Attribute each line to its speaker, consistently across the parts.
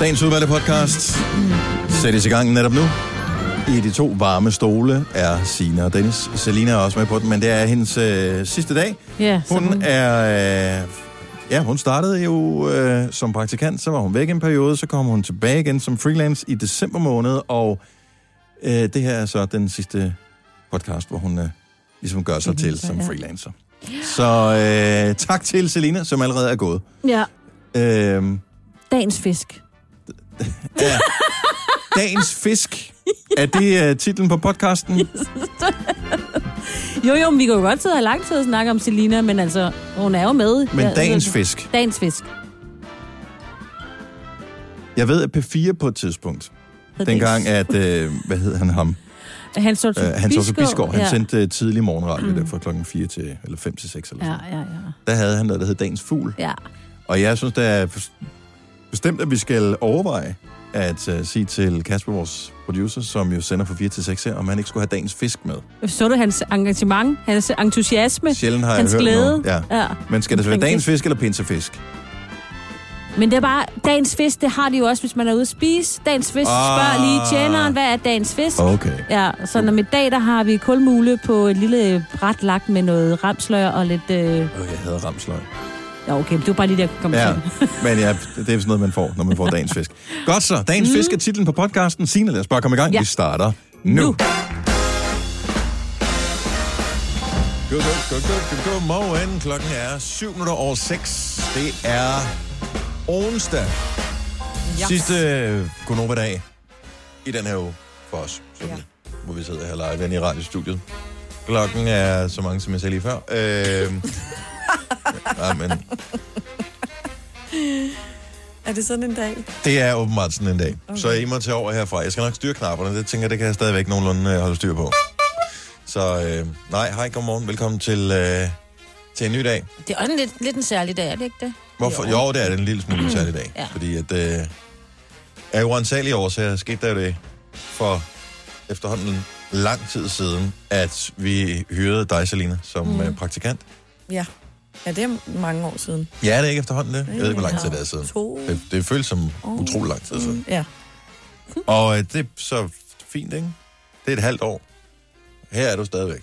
Speaker 1: Dagens udvalgte podcast sættes i gang netop nu. I de to varme stole er Sina og Dennis. Selina er også med på den, men det er hendes øh, sidste dag.
Speaker 2: Ja, så
Speaker 1: Hun,
Speaker 2: hun-
Speaker 1: er... Øh, ja, hun startede jo øh, som praktikant, så var hun væk en periode, så kom hun tilbage igen som freelance i december måned, og øh, det her er så den sidste podcast, hvor hun øh, ligesom gør sig til
Speaker 2: Freelancer,
Speaker 1: som
Speaker 2: ja.
Speaker 1: freelancer. Så øh, tak til Selina, som allerede er gået.
Speaker 2: Ja,
Speaker 1: Øh,
Speaker 2: dagens fisk.
Speaker 1: Ja. Dagens fisk. Er det uh, titlen på podcasten? Yes.
Speaker 2: Jo, jo, men vi kan jo godt sidde her lang tid og snakke om Selina, men altså, hun er jo med.
Speaker 1: Men
Speaker 2: Ja,
Speaker 1: dagens
Speaker 2: altså,
Speaker 1: fisk.
Speaker 2: Dagens fisk.
Speaker 1: Jeg ved, at P4 på et tidspunkt, dengang at, øh, hvad hed han ham?
Speaker 2: Han så
Speaker 1: Øh, han Torsten Bisgaard, han
Speaker 2: ja. Mm.
Speaker 1: sendte øh, tidlig morgenradio der fra klokken 4 til, eller 5 til 6 eller
Speaker 2: Ja,
Speaker 1: sådan.
Speaker 2: ja, ja.
Speaker 1: Der havde han noget, der hed Dagens Fugl.
Speaker 2: ja.
Speaker 1: Og jeg synes, der er bes- bestemt, at vi skal overveje at uh, sige til Kasper, vores producer, som jo sender fra 4 til 6 her, om han ikke skulle have dagens fisk med.
Speaker 2: Så du hans engagement, hans entusiasme,
Speaker 1: Sjældent har jeg
Speaker 2: hans
Speaker 1: hørt
Speaker 2: glæde?
Speaker 1: noget. Ja.
Speaker 2: ja.
Speaker 1: Men skal det så være
Speaker 2: Omkring
Speaker 1: dagens
Speaker 2: det.
Speaker 1: fisk eller pinsefisk?
Speaker 2: Men det er bare, dagens fisk, det har de jo også, hvis man er ude at spise. Dagens fisk,
Speaker 1: Ah.
Speaker 2: ah. spørg lige tjeneren, hvad er dagens fisk?
Speaker 1: Okay.
Speaker 2: Ja, så om i dag, der har vi kulmule på et lille bræt lagt med noget ramsløg og lidt... Øh...
Speaker 1: Øh, jeg havde ramsløg.
Speaker 2: Ja, okay, men det var bare lige der, jeg kunne komme
Speaker 1: Ja,
Speaker 2: til.
Speaker 1: men ja, det er sådan noget, man får, når man får dagens fisk. Godt så. Dagens mm. fisk er titlen på podcasten. Signe, lad os bare komme i gang. Ja.
Speaker 2: Ja.
Speaker 1: Vi starter nu.
Speaker 2: Nu.
Speaker 1: nu. Godmorgen. Godmorgen. Klokken er 7 minutter over 6. Det er onsdag. Yes. Sidste øh, Gunova-dag i den her uge for os, som, ja. hvor vi sidder her live inde i radiostudiet. Klokken er så mange, som jeg sagde lige før. Øh, nej, men
Speaker 3: Er det sådan en dag?
Speaker 1: Det er åbenbart sådan en dag. Okay. Så I må tage over herfra. Jeg skal nok styre knapperne. Det tænker jeg, det kan jeg stadigvæk nogenlunde øh, holde styr på. Så øh, nej, hej, godmorgen. Velkommen til, øh, til en ny dag.
Speaker 4: Det er også en lidt, lidt en særlig dag, er det ikke det?
Speaker 1: Hvorfor? Jo, jo det er det en lille smule særlig dag.
Speaker 4: Ja.
Speaker 1: Fordi at øh, af uansagelige årsager skete der jo det for efterhånden lang tid siden, at vi hyrede dig, Selina, som mm. praktikant.
Speaker 3: Ja. Ja, det er mange år siden.
Speaker 1: Ja, det er ikke efterhånden det. Jeg ved ikke, hvor lang tid det er siden.
Speaker 3: To.
Speaker 1: Det, det føles som utrolig lang tid siden.
Speaker 3: Ja.
Speaker 1: Og øh, det er så fint, ikke? Det er et halvt år. Her er du stadigvæk.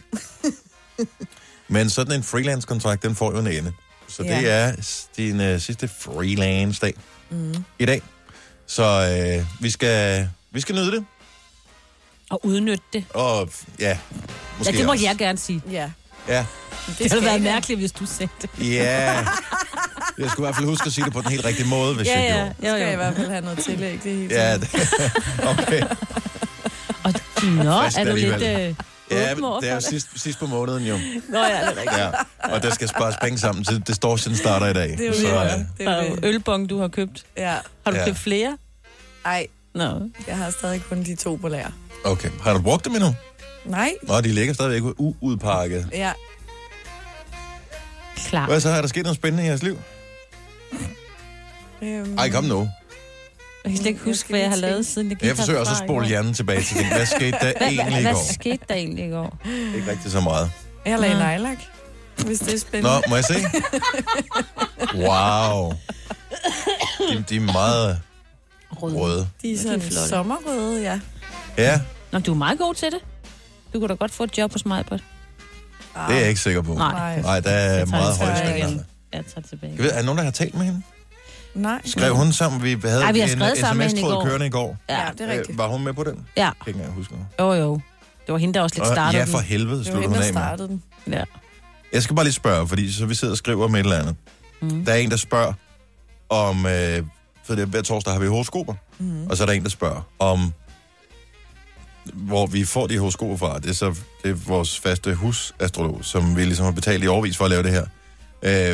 Speaker 1: Men sådan en freelance-kontrakt, den får jo en ende. Så det
Speaker 3: Ja.
Speaker 1: er s- din øh, sidste freelance-dag mm. i dag. Så øh, vi, skal, vi skal nyde det.
Speaker 2: Og udnytte det.
Speaker 1: Og ja,
Speaker 2: Ja,
Speaker 1: måske
Speaker 2: det måtte
Speaker 1: også.
Speaker 2: jeg gerne sige.
Speaker 3: Ja.
Speaker 1: Ja,
Speaker 2: Det
Speaker 3: skal
Speaker 2: havde været
Speaker 3: ikke.
Speaker 2: mærkeligt, hvis du sagde det.
Speaker 1: ja. Jeg skulle i hvert fald huske at sige det på den helt rigtige måde, hvis jeg gjorde.
Speaker 3: Så skal jeg i hvert fald have noget tillæg. Det er helt
Speaker 1: Ja,
Speaker 3: ja.
Speaker 1: det- okay.
Speaker 2: Og, nå,
Speaker 1: Frisk
Speaker 2: er du lidt...
Speaker 1: alligevel.
Speaker 2: Øh...
Speaker 1: Ja,
Speaker 2: Åben over
Speaker 1: det er jo
Speaker 2: for det.
Speaker 1: sidst, sidst på måneden jo.
Speaker 2: Nå ja, det er rigtigt.
Speaker 1: Ja, og der skal spares penge sammen. til det står, sådan starter i dag.
Speaker 3: Det er jo
Speaker 1: så,
Speaker 3: det.
Speaker 1: øh,
Speaker 3: det,
Speaker 2: Der
Speaker 3: er
Speaker 2: er jo
Speaker 3: jo det.
Speaker 2: ølbong, du har købt.
Speaker 3: Ja.
Speaker 2: Har du
Speaker 1: Ja.
Speaker 2: ja. købt flere?
Speaker 3: Ej,
Speaker 2: Nå.
Speaker 3: jeg har stadig kun de to på lager.
Speaker 1: øh, okay. Har du brugt dem endnu?
Speaker 3: Nej.
Speaker 1: Nå, de ligger stadigvæk uudpakket.
Speaker 3: Ja.
Speaker 2: Klar.
Speaker 1: Hvad så? Er der sket noget spændende i jeres liv?
Speaker 3: Øhm,
Speaker 1: Ej, kom nu.
Speaker 2: Jeg kan slet ikke huske, hvad jeg har lavet, siden det gik
Speaker 1: Jeg forsøger også at
Speaker 2: herfra i
Speaker 1: spole
Speaker 2: går.
Speaker 1: hjernen tilbage til det. Hvad skete der
Speaker 2: Hvad,
Speaker 1: egentlig i
Speaker 2: hvad
Speaker 1: går?
Speaker 2: skete der egentlig i går?
Speaker 1: Ikke rigtig så meget.
Speaker 3: Jeg lagde nejlak, hvis det er spændende.
Speaker 1: Nå, må jeg se? Wow. De, de er meget røde.
Speaker 3: de er
Speaker 2: det er
Speaker 3: sådan
Speaker 2: flotte.
Speaker 3: sommerrøde, ja.
Speaker 1: Ja,
Speaker 2: Nå, du er meget god til det. Du kunne da godt få et job hos mig, Britt.
Speaker 1: det er jeg ikke sikker på.
Speaker 2: Nej.
Speaker 1: Nej, der er
Speaker 2: Jeg tager
Speaker 1: meget
Speaker 2: det tilbage
Speaker 1: højstændende.
Speaker 2: igen. Jeg tager det tilbage.
Speaker 1: Jeg ved, er der nogen, der har talt med hende?
Speaker 3: Nej.
Speaker 1: Skrev hun sammen? Vi havde
Speaker 2: Ej, vi har
Speaker 1: en
Speaker 2: skrevet sammen med hende i
Speaker 1: sms-tråd
Speaker 2: går.
Speaker 1: kørende i går.
Speaker 3: Ja,
Speaker 2: Ja,
Speaker 3: det er rigtigt.
Speaker 1: Øh, var hun med på den? Jeg
Speaker 2: ja.
Speaker 1: kan ikke engang huske noget.
Speaker 2: Jo, jo. Det var hende, der også lidt
Speaker 1: Og-
Speaker 2: startede
Speaker 1: Ja, for helvede,
Speaker 3: Det var
Speaker 1: slutter
Speaker 3: hende,
Speaker 1: hun
Speaker 3: der
Speaker 1: af med.
Speaker 3: startede den.
Speaker 2: den. Ja.
Speaker 1: Jeg skal bare lige spørge, fordi så vi sidder og skriver om et eller andet. Mm. Der er en, der spørger om... Øh, for det, hver torsdag har vi horoskoper. Mm. Og så er der en, der spørger om... Hvor vi får de horoskoper fra. Det er så det er vores faste husastrolog, som vi ligesom har betalt i overvis for at lave det her.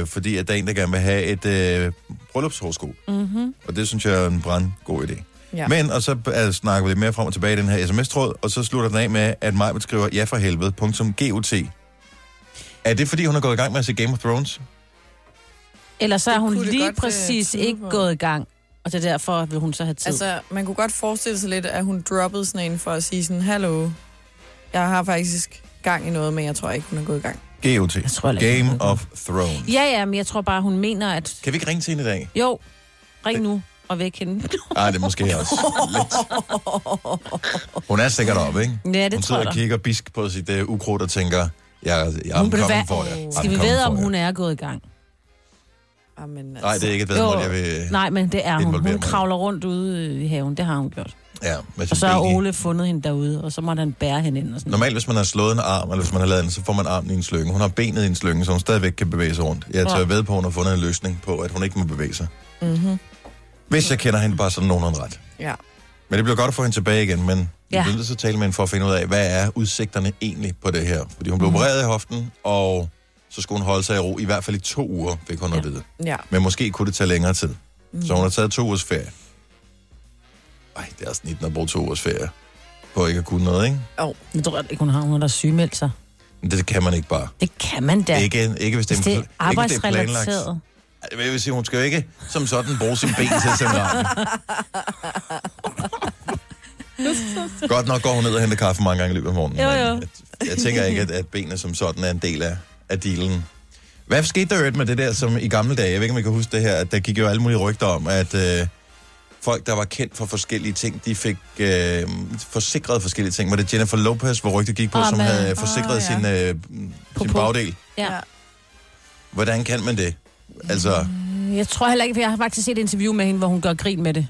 Speaker 1: Øh, fordi at der er en, der gerne vil have et øh, bryllupshoroskop.
Speaker 2: Mm-hmm.
Speaker 1: Og det synes jeg er en brand god idé. Ja.
Speaker 3: Ja.
Speaker 1: Men, og så altså, snakker vi lidt mere frem og tilbage i den her sms-tråd, og så slutter den af med, at Majbet skriver, ja for helvede, punktum GOT. Er det, fordi hun er gået i gang med at se Game of Thrones?
Speaker 2: Eller så
Speaker 3: Det
Speaker 2: er hun
Speaker 3: kunne det
Speaker 2: lige
Speaker 3: godt, øh,
Speaker 2: præcis
Speaker 3: tyde
Speaker 2: ikke
Speaker 3: på.
Speaker 2: gået i gang, og det er derfor, vil hun så have tid. Altså,
Speaker 3: Altså, man kunne godt forestille sig lidt, at hun droppede sådan en for at sige sådan, hallo, jeg har faktisk gang i noget, men jeg tror ikke, hun er gået i gang.
Speaker 1: GOT.
Speaker 2: jeg tror, heller ikke, hun
Speaker 1: Game
Speaker 2: er gået i
Speaker 1: of Thrones.
Speaker 2: gang. Ja, ja, men jeg tror bare, hun mener, at...
Speaker 1: Kan vi ikke ringe til hende i dag?
Speaker 2: Jo, ring nu.
Speaker 4: og væk hende.
Speaker 1: Ej, Ah, det er måske også lidt. Hun er sikkert oppe, ikke?
Speaker 4: Ja, det tror
Speaker 1: hun sidder
Speaker 4: jeg.
Speaker 1: og kigger bisk på sit uh, ukrudt og tænker, jeg, jeg er
Speaker 2: Hun blev
Speaker 1: kommet
Speaker 2: væ-
Speaker 1: for jer.
Speaker 2: Skal vi vide, om hun er gået i gang?
Speaker 3: Amen, altså.
Speaker 1: Nej, det er ikke et vedmål, jeg vil...
Speaker 2: Nej, men det er hun.
Speaker 1: involverer
Speaker 2: Hun
Speaker 1: mig i.
Speaker 2: kravler rundt ude i haven. Det har hun gjort.
Speaker 1: Ja, med
Speaker 2: Og
Speaker 1: sin
Speaker 2: så har
Speaker 1: ben i.
Speaker 2: Ole fundet hende derude, og så må han bære hende ind. Og sådan.
Speaker 1: Normalt, hvis man har slået en arm, eller hvis man har lavet en, så får man armen i en slynge. Hun har benet i en slynge, så hun stadigvæk kan bevæge sig rundt. Jeg tør
Speaker 2: Ja.
Speaker 1: ved på, at hun har fundet en løsning på, at hun ikke må bevæge sig. Mm-hmm. Hvis jeg kender hende bare sådan nogenlunde ret.
Speaker 3: Ja.
Speaker 1: Men det bliver godt at få hende tilbage igen, men ja.
Speaker 2: Ja.
Speaker 1: vi bliver så tale med hende for at finde ud af, hvad er udsigterne egentlig på det her? Fordi hun
Speaker 2: Mhm.
Speaker 1: blev opereret i hoften, og så skulle hun holde sig i ro, i hvert fald i to uger, fik hun ja. at vide.
Speaker 3: Ja.
Speaker 1: Men måske kunne det tage længere tid. Mm.
Speaker 2: Mhm.
Speaker 1: Så hun har taget to ugers ferie. Ej, det er også 19 at bruge to ugers ferie på ikke at kunne noget, ikke?
Speaker 2: Jeg tror ikke, hun har. Hun har da sygemeldt sig.
Speaker 1: Men det kan man ikke bare.
Speaker 2: Det kan man da.
Speaker 1: Ja. Ikke, ikke hvis det,
Speaker 2: Hvis det
Speaker 1: er,
Speaker 2: er
Speaker 1: ikke, hvis det er planlagt.
Speaker 2: arbejdsrelateret.
Speaker 1: Ej, Jeg vil sige, hun skal jo ikke som sådan bruge sin ben til at sende ramme. Godt nok går hun ned og henter kaffe mange gange i løbet af morgenen.
Speaker 2: Jo,
Speaker 1: men
Speaker 2: jo.
Speaker 1: at- Jeg tænker ikke, at, at benene som sådan er en del af, af dealen. Hvad skete der i øvrigt med det der, som i gamle dage, jeg ved ikke, om I kan huske det her, at der gik jo alle mulige rygter om, at øh, folk, der var kendt for forskellige ting, de fik øh, forsikret forskellige ting. Var det Jennifer Lopez, hvor rygtet gik på,
Speaker 2: Åh,
Speaker 1: som
Speaker 2: mand.
Speaker 1: havde forsikret
Speaker 3: Åh, ja.
Speaker 1: sin, øh, sin
Speaker 2: Popo.
Speaker 1: bagdel?
Speaker 2: Ja.
Speaker 1: Hvordan kan man det? Altså,
Speaker 2: Jeg tror heller ikke, for jeg har faktisk set et interview med hende, hvor hun gør grin med det.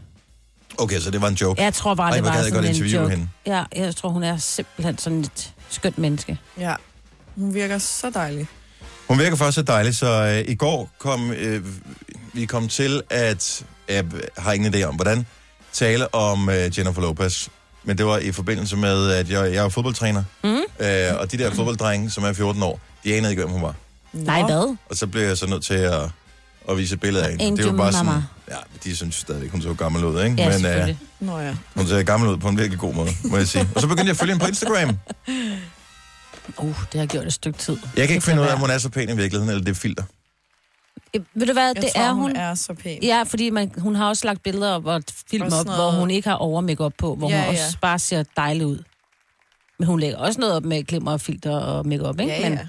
Speaker 1: okay, så det var en joke.
Speaker 2: Jeg tror bare,
Speaker 1: Ej,
Speaker 2: det
Speaker 1: hvor
Speaker 2: var
Speaker 1: gad jeg godt
Speaker 2: sådan en
Speaker 1: interviewe
Speaker 2: joke.
Speaker 1: hende.
Speaker 2: Ja, jeg tror, hun er simpelthen sådan et skønt menneske.
Speaker 3: ja. Hun virker så dejlig.
Speaker 1: Hun virker faktisk så dejlig, så øh, i går kom øh, vi kom til at, jeg har ingen idé om hvordan, tale om øh, Jennifer Lopez. Men det var i forbindelse med, at jeg, jeg er fodboldtræner, mm. øh, og de der fodbolddrenge, som er 14 år, de anede ikke, hvem hun var.
Speaker 3: Nå.
Speaker 2: Nej, hvad?
Speaker 1: Og så blev jeg så nødt til at, at vise et billede af hende.
Speaker 2: Angel
Speaker 1: det var bare
Speaker 2: Mama.
Speaker 1: sådan, ja, de synes stadigvæk, hun så gammel ud, ikke?
Speaker 2: Ja, Men,
Speaker 1: Men øh,
Speaker 2: selvfølgelig.
Speaker 3: Nå ja.
Speaker 1: hun ser gammel ud på en virkelig god måde, må jeg sige. Og så begyndte jeg at følge hende på Instagram.
Speaker 2: Uh, det har jeg gjort et stykke tid.
Speaker 1: Jeg kan
Speaker 2: Det
Speaker 1: ikke finde ud af,
Speaker 2: være.
Speaker 1: om hun er så pæn i virkeligheden, eller det er filter.
Speaker 2: Øh, Ved du hvad,
Speaker 3: Jeg
Speaker 2: det
Speaker 3: tror,
Speaker 2: er
Speaker 3: hun.
Speaker 2: hun.
Speaker 3: er så pæn.
Speaker 2: Ja, fordi man, hun har også lagt billeder op og film
Speaker 3: Og sådan
Speaker 2: op, hvor
Speaker 3: noget.
Speaker 2: hun ikke har over op på, hvor
Speaker 3: Ja,
Speaker 2: ja, hun
Speaker 3: ja.
Speaker 2: også bare ser dejlig ud. Men hun lægger også noget op med glimmer og filter og makeup, ikke?
Speaker 3: ja, ja.
Speaker 2: Men,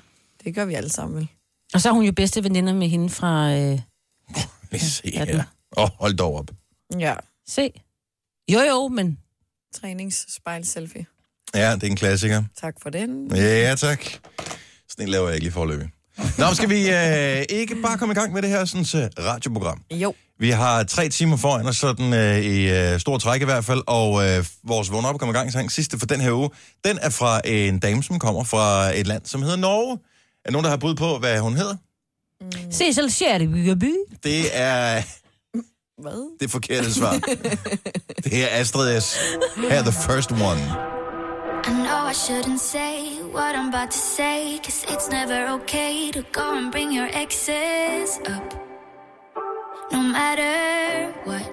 Speaker 3: Det gør vi alle sammen, vel?
Speaker 2: og så er hun jo bedste veninder med hende fra... Øh,
Speaker 1: Lad os se
Speaker 2: Ja, den-
Speaker 1: her. Åh, oh, hold dog op.
Speaker 3: Ja.
Speaker 2: se. Jo, jo, men
Speaker 3: Træningsspejl-selfie.
Speaker 1: Ja, det er en klassiker.
Speaker 3: Tak for den.
Speaker 1: Ja, tak. Sådan en laver jeg ikke lige forløbig. Nå, men skal vi øh, ikke bare komme i gang med det her sådan, så radioprogram?
Speaker 3: Jo.
Speaker 1: Vi har tre timer foran os, sådan øh, i øh, stor træk i hvert fald, og øh, vores vågn op og kom i gang sang sidste for den her uge, den er fra en dame, som kommer fra et land, som hedder Norge. Er der nogen, der har bud på, hvad hun hedder?
Speaker 3: Mm.
Speaker 2: Cecil Sjærdeby.
Speaker 1: Det er
Speaker 3: Hvad?
Speaker 1: det forkerte svar. det er Astrid S. Her er the first one.
Speaker 5: I know I shouldn't say what I'm about to say, cause it's never okay to go and bring your exes up. No matter what.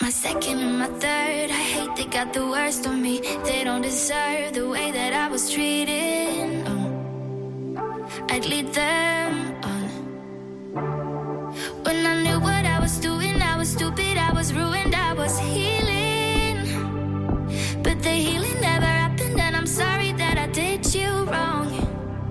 Speaker 5: My second and my third, I hate they got the worst of me. They don't deserve the way that I was treated. Oh, I'd lead them on. When I knew what I was doing, I was stupid, I was ruined, I was healing. But the healing never happened, and I'm sorry that I did you wrong.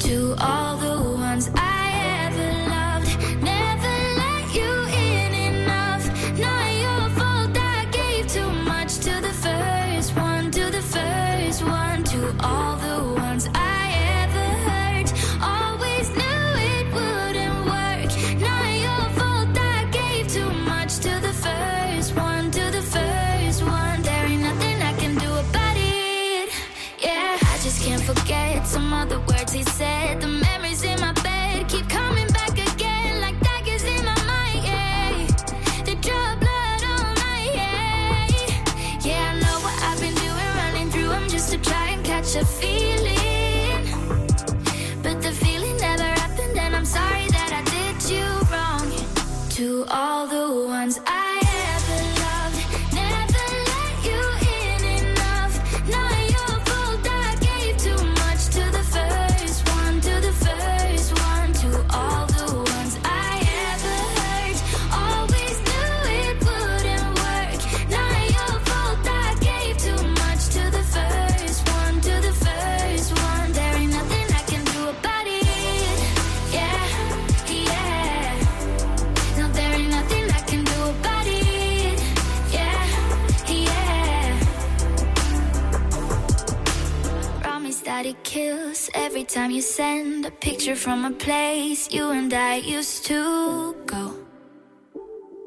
Speaker 5: To all the ones I ever loved, never let you in enough. Not your fault, I gave too much to the first one, to the first one, to all the ones I ever hurt. Always knew it wouldn't work. Not your fault, I gave too much to the first one, to the first one. There ain't nothing I can do about it. Yeah, I just can't forget some of the words he said. The memories in my bed keep coming back again, like daggers in my mind. Yeah, they draw blood on my yeah. Yeah, I know what I've been doing, running through 'em just to try and catch a feeling. But the feeling never happened, and I'm sorry that I did you wrong. To all the ones I ever loved, never let you in enough. Not your fault, I gave too much to the first one, to the first one, to all the ones I ever hurt. Always knew it wouldn't work. Not your fault, I gave too much to the first one, to the first one. There ain't nothing I can do about it. Yeah, yeah. No, there ain't nothing I can do about kills every time you send a picture from a place you and I used to go.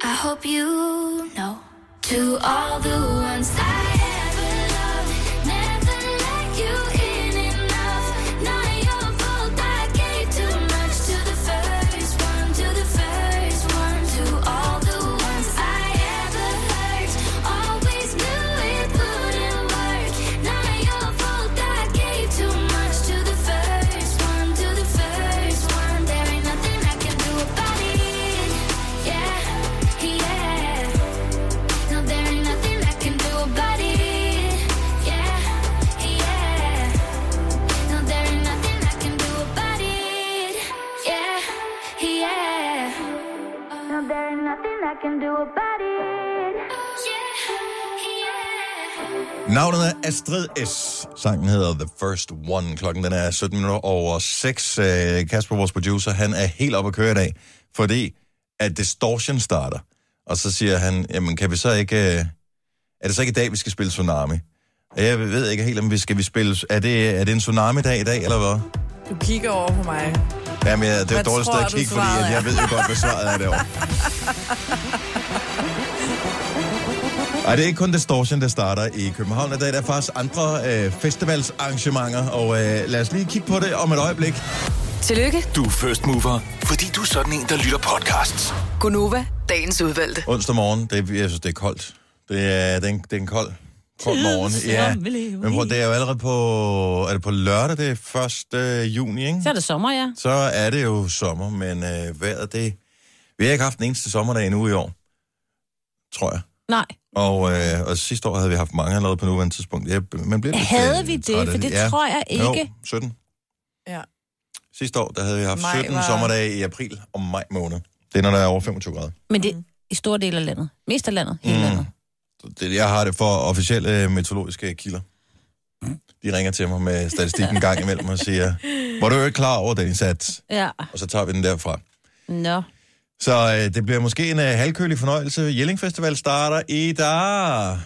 Speaker 5: I hope you know to all the ones I ever loved, never let you in enough. Not your fault, I gave too much to the first one, to the first one, to all the ones I ever hurt. Always knew it wouldn't work. Not your fault, I gave too much to the first one, to the first one. There ain't nothing I can do about it. Yeah, yeah. No, there ain't nothing I can do about it. Yeah, yeah. No, there ain't nothing I can do about it. Yeah, yeah. No, there ain't nothing I can do about it. Yeah, yeah.
Speaker 1: Navnet er Astrid S. Sangen hedder The First One. Klokken den er 17 minutter over 6. Øh, Kasper, vores producer, han er helt oppe at køre i dag, fordi at distortion starter. Og så siger han, jamen kan vi så ikke... øh, Er det så ikke i dag, vi skal spille Tsunami? Og Jeg ved ikke helt, om vi skal vi spille... Er det, er det en Tsunami-dag i dag, eller hvad?
Speaker 3: Du kigger over på mig.
Speaker 1: Jamen, ja, det er
Speaker 3: Hvad
Speaker 1: et dårligt sted
Speaker 3: tror
Speaker 1: at
Speaker 3: du,
Speaker 1: kigge, fordi
Speaker 3: svaret
Speaker 1: at jeg
Speaker 3: er?
Speaker 1: ved jo godt, hvad svaret er derovre. Ej, det er ikke kun Distortion, der starter i København i dag. Der er faktisk andre øh, festivalsarrangementer, og øh, lad os lige kigge på det om et øjeblik.
Speaker 6: Tillykke,
Speaker 7: Du er first mover, fordi du er sådan en, der lytter podcasts.
Speaker 6: Gunova, dagens udvalgte.
Speaker 1: Onsdag morgen, det, er- jeg synes, det er koldt. Det er, det er, en, det er en kold, kold morgen. Ja.
Speaker 2: Som vi lever
Speaker 1: Men prøv,
Speaker 2: i.
Speaker 1: det er jo allerede på, er det på lørdag, det er 1. juni, ikke?
Speaker 2: Så er det sommer, ja.
Speaker 1: så er det jo sommer, men øh, vejret det... Vi har ikke haft den eneste sommerdag endnu i år, tror jeg.
Speaker 2: Nej.
Speaker 1: Og, øh, og sidste år havde vi haft mange allerede på nuværende tidspunkt. Ja, man bliver lidt,
Speaker 2: Havde
Speaker 1: øh,
Speaker 2: vi
Speaker 1: træt
Speaker 2: det?
Speaker 1: af
Speaker 2: For det tror jeg ikke.
Speaker 1: Jo, 17.
Speaker 3: Ja.
Speaker 1: Sidste år, der havde vi haft
Speaker 3: Maj
Speaker 1: 17
Speaker 3: var-
Speaker 1: sommerdage i april og maj måned. Det er, når der er over 25 grader.
Speaker 2: Men
Speaker 3: Mm.
Speaker 2: det er i store dele af landet. Mest af landet. Hele
Speaker 1: Mm.
Speaker 2: landet.
Speaker 1: Så Det, jeg har det for officielle øh, meteorologiske kilder. De ringer til mig med statistikken en gang imellem og siger, var du jo ikke klar over, Dennis, at...
Speaker 2: Ja.
Speaker 1: Og så tager vi den derfra.
Speaker 2: Nå.
Speaker 1: Så øh, det bliver måske en øh, halvkølig fornøjelse. Jelling Festival starter i dag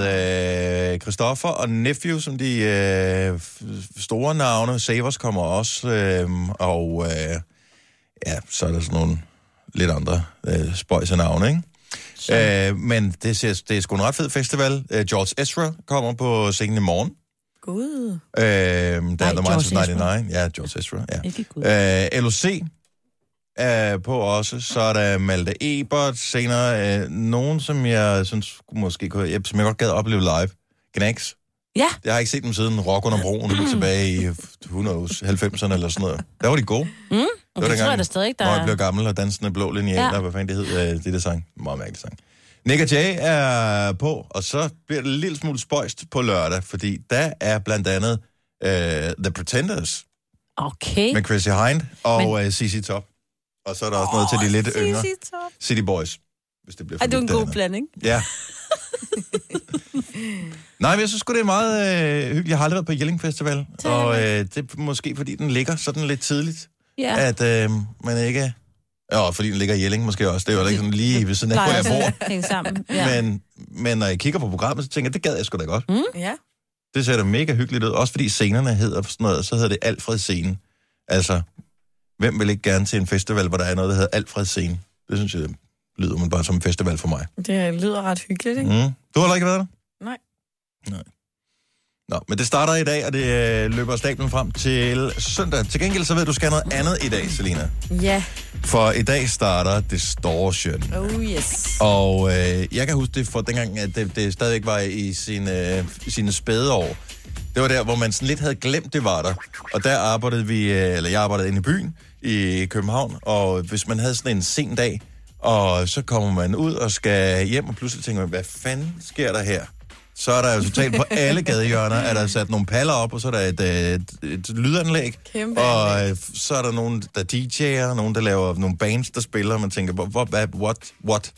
Speaker 1: med øh, Christoffer og Nephew, som de øh, f- store navne. Savers kommer også, øh, og øh, ja, så er der sådan nogle lidt andre øh, spøjs af navne, ikke? Øh, men det, ser, det er sgu en ret fed festival. Øh, George Ezra kommer på scenen i morgen.
Speaker 3: Gud.
Speaker 1: Øh, der
Speaker 2: Ej,
Speaker 1: er The
Speaker 2: George
Speaker 1: Minds
Speaker 2: Ezra.
Speaker 1: of 99. Ja, George Ezra, ja.
Speaker 2: Ikke Gud.
Speaker 1: Øh, LOC er på også. Så er der Malte Ebert. Senere øh, nogen, som jeg synes måske kunne, jeg, som jeg godt gad opleve live. Gnags.
Speaker 2: Ja.
Speaker 1: Jeg har ikke set dem siden Rock under broen tilbage i 190'erne eller sådan noget. Der var de gode.
Speaker 2: Det,
Speaker 1: var
Speaker 2: det
Speaker 1: dengang,
Speaker 2: tror Mm? jeg da stadig, der
Speaker 1: Når jeg
Speaker 2: er...
Speaker 1: blev gammel og dansende blå linealer, ja.
Speaker 2: Ja.
Speaker 1: hvad fanden det hed, øh, det der sang. Meget mærkelig sang. Nick og Jay er på, og så bliver det en lille smule spøjst på lørdag, fordi der er blandt andet øh, The Pretenders
Speaker 2: Okay.
Speaker 1: med Chrissy Hind og Men... uh, CC Top. Og så er der også noget til de lidt yngre
Speaker 3: Top.
Speaker 1: City Boys, hvis det bliver for
Speaker 3: Ej, det er
Speaker 1: vildt,
Speaker 3: en god
Speaker 1: det her.
Speaker 3: blanding.
Speaker 1: Ja. Nej, men jeg synes sgu, det er meget øh, hyggeligt. Jeg har aldrig været på Jelling Festival, og øh, det er måske, fordi den ligger sådan lidt tidligt,
Speaker 2: Ja.
Speaker 1: ja. at øh, man ikke... Ja, og fordi den ligger i Jelling måske også. Det er jo ikke sådan lige ved siden af, hvor jeg bor.
Speaker 2: Hænge sammen. Ja.
Speaker 1: Ja. Men, men når jeg kigger på programmet, så tænker jeg, det gad jeg sgu da godt. Mm.
Speaker 3: Ja.
Speaker 1: Det ser da mega hyggeligt ud. Også fordi scenerne hedder sådan noget, så hedder det Alfred Scene. Altså, hvem vil ikke gerne til en festival, hvor der er noget, der hedder Alfred Scene? Det synes jeg, det lyder man bare som en festival for mig.
Speaker 3: Det lyder ret hyggeligt, ikke?
Speaker 1: Mm. Du har heller ikke været der?
Speaker 3: Nej.
Speaker 1: Nej. Nå, men det starter i dag, og det øh, løber af stablen frem til søndag. Til gengæld så ved du, du skal noget andet i dag, Selina.
Speaker 3: Ja.
Speaker 1: For i dag starter Distortion.
Speaker 3: Oh yes.
Speaker 1: Og øh, jeg kan huske det fra dengang, at det, det stadigvæk var i sine, øh, sine spæde år. Det var der, hvor man sådan lidt havde glemt, det var der. Og der arbejdede vi, øh, eller jeg arbejdede inde i byen i København, og hvis man havde sådan en sen dag, og så kommer man ud og skal hjem, og pludselig tænker man, hvad fanden sker der her? Så er der jo totalt på alle gadehjørner, er der sat nogle paller op, og så er der et, øh, et, et lydanlæg.
Speaker 3: Kæmpe
Speaker 1: og øh, så er der nogen, der DJ'er, nogen, der laver nogle bands, der spiller, og man tænker, hvor, hvor, hvad, what, what?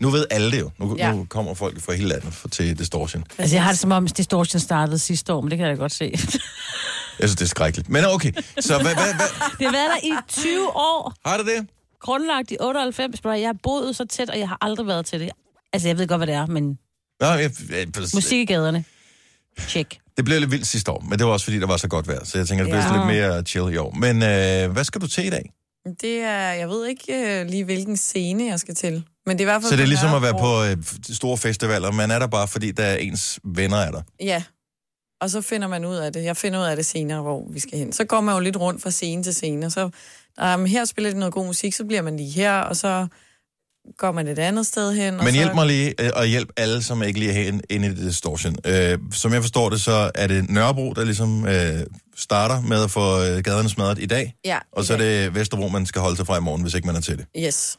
Speaker 1: Nu ved alle det jo. Nu, ja.
Speaker 3: Ja.
Speaker 1: nu kommer folk fra hele landet for, til Distortion.
Speaker 2: Altså, jeg har det som om, Distortion startede sidste år, men det kan jeg da godt se.
Speaker 1: Jeg synes, det er skrækkeligt. Men okay, så hvad, hvad, hvad?
Speaker 2: det har været der i 20 år,
Speaker 1: Har det det?
Speaker 2: grundlagt i 98, bror. Jeg har boet så tæt, og jeg har aldrig været til det. Altså, jeg ved godt, hvad det er, men
Speaker 1: Nå, jeg, jeg, jeg,
Speaker 2: musik i gaderne. Check.
Speaker 1: Det blev lidt vildt sidste år, men det var også fordi, der var så godt vejr, så jeg tænker, det bliver
Speaker 2: Ja.
Speaker 1: ja. lidt mere chill i år. Men øh, hvad skal du til i dag?
Speaker 3: Det er, jeg ved ikke øh, lige, hvilken scene jeg skal til. Men det er i hvert fald...
Speaker 1: Så det er
Speaker 3: på
Speaker 1: ligesom at være
Speaker 3: Nørrebro.
Speaker 1: på øh, store festivaler. Man er der bare, fordi der er ens venner er der.
Speaker 3: Ja. Og så finder man ud af det. Jeg finder ud af det senere, hvor vi skal hen. Så går man jo lidt rundt fra scene til scene, og så um, her spiller de noget god musik, så bliver man lige her, og så går man et andet sted hen. og
Speaker 1: Men
Speaker 3: så...
Speaker 1: hjælp mig lige, øh, og hjælp alle, som ikke lige er herinde inde i det distortion. Øh, som jeg forstår det, så er det Nørrebro, der ligesom øh, starter med at få øh, gaderne smadret i dag.
Speaker 3: Ja,
Speaker 1: Og så er det Vesterbro, man skal holde sig fra i morgen, hvis ikke man er til det.
Speaker 3: Yes.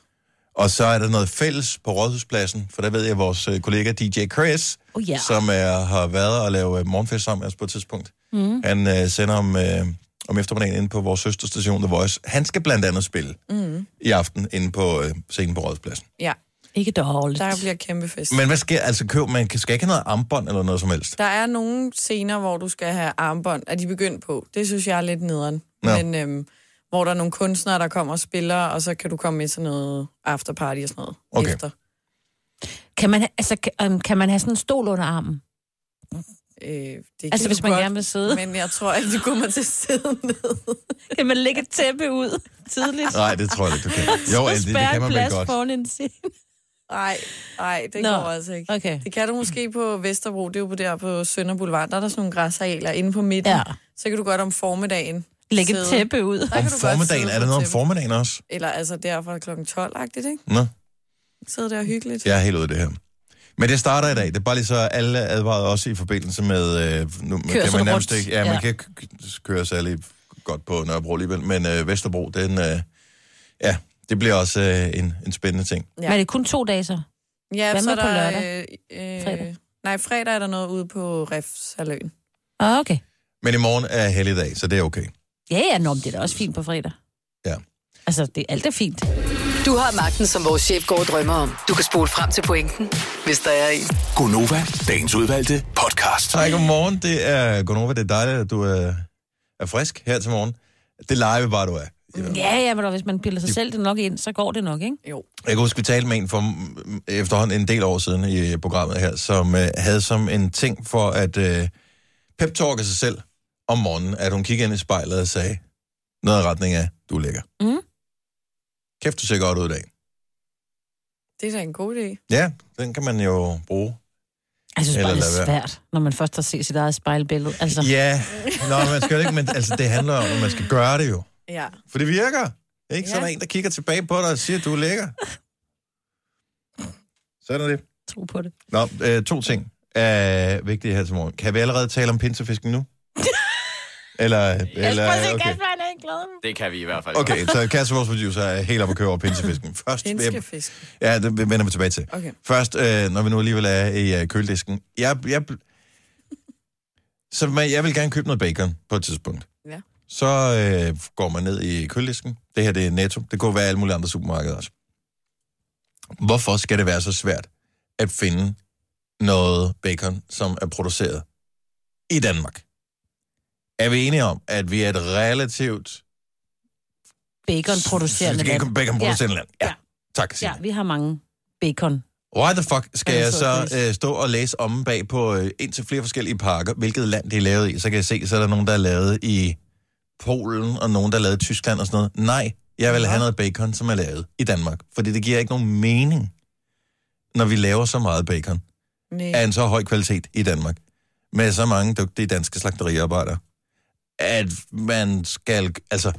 Speaker 1: Og så er der noget fælles på Rådhuspladsen, for der ved jeg, at vores øh, kollega DJ Chris,
Speaker 2: Oh, ja.
Speaker 1: som er, har været og lavet øh, morgenfest sammen med os på et tidspunkt, mm. han øh, sender om, øh, om eftermiddagen ind på vores søsterstation The Voice. Han skal blandt andet spille mm. i aften inde på øh, scenen på Rådhuspladsen.
Speaker 3: Mm-hmm. Ja,
Speaker 2: Ikke dårligt.
Speaker 3: der bliver kæmpe fest.
Speaker 1: Men hvad sker, altså køb, man kan- skal ikke have noget armbånd eller noget som helst.
Speaker 3: Der er nogle scener, hvor du skal have armbånd, er de begyndt på. Det synes jeg er lidt nederen.
Speaker 1: Nå.
Speaker 3: Men øhm, hvor der er nogle kunstnere, der kommer og spiller, og så kan du komme med til noget afterparty og sådan noget.
Speaker 1: Okay.
Speaker 3: Efter.
Speaker 2: Kan man, ha- altså, kan, øhm, kan man have sådan en stol under armen?
Speaker 3: Øh, det
Speaker 2: Altså,
Speaker 3: kan
Speaker 2: hvis
Speaker 3: du
Speaker 2: man
Speaker 3: godt,
Speaker 2: gerne vil sidde.
Speaker 3: Men jeg tror ikke, du kommer til at sidde ned.
Speaker 2: Kan man lægge et tæppe ud tidligt?
Speaker 1: Nej, det tror jeg ikke, du kan. Jo,
Speaker 2: og
Speaker 1: Andy, det
Speaker 2: spærre
Speaker 1: kan
Speaker 2: en
Speaker 1: man vel
Speaker 2: plads
Speaker 1: godt.
Speaker 2: foran en scene.
Speaker 3: Nej, nej, det
Speaker 2: Nå,
Speaker 3: går altså ikke.
Speaker 2: okay.
Speaker 3: Det kan du måske på Vesterbro, det er jo på der på Sønder Boulevard, der er der sådan nogle græsarealer inde på midten.
Speaker 2: Ja.
Speaker 3: Så kan du godt om formiddagen
Speaker 2: Lægge et
Speaker 3: sidde.
Speaker 2: tæppe ud.
Speaker 3: Der kan
Speaker 1: Om
Speaker 3: du godt
Speaker 1: formiddagen,
Speaker 3: sidde
Speaker 1: er der
Speaker 3: på
Speaker 1: noget om
Speaker 3: tæppe.
Speaker 1: formiddagen også?
Speaker 3: Eller altså der fra kl. 12-agtigt, ikke?
Speaker 1: Nå,
Speaker 3: Sidde der hyggeligt.
Speaker 1: jeg er helt ude af det her. Men det starter i dag. Det er bare lige så, alle er advaret også i forbindelse med... Øh, nu, kan man
Speaker 2: rundt.
Speaker 1: nærmest ikke, ja, man
Speaker 2: Ja.
Speaker 1: kan ikke k- køre særlig godt på Nørrebro alligevel, men øh, Vesterbro, den... Øh, ja, det bliver også øh, en, en spændende ting.
Speaker 3: Ja.
Speaker 2: Ja. Men er det kun to dage så?
Speaker 3: Ja,
Speaker 2: Hvad
Speaker 3: så
Speaker 2: med
Speaker 3: er
Speaker 2: på
Speaker 3: der,
Speaker 2: lørdag?
Speaker 3: Øh, øh,
Speaker 2: Fredag?
Speaker 3: Nej, fredag er der noget ude på Refsaløen.
Speaker 2: Ah, okay.
Speaker 1: Men i morgen er helligdag, så det er okay.
Speaker 2: Ja, ja, nå, men det er da også fint på fredag.
Speaker 1: Ja.
Speaker 2: Altså, det, alt er fint.
Speaker 6: Du har magten, som vores chef går og drømmer om. Du kan spole frem til pointen, hvis der er en.
Speaker 7: Gonova, dagens udvalgte podcast.
Speaker 1: Tak, godmorgen. Det er Gonova. Det er dejligt, at du er, er frisk her til morgen. Det leger vi bare, du er.
Speaker 2: Ja, ja, men dog, hvis man piller sig selv det nok ind, så går det nok, ikke?
Speaker 3: Jo.
Speaker 1: Jeg kan huske, vi talte med en for mm, efterhånden en del år siden i programmet her, som øh, havde som en ting for at øh, pep-talke sig selv om morgenen, at hun kiggede ind i spejlet og sagde noget i retning af, du er lækker.
Speaker 2: Mm.
Speaker 1: Kæft, du ser godt ud i dag.
Speaker 3: Det er da en god idé.
Speaker 1: Ja, den kan man jo bruge.
Speaker 2: Jeg synes
Speaker 1: Eller
Speaker 2: bare, det
Speaker 1: lad
Speaker 2: er
Speaker 1: være.
Speaker 2: svært, når man først har set sit eget spejlbillede. Altså, ja.
Speaker 1: Ja, nå, man skal jo ikke, men altså, det handler om, at man skal gøre det jo.
Speaker 3: Ja.
Speaker 1: For det virker. Ikke? Så
Speaker 3: Ja.
Speaker 1: er der en, der kigger tilbage på dig og siger, du er lækker. Sådan er det.
Speaker 2: tro på det.
Speaker 1: Nå, øh, to ting er vigtige her til morgen. Kan vi allerede tale om pinsefisken nu? eller, eller, okay.
Speaker 8: Det kan vi i hvert fald godt.
Speaker 1: okay, så Kasper, vores producer, er helt oppe at køre over pinsefisken. Først, vil jeg,
Speaker 3: Finskefisk.
Speaker 1: ja, det vender vi tilbage til.
Speaker 3: Okay.
Speaker 1: Først, øh, når vi nu alligevel er i øh, køledisken. Jeg, jeg, så man, jeg vil gerne købe noget bacon på et tidspunkt.
Speaker 3: Ja.
Speaker 1: Så øh, går man ned i køledisken. Det her, det er Netto. Det kunne være alle mulige andre supermarkeder også. Hvorfor skal det være så svært at finde noget bacon, som er produceret i Danmark? Er vi enige om, at vi er et relativt...
Speaker 2: Bacon-producerende land.
Speaker 1: Bacon producerende ja. land. Ja.
Speaker 2: Ja.
Speaker 1: Tak, Signe.
Speaker 2: Ja, vi har mange bacon.
Speaker 1: Why the fuck skal
Speaker 2: Han er
Speaker 1: jeg
Speaker 2: sød,
Speaker 1: så
Speaker 2: Chris.
Speaker 1: øh, stå og læse om bag på øh, indtil flere forskellige pakker, hvilket land det er lavet i? Så kan jeg se, så er der nogen, der er lavet i Polen, og nogen, der er lavet i Tyskland og sådan noget. Nej, jeg vil have noget bacon, som er lavet i Danmark. Fordi det giver ikke nogen mening, når vi laver så meget bacon af
Speaker 3: Nej.
Speaker 1: en så høj kvalitet i Danmark, med så mange dygtige danske slagteriarbejdere, at man skal... Altså,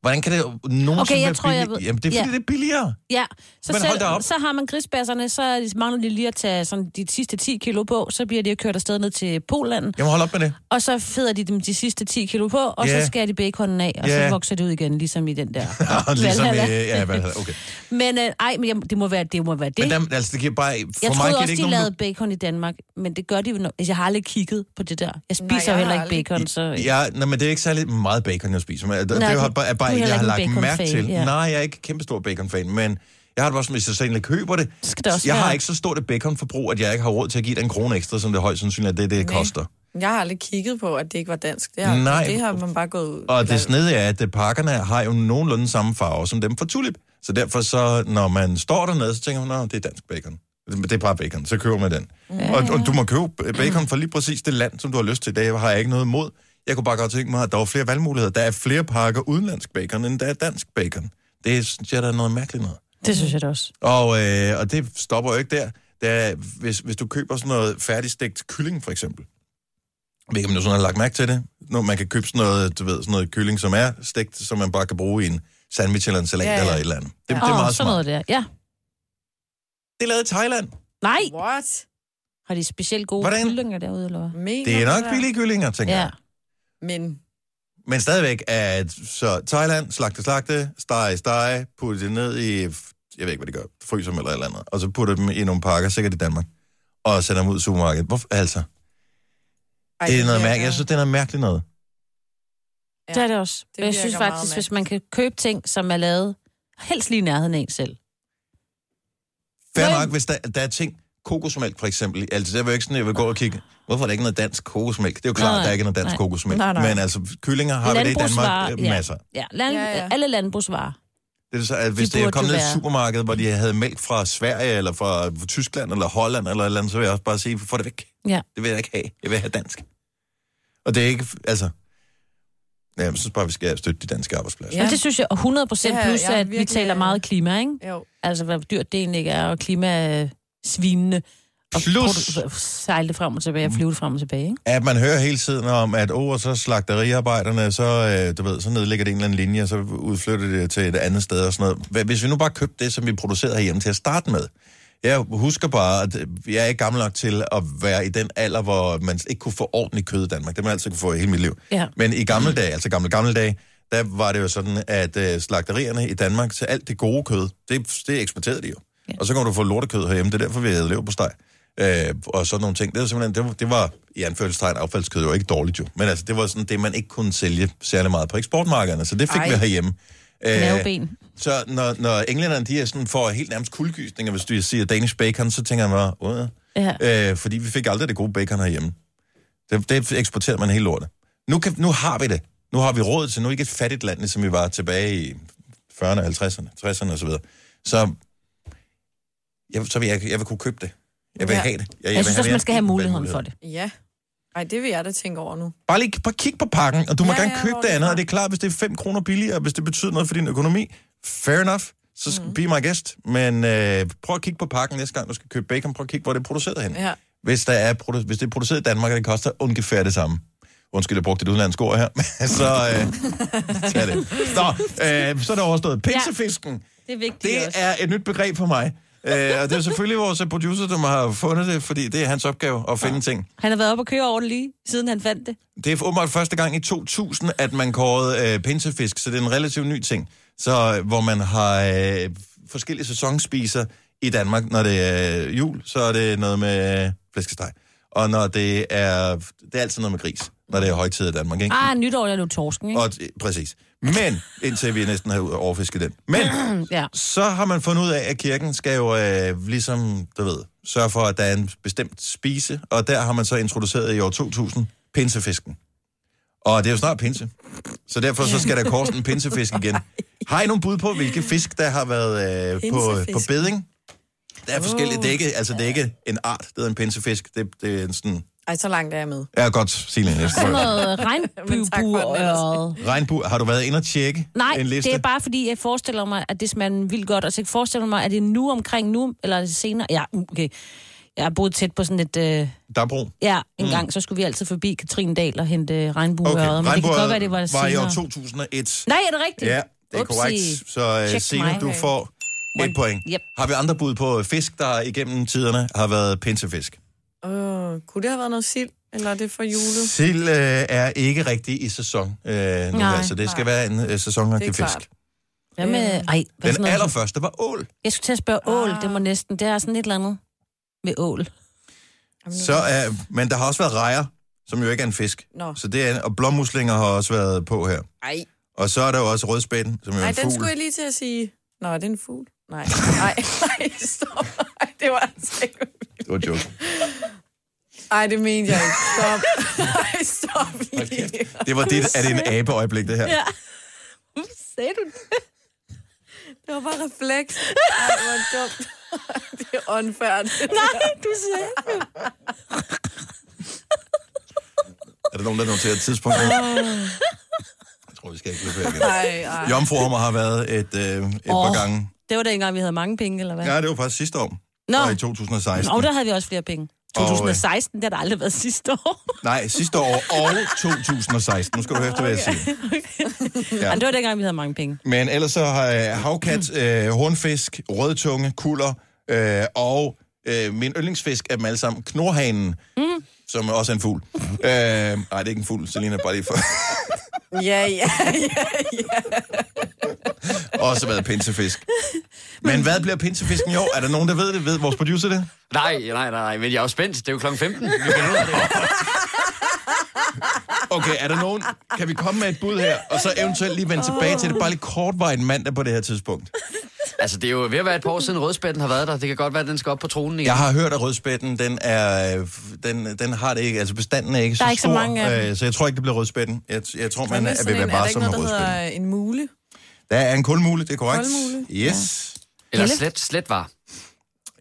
Speaker 1: hvordan kan det nogensinde
Speaker 2: Okay, jeg
Speaker 1: være
Speaker 2: tror, jeg
Speaker 1: billig-
Speaker 2: ved-
Speaker 1: Jamen, det er fordi,
Speaker 2: Ja.
Speaker 1: det er billigere.
Speaker 2: Ja, så,
Speaker 1: Men hold da op.
Speaker 2: så har man grisbasserne, så er de- mangler de lige at tage sådan, de sidste 10 kilo på, så bliver de kørt afsted ned til Polen,
Speaker 1: Jamen, hold op med det.
Speaker 2: og så feder de dem de sidste 10 kilo på, og
Speaker 1: Ja.
Speaker 2: så skærer de baconen af, og
Speaker 1: Ja.
Speaker 2: så vokser det ud igen, ligesom i den der.
Speaker 1: ligesom, øh,
Speaker 2: Valhalla.
Speaker 1: ja, Valhalla, okay.
Speaker 2: Men øh, ej, men jeg- det må være det. Må være det.
Speaker 1: Men der, altså, det giver bare... For
Speaker 2: jeg
Speaker 1: mig
Speaker 2: troede
Speaker 1: giver
Speaker 2: også,
Speaker 1: det
Speaker 2: de
Speaker 1: ikke
Speaker 2: nogen...
Speaker 1: nogen...
Speaker 2: lavede bacon i Danmark, men det gør de jo. no- Altså, Jeg har aldrig kikket på det der. Jeg
Speaker 3: Nej, jeg
Speaker 2: spiser jo heller
Speaker 3: har
Speaker 2: ikke bacon, så... øh.
Speaker 1: Ja, nej, men det er ikke særlig meget bacon, jeg spiser. Men øh, det, det
Speaker 2: Nej,
Speaker 1: er jo
Speaker 2: du-
Speaker 1: bare, er bare
Speaker 2: du er
Speaker 1: en, jeg har
Speaker 2: heller
Speaker 1: lagt
Speaker 2: ikke en
Speaker 1: mærke
Speaker 2: bacon-fan,
Speaker 1: til. Ja.
Speaker 2: ja.
Speaker 1: Nej, jeg er ikke kæmpestor bacon-fan, men jeg har det bare sådan, hvis jeg selv køber det,
Speaker 2: Skal det også
Speaker 1: jeg har
Speaker 2: være-
Speaker 1: ikke så stort et bacon-forbrug, at jeg ikke har råd til at give den krone ekstra, som det højst sandsynligt er det, det koster.
Speaker 3: Jeg har aldrig kigget på, at det ikke var dansk. Det har,
Speaker 1: Nej.
Speaker 3: det har man bare gået ud.
Speaker 1: Og det snedige er, at øh, pakkerne har jo nogenlunde samme farve som dem fra Tulip. Så derfor så, når man står dernede, så tænker man, at det er dansk bacon. Det er bare bacon, så køber man den. Ja, og, og du må købe bacon fra lige præcis det land, som du har lyst til. Det har jeg ikke noget imod. Jeg kunne bare godt tænke mig, at der var flere valgmuligheder. Der er flere pakker udenlandsk bacon, end der er dansk bacon. Det synes jeg, der er noget mærkeligt noget.
Speaker 2: Det synes jeg da også.
Speaker 1: Og, øh, og det stopper jo ikke der. der hvis, hvis du køber sådan noget færdigstegt kylling, for eksempel. Jeg ved ikke, om du sådan har lagt mærke til det. Når man kan købe sådan noget, du ved, sådan noget kylling, som er stegt, som man bare kan bruge i en sandwich eller en salat ja,
Speaker 3: Ja,
Speaker 1: ja.
Speaker 3: ja.
Speaker 1: eller et eller andet. Det, ja. det
Speaker 2: Åh,
Speaker 1: er meget
Speaker 2: sådan
Speaker 1: smart.
Speaker 2: noget der. Ja.
Speaker 1: Det er lavet i Thailand.
Speaker 2: Nej!
Speaker 3: What?
Speaker 2: Har de specielt gode
Speaker 1: Hvordan?
Speaker 2: kyllinger derude, eller hvad?
Speaker 3: Mener
Speaker 1: Det er
Speaker 3: du
Speaker 1: nok billige kyllinger, tænker ja.
Speaker 2: Ja.
Speaker 1: jeg.
Speaker 3: Men
Speaker 1: Men stadigvæk, at så Thailand, slagte, slagte, stege, stege, putte det ned i, jeg ved ikke, hvad det gør, fryser dem eller et eller andet, og så putter dem i nogle pakker, sikkert i Danmark, og sender dem ud i supermarkedet. Hvorfor? Altså,
Speaker 3: ej,
Speaker 1: det er noget
Speaker 3: virker-
Speaker 1: mærkeligt. Jeg synes, det er noget mærkeligt noget.
Speaker 3: Ja.
Speaker 2: Det er det også.
Speaker 3: Det
Speaker 2: Det jeg
Speaker 3: virker
Speaker 2: synes
Speaker 3: meget
Speaker 2: faktisk, hvis man kan købe ting, som er lavet helst lige i nærheden af en selv.
Speaker 1: Fair
Speaker 2: Men-
Speaker 1: nok, hvis der, der er ting, kokosmælk for eksempel. Altså, det er jo ikke sådan, at jeg vil gå og kigge, hvorfor er der ikke noget dansk kokosmælk? Det er jo klart,
Speaker 2: Nej,
Speaker 1: at der ikke er noget dansk
Speaker 2: nej.
Speaker 1: kokosmælk.
Speaker 3: Nej, nej.
Speaker 1: Men altså, kyllinger har vi det i Danmark øh,
Speaker 2: ja.
Speaker 1: masser.
Speaker 2: Ja, land,
Speaker 3: Ja, ja.
Speaker 2: alle landbrugsvarer.
Speaker 1: Det er så, at hvis
Speaker 2: De
Speaker 1: det er
Speaker 2: burde
Speaker 1: kommet
Speaker 2: jo
Speaker 1: ned i
Speaker 2: være-
Speaker 1: supermarkedet, hvor de havde mælk fra Sverige, eller fra Tyskland, eller Holland, eller et eller andet, så vil jeg også bare sige, få det væk.
Speaker 2: Ja.
Speaker 1: Det vil jeg ikke have. Jeg vil have dansk. Og det er ikke, altså... Ja, jeg synes bare, vi skal støtte de danske arbejdspladser.
Speaker 2: Ja.
Speaker 3: Ja.
Speaker 2: Men det synes jeg 100 procent,
Speaker 3: Ja,
Speaker 2: plus
Speaker 3: jeg er
Speaker 2: at vi
Speaker 3: virkelig- øh,
Speaker 2: taler meget klima, ikke?
Speaker 3: Jo.
Speaker 2: Altså, hvor dyrt det egentlig ikke er, og klimasvinende. Og
Speaker 1: Plus-
Speaker 2: produ- sejle det frem og tilbage, og flyve det frem og tilbage, ikke?
Speaker 1: At man hører hele tiden om, at over oh, så slagteriarbejderne, så, øh, du ved, så nedlægger det en eller anden linje, og så udflytter det til et andet sted og sådan noget. Hvad- Hvis vi nu bare købte det, som vi producerede herhjemme til at starte med. Jeg husker bare, at jeg er ikke gammel nok til at være i den alder, hvor man ikke kunne få ordentligt kød i Danmark. Det har man altid kunne få i hele mit liv.
Speaker 2: Ja.
Speaker 1: Men i gamle dage, altså gamle, gamle dage, der var det jo sådan, at øh, slagterierne i Danmark, så alt det gode kød, det, det eksporterede de jo. Ja.
Speaker 2: Ja.
Speaker 1: Og så kan du få lortekød herhjemme, det er derfor, vi havde lever på steg. Øh, og sådan nogle ting. Det var simpelthen, det var, det var i anførselstegn affaldskød jo ikke dårligt jo. Men altså, det var sådan det, man ikke kunne sælge særlig meget på eksportmarkederne, så det fik Ej.
Speaker 3: Ej.
Speaker 1: vi herhjemme. Øh,
Speaker 2: Maveben.
Speaker 1: så når, når englænderne, de er sådan, får helt nærmest kuldgysninger, hvis du siger Danish bacon, så tænker jeg mig, åh,
Speaker 2: Ja.
Speaker 1: øh, fordi vi fik aldrig det gode bacon herhjemme. Det, det eksporterede man helt lortet. Nu, kan, nu har vi det. Nu har vi råd til, nu er vi ikke et fattigt land, som vi var tilbage i 40'erne, 50'erne, 60'erne osv. Så, videre. så jeg, så vil jeg, jeg vil kunne købe det. Jeg vil
Speaker 3: Ja.
Speaker 1: have det. Jeg, vil
Speaker 2: Jeg synes
Speaker 1: have
Speaker 2: også, man
Speaker 1: mere
Speaker 2: skal have
Speaker 1: end
Speaker 2: muligheden
Speaker 1: valgmulighed.
Speaker 2: for det.
Speaker 3: Ja. Ej, det vil jeg da tænke over nu.
Speaker 1: Bare lige bare kig på pakken, og du må ja,
Speaker 3: Ja,
Speaker 1: gerne
Speaker 3: ja,
Speaker 1: købe
Speaker 3: hvor
Speaker 1: det
Speaker 3: er det
Speaker 1: andet,
Speaker 3: fra?
Speaker 1: og det er klart, hvis det er 5 kroner billigere, hvis det betyder noget for din økonomi, fair enough, så mm. be my guest. Men øh, prøv at kigge på pakken næste gang, du skal købe bacon, prøv at kigge, hvor det er produceret hen.
Speaker 3: Ja.
Speaker 1: Hvis, der er produ- hvis det er produceret i Danmark, og det koster ungefær det samme. Undskyld, jeg brugte et udenlandsk ord her, men så øh, tag det. Nå, øh, så er der overstået. Pinsefisken, ja,
Speaker 2: Det er vigtigt
Speaker 1: det er et nyt begreb for mig. Øh, og det er selvfølgelig vores producer, der har fundet det, fordi det er hans opgave at finde ja. ting.
Speaker 2: Han har været oppe og køre over det lige, siden han fandt det.
Speaker 1: Det er åbenbart første gang i 2000, at man kårede øh, pinsefisk, så det er en relativt ny ting. Så øh, hvor man har øh, forskellige sæsonspiser i Danmark. Når det er øh, jul, så er det noget med øh, flæskesteg. Og når det er... Det er altid noget med gris, når det er højtid i Danmark, ikke?
Speaker 2: Ah, nytår, jeg lå torsken, ikke?
Speaker 1: Og, øh, præcis. Men, indtil vi næsten har overfisket den. Men,
Speaker 2: Ja.
Speaker 1: så har man fundet ud af, at kirken skal jo øh, ligesom, du ved, sørge for, at der er en bestemt spise, og der har man så introduceret i år 2000 pinsefisken. Og det er jo snart pinse, så derfor så skal der korsen en pinsefisk igen. Har I nogen bud på, hvilke fisk, der har været øh, på,
Speaker 3: Pinsefisk.
Speaker 1: på beding? Der er forskellige, det er ikke, altså det er ikke en art, det hedder en pinsefisk, det, det er en sådan,
Speaker 3: Ej, så langt er jeg med.
Speaker 1: ja godt, Signe, jeg skal
Speaker 2: Sådan
Speaker 1: prøve.
Speaker 2: noget regnbybuøret.
Speaker 1: Regnbue, har du været inde og tjekke
Speaker 2: Nej,
Speaker 1: en liste?
Speaker 2: det er bare fordi, jeg forestiller mig, at det smager vildt godt. Og så forestiller jeg mig, at det er nu omkring nu, eller er det senere. Ja, okay. Jeg har boet tæt på sådan et... Øh,
Speaker 1: Dambro.
Speaker 2: ja, en mm. gang, så skulle vi altid forbi Katrindal og hente regnbueøret.
Speaker 1: Okay,
Speaker 2: Okay. Men det kan godt være, det var,
Speaker 1: var, var i år
Speaker 2: senere.
Speaker 1: 2001.
Speaker 2: Nej, er det rigtigt?
Speaker 1: Ja, det er
Speaker 2: Upsi.
Speaker 1: korrekt. Så uh,
Speaker 2: Check
Speaker 1: Signe,
Speaker 2: mig.
Speaker 1: du
Speaker 2: Okay.
Speaker 1: får et point.
Speaker 2: Yep.
Speaker 1: Har vi andre bud på øh, fisk, der igennem tiderne har været pinsefisk?
Speaker 2: Mm.
Speaker 3: Åh, kunne det have været noget sild? Eller er det for julet?
Speaker 1: Sild uh, er ikke rigtig i sæson uh, nu, her, så det skal være en uh, sæsonagtig
Speaker 3: Det er
Speaker 1: fisk.
Speaker 3: klart.
Speaker 2: Hvad med... Ej, hvad
Speaker 1: øh,
Speaker 2: er sådan
Speaker 1: Den
Speaker 2: noget?
Speaker 1: allerførste var ål.
Speaker 2: Jeg skulle til at spørge ål, det må næsten... Det er sådan et eller andet med ål.
Speaker 1: Så, uh, men der har også været rejer, som jo ikke er en fisk.
Speaker 3: Nå.
Speaker 1: Så det er, og blommuslinger har også været på her.
Speaker 3: Ej,
Speaker 1: Og så er der jo også rødspætten, som jo er
Speaker 3: Ej
Speaker 1: en
Speaker 3: den skulle
Speaker 1: fugl.
Speaker 3: jeg lige til at sige. Nå, er det en fugl? Nej, nej, nej, stop. Ej, det var altså ikke...
Speaker 1: Det var en joke.
Speaker 3: Ej, det mente jeg ikke. Stop. Ej, stop lige.
Speaker 1: Det var dit, er det en abeøjeblik, det her? Ja.
Speaker 2: Sagde du
Speaker 3: Det var bare refleks. Ej, hvor dumt. det er åndfærdigt.
Speaker 2: Nej, du siger ikke.
Speaker 1: Er der nogen, der noterer et tidspunkt? Jeg tror, vi skal ikke løbe her igen.
Speaker 3: Nej, nej.
Speaker 1: Jomfruhummer har været et, øh, et par
Speaker 2: Åh.
Speaker 1: gange.
Speaker 2: Det var dengang, vi havde mange penge, eller hvad?
Speaker 1: Ja, det var faktisk sidste år.
Speaker 2: Nå.
Speaker 1: Og i 2016.
Speaker 2: Og der havde vi også flere penge.
Speaker 1: Og, øh,
Speaker 2: 2016, det har der aldrig været sidste år.
Speaker 1: Nej, sidste år og 2016. Nu skal du høre efter, hvad jeg siger.
Speaker 2: Ja. Men det var dengang, vi havde mange penge.
Speaker 1: Men ellers så har jeg havkat, øh, hornfisk, rødtunge, kuller øh, og øh, min yndlingsfisk af dem alle sammen, knorhanen, mm. som også er en fugl. øh, nej, det er ikke en fugl, Selina, bare lige for.
Speaker 3: Ja, ja, ja.
Speaker 1: også været pinsefisk. Men hvad bliver pinsefisken i år? Er der nogen, der ved det? Ved vores producer det?
Speaker 8: Nej, nej, nej, nej, men jeg er jo spændt. Det er jo klokken 15. Vi finder ud af det.
Speaker 1: Okay, er der nogen? Kan vi komme med et bud her? Og så eventuelt lige vende tilbage til det. Bare lige kortvarigt mandag på det her tidspunkt.
Speaker 8: Altså, det er jo ved at være et par år siden rødspætten har været der. Det kan godt være, at den skal op på tronen igen.
Speaker 1: Jeg har hørt, at rødspætten, den, er, øh, den, den har det ikke, altså bestanden er ikke
Speaker 2: Der
Speaker 1: så
Speaker 2: er ikke så
Speaker 1: stor,
Speaker 2: mange af dem.
Speaker 1: øh, så jeg tror ikke, det bliver rødspætten. Jeg, jeg tror, man er,
Speaker 3: Sådan
Speaker 1: vil være
Speaker 3: en- er der
Speaker 1: varsom
Speaker 3: ikke
Speaker 1: med
Speaker 3: noget, der
Speaker 1: rødspætten.
Speaker 3: hedder en mule?
Speaker 1: Der er en kulmule, det er korrekt.
Speaker 3: Kulmule.
Speaker 1: Yes.
Speaker 8: Eller
Speaker 2: Helle?
Speaker 8: slet, slet var.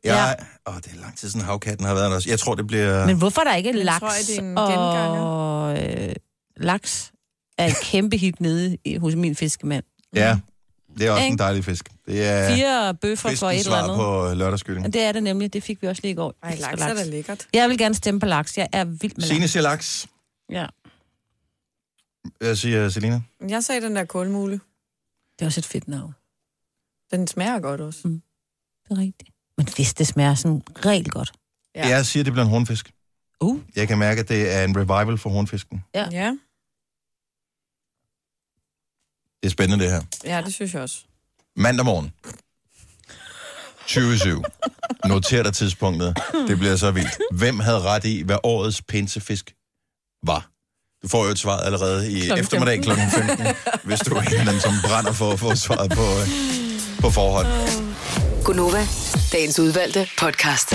Speaker 1: Ja. Jeg, åh, det er lang tid siden havkatten har været der også. Jeg tror, det bliver...
Speaker 2: Men hvorfor er der ikke laks
Speaker 3: tror jeg, det er en
Speaker 2: og... Øh, laks er et kæmpe hit nede i, hos min fiskemand.
Speaker 1: Ja, det er også
Speaker 2: Ikke?
Speaker 1: en dejlig fisk. Det er
Speaker 2: Fire bøffer for et
Speaker 1: fiskens
Speaker 2: eller
Speaker 1: svar
Speaker 2: andet.
Speaker 1: på lørdagskylling.
Speaker 2: Og Det er det nemlig. Det fik vi også lige i går. Jeg
Speaker 3: Ej,
Speaker 2: elsker
Speaker 3: laks er da lækkert.
Speaker 2: Jeg vil gerne stemme på laks. Jeg er vild med
Speaker 1: Signe
Speaker 2: laks.
Speaker 1: siger laks.
Speaker 2: Ja.
Speaker 1: Jeg siger Selina.
Speaker 3: Jeg sagde den der kulmule.
Speaker 2: Det er også et fedt navn. Mm.
Speaker 3: Den smager godt også.
Speaker 2: Det er rigtigt. Men hvis det smager sådan rigtig godt.
Speaker 3: Ja.
Speaker 1: Ja. Jeg siger, det bliver en hornfisk.
Speaker 2: Uh.
Speaker 1: Jeg kan mærke, at det er en revival for hornfisken.
Speaker 2: Ja.
Speaker 3: Ja,
Speaker 1: Det er spændende, det her.
Speaker 3: ja det synes jeg også.
Speaker 1: Mandag morgen. 27. Noter dig tidspunktet. Det bliver så vildt. Hvem havde ret i, hvad årets pinsefisk var? Du får jo et svar allerede i
Speaker 2: Klokken
Speaker 1: eftermiddag kl. 15, hvis du er en eller anden, som brænder for at få svaret på, øh, på forhånd.
Speaker 6: Gunova, dagens udvalgte podcast.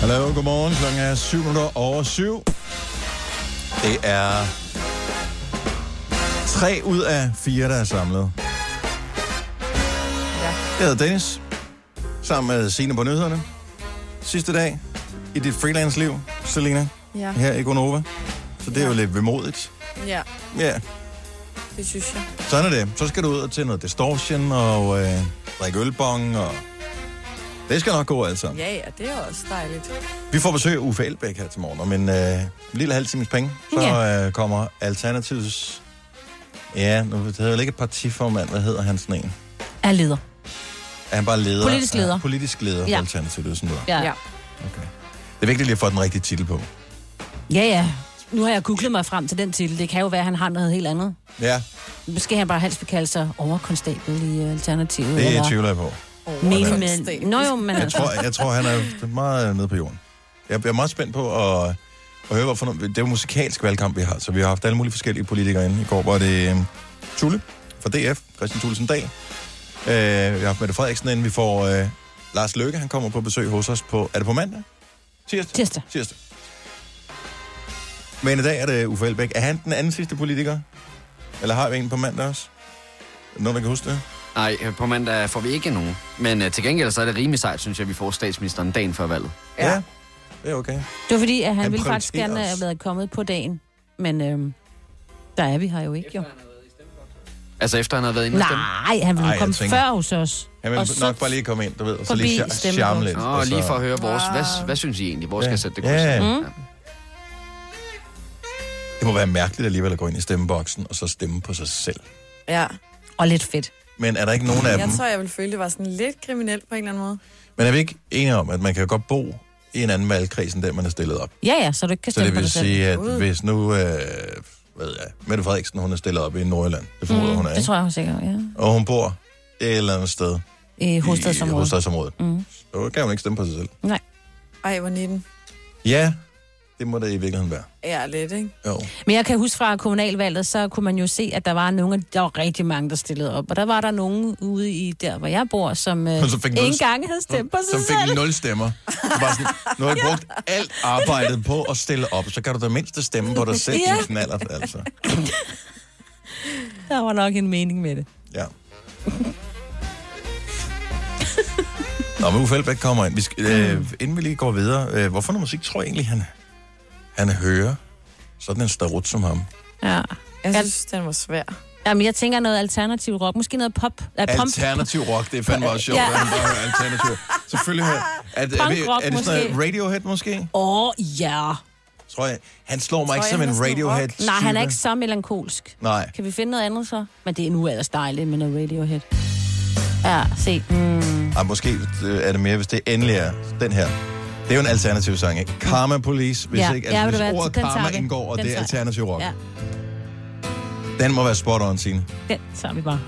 Speaker 1: Hallo, godmorgen. Klokken er 7 minutter over 7. Det er tre ud af fire, der er samlet. Jeg hedder Dennis, sammen med Signe på nyhederne. Sidste dag i dit freelance-liv, Selina,
Speaker 3: Ja.
Speaker 1: her i Gonova. Så det er jo lidt vemodigt.
Speaker 3: ja,
Speaker 1: Ja,
Speaker 3: det synes jeg.
Speaker 1: sådan er det. Så skal du ud og til noget distortion og øh, drikke ølbong og... Det skal nok gå, altså.
Speaker 3: Ja, ja, det er også dejligt.
Speaker 1: Vi får besøg af Uffe Elbæk her til morgen, om en øh, lille halv times penge, så øh, kommer Alternativs... Ja, nu det hedder vel ikke partiformand, hvad hedder han sådan en?
Speaker 2: Er leder.
Speaker 1: Er han bare leder?
Speaker 2: Politisk leder.
Speaker 1: Ja, politisk leder ja.
Speaker 2: Ja.
Speaker 1: Alternativet, det er sådan noget.
Speaker 2: Ja.
Speaker 3: Ja.
Speaker 2: ja.
Speaker 1: Okay. Det er vigtigt lige at få den rigtige titel på.
Speaker 2: Ja, ja. Nu har jeg googlet mig frem til den titel. Det kan jo være, at han har noget helt andet.
Speaker 1: Ja,
Speaker 2: Måske han bare helst vil kalde sig overkonstabel i øh, Alternativet.
Speaker 1: det
Speaker 2: eller
Speaker 1: tvivler jeg på.
Speaker 2: menig
Speaker 3: Overkonstabel.
Speaker 2: med... Nå jo, men
Speaker 1: Jeg
Speaker 2: altså...
Speaker 1: tror, jeg tror han er meget nede på jorden. Jeg jeg er meget spændt på at, at høre, hvorfor... Det er jo musikalsk valgkamp, vi har, så vi har haft alle mulige forskellige politikere inde. I går var det øh, Tulle fra DF, Christian Thulesen Dahl. Øh, vi har haft Mette Frederiksen inde. Vi får øh, Lars Løkke, han kommer på besøg hos os på... Er det på mandag? Tirsdag?
Speaker 2: Tirsdag.
Speaker 1: Tirsdag. Men i dag er det Uffe Elbæk. Er han den anden sidste politiker? Eller har vi en på mandag også? Er der Nogen, der kan huske det?
Speaker 8: Nej, øh, på mandag får vi ikke nogen. Men øh, til gengæld så er det rimelig sejt, synes jeg, vi får statsministeren dagen før valget.
Speaker 3: Ja.
Speaker 1: Det er okay.
Speaker 2: Det var fordi, at han,
Speaker 1: Han
Speaker 2: han ville faktisk
Speaker 1: prioriterer
Speaker 2: gerne
Speaker 1: os.
Speaker 2: have været kommet på dagen. Men øhm, der er vi her jo ikke, jo.
Speaker 8: Altså efter han har været inde og stemme.
Speaker 2: Nej, han ville
Speaker 1: Ej,
Speaker 2: jo
Speaker 1: jeg
Speaker 2: komme
Speaker 1: tænker-
Speaker 2: før hos os.
Speaker 1: Han vil
Speaker 2: Og
Speaker 1: nok
Speaker 2: så-
Speaker 1: bare lige komme ind, du ved, og så
Speaker 2: forbi
Speaker 1: lige sja-
Speaker 2: stemmeboksen.
Speaker 1: charme lidt.
Speaker 8: Nå,
Speaker 1: og
Speaker 8: lige
Speaker 1: så-
Speaker 8: for at høre vores. Hvad, hvad synes I egentlig? Hvor skal
Speaker 1: Ja.
Speaker 8: jeg sætte det Hmm?
Speaker 1: Ja,
Speaker 8: kryds?
Speaker 1: ja.
Speaker 2: Mm?
Speaker 8: Ja.
Speaker 1: Det må være mærkeligt alligevel at gå ind i stemmeboksen og så stemme på sig selv.
Speaker 3: Ja.
Speaker 2: Og lidt fedt.
Speaker 1: Men er der ikke nogen af
Speaker 3: Jeg
Speaker 1: dem?
Speaker 3: tror, jeg ville føle, det var sådan lidt kriminelt på en eller anden måde.
Speaker 1: Men er vi ikke enige om, at man kan godt bo i en anden valgkreds, end den man er stillet op?
Speaker 2: Ja, ja, så du ikke kan
Speaker 1: Så
Speaker 2: stemme
Speaker 1: det
Speaker 2: på
Speaker 1: vil
Speaker 2: dig selv.
Speaker 1: sige, at
Speaker 3: Uh.
Speaker 1: hvis nu, øh, hvad ved jeg, Mette Frederiksen, hun er stillet op i Nordjylland, det formoder mm, hun er,
Speaker 2: Det
Speaker 1: ikke?
Speaker 2: tror jeg hun sikkert, ja.
Speaker 1: og hun bor et eller andet sted
Speaker 2: I
Speaker 1: i
Speaker 2: hovedstadsområdet.
Speaker 1: hovedstadsområdet, mm. så kan hun ikke stemme på sig selv.
Speaker 3: Ej, hvor 19.
Speaker 1: Ja, det må det i virkeligheden være.
Speaker 3: Ja, lidt, ikke?
Speaker 1: Jo.
Speaker 2: Men jeg kan huske fra kommunalvalget, så kunne man jo se, at der var nogle, der var rigtig mange, der stillede op. Og der var der nogen ude i der, hvor jeg bor, som øh,
Speaker 1: så fik
Speaker 2: ikke
Speaker 1: nul-
Speaker 2: engang havde stemt på sig
Speaker 1: Som
Speaker 2: selv.
Speaker 1: fik nul stemmer. Det var sådan, nu har jeg brugt alt arbejdet på at stille op, så kan du da mindste stemme på dig selv,
Speaker 2: Ja.
Speaker 1: din knallert, altså.
Speaker 2: Der var nok en mening med det.
Speaker 1: Ja. Nå, men Uffe Elbæk kommer ind. Vi skal,
Speaker 2: Mm.
Speaker 1: øh, inden vi lige går videre, øh, hvorfor noget musik tror jeg egentlig, han, han hører? Sådan en starut som ham.
Speaker 2: Ja.
Speaker 3: Jeg synes, den var svær.
Speaker 2: Jamen, jeg tænker noget alternativ rock. Måske noget pop. Ja, pump.
Speaker 1: Alternativ rock, det er fandme også sjovt, ja.
Speaker 2: Ja.
Speaker 1: at han bare hører alternativ. Selvfølgelig hører er, det- er, vi-
Speaker 2: Punkrock
Speaker 1: er det sådan noget Radiohead måske?
Speaker 2: Åh, ja.
Speaker 1: Tror jeg. Han slår mig
Speaker 3: Tror
Speaker 1: ikke
Speaker 3: jeg,
Speaker 1: som
Speaker 3: han er
Speaker 1: en
Speaker 3: sådan en
Speaker 1: Radiohead
Speaker 2: Nej, han er ikke så melankolsk.
Speaker 1: Nej.
Speaker 2: Kan vi finde noget andet så? Men det er nu ellers dejligt med noget Radiohead. Ja, se. Mm.
Speaker 1: Ej, måske øh, er det mere, hvis det endelig er den her. Det er jo en alternativ sang, ikke? Karma Police, hvis
Speaker 2: Ja.
Speaker 1: ikke...
Speaker 2: Ja, ved
Speaker 1: Altså,
Speaker 2: du
Speaker 1: ja,
Speaker 2: hvad,
Speaker 1: hvis ordet
Speaker 2: den tager
Speaker 1: karma
Speaker 2: vi.
Speaker 1: indgår, og
Speaker 2: Den
Speaker 1: det er
Speaker 2: tager vi.
Speaker 1: alternativ rock.
Speaker 2: Ja.
Speaker 1: Ja. Den må være spot on, Signe.
Speaker 2: Den tager vi bare.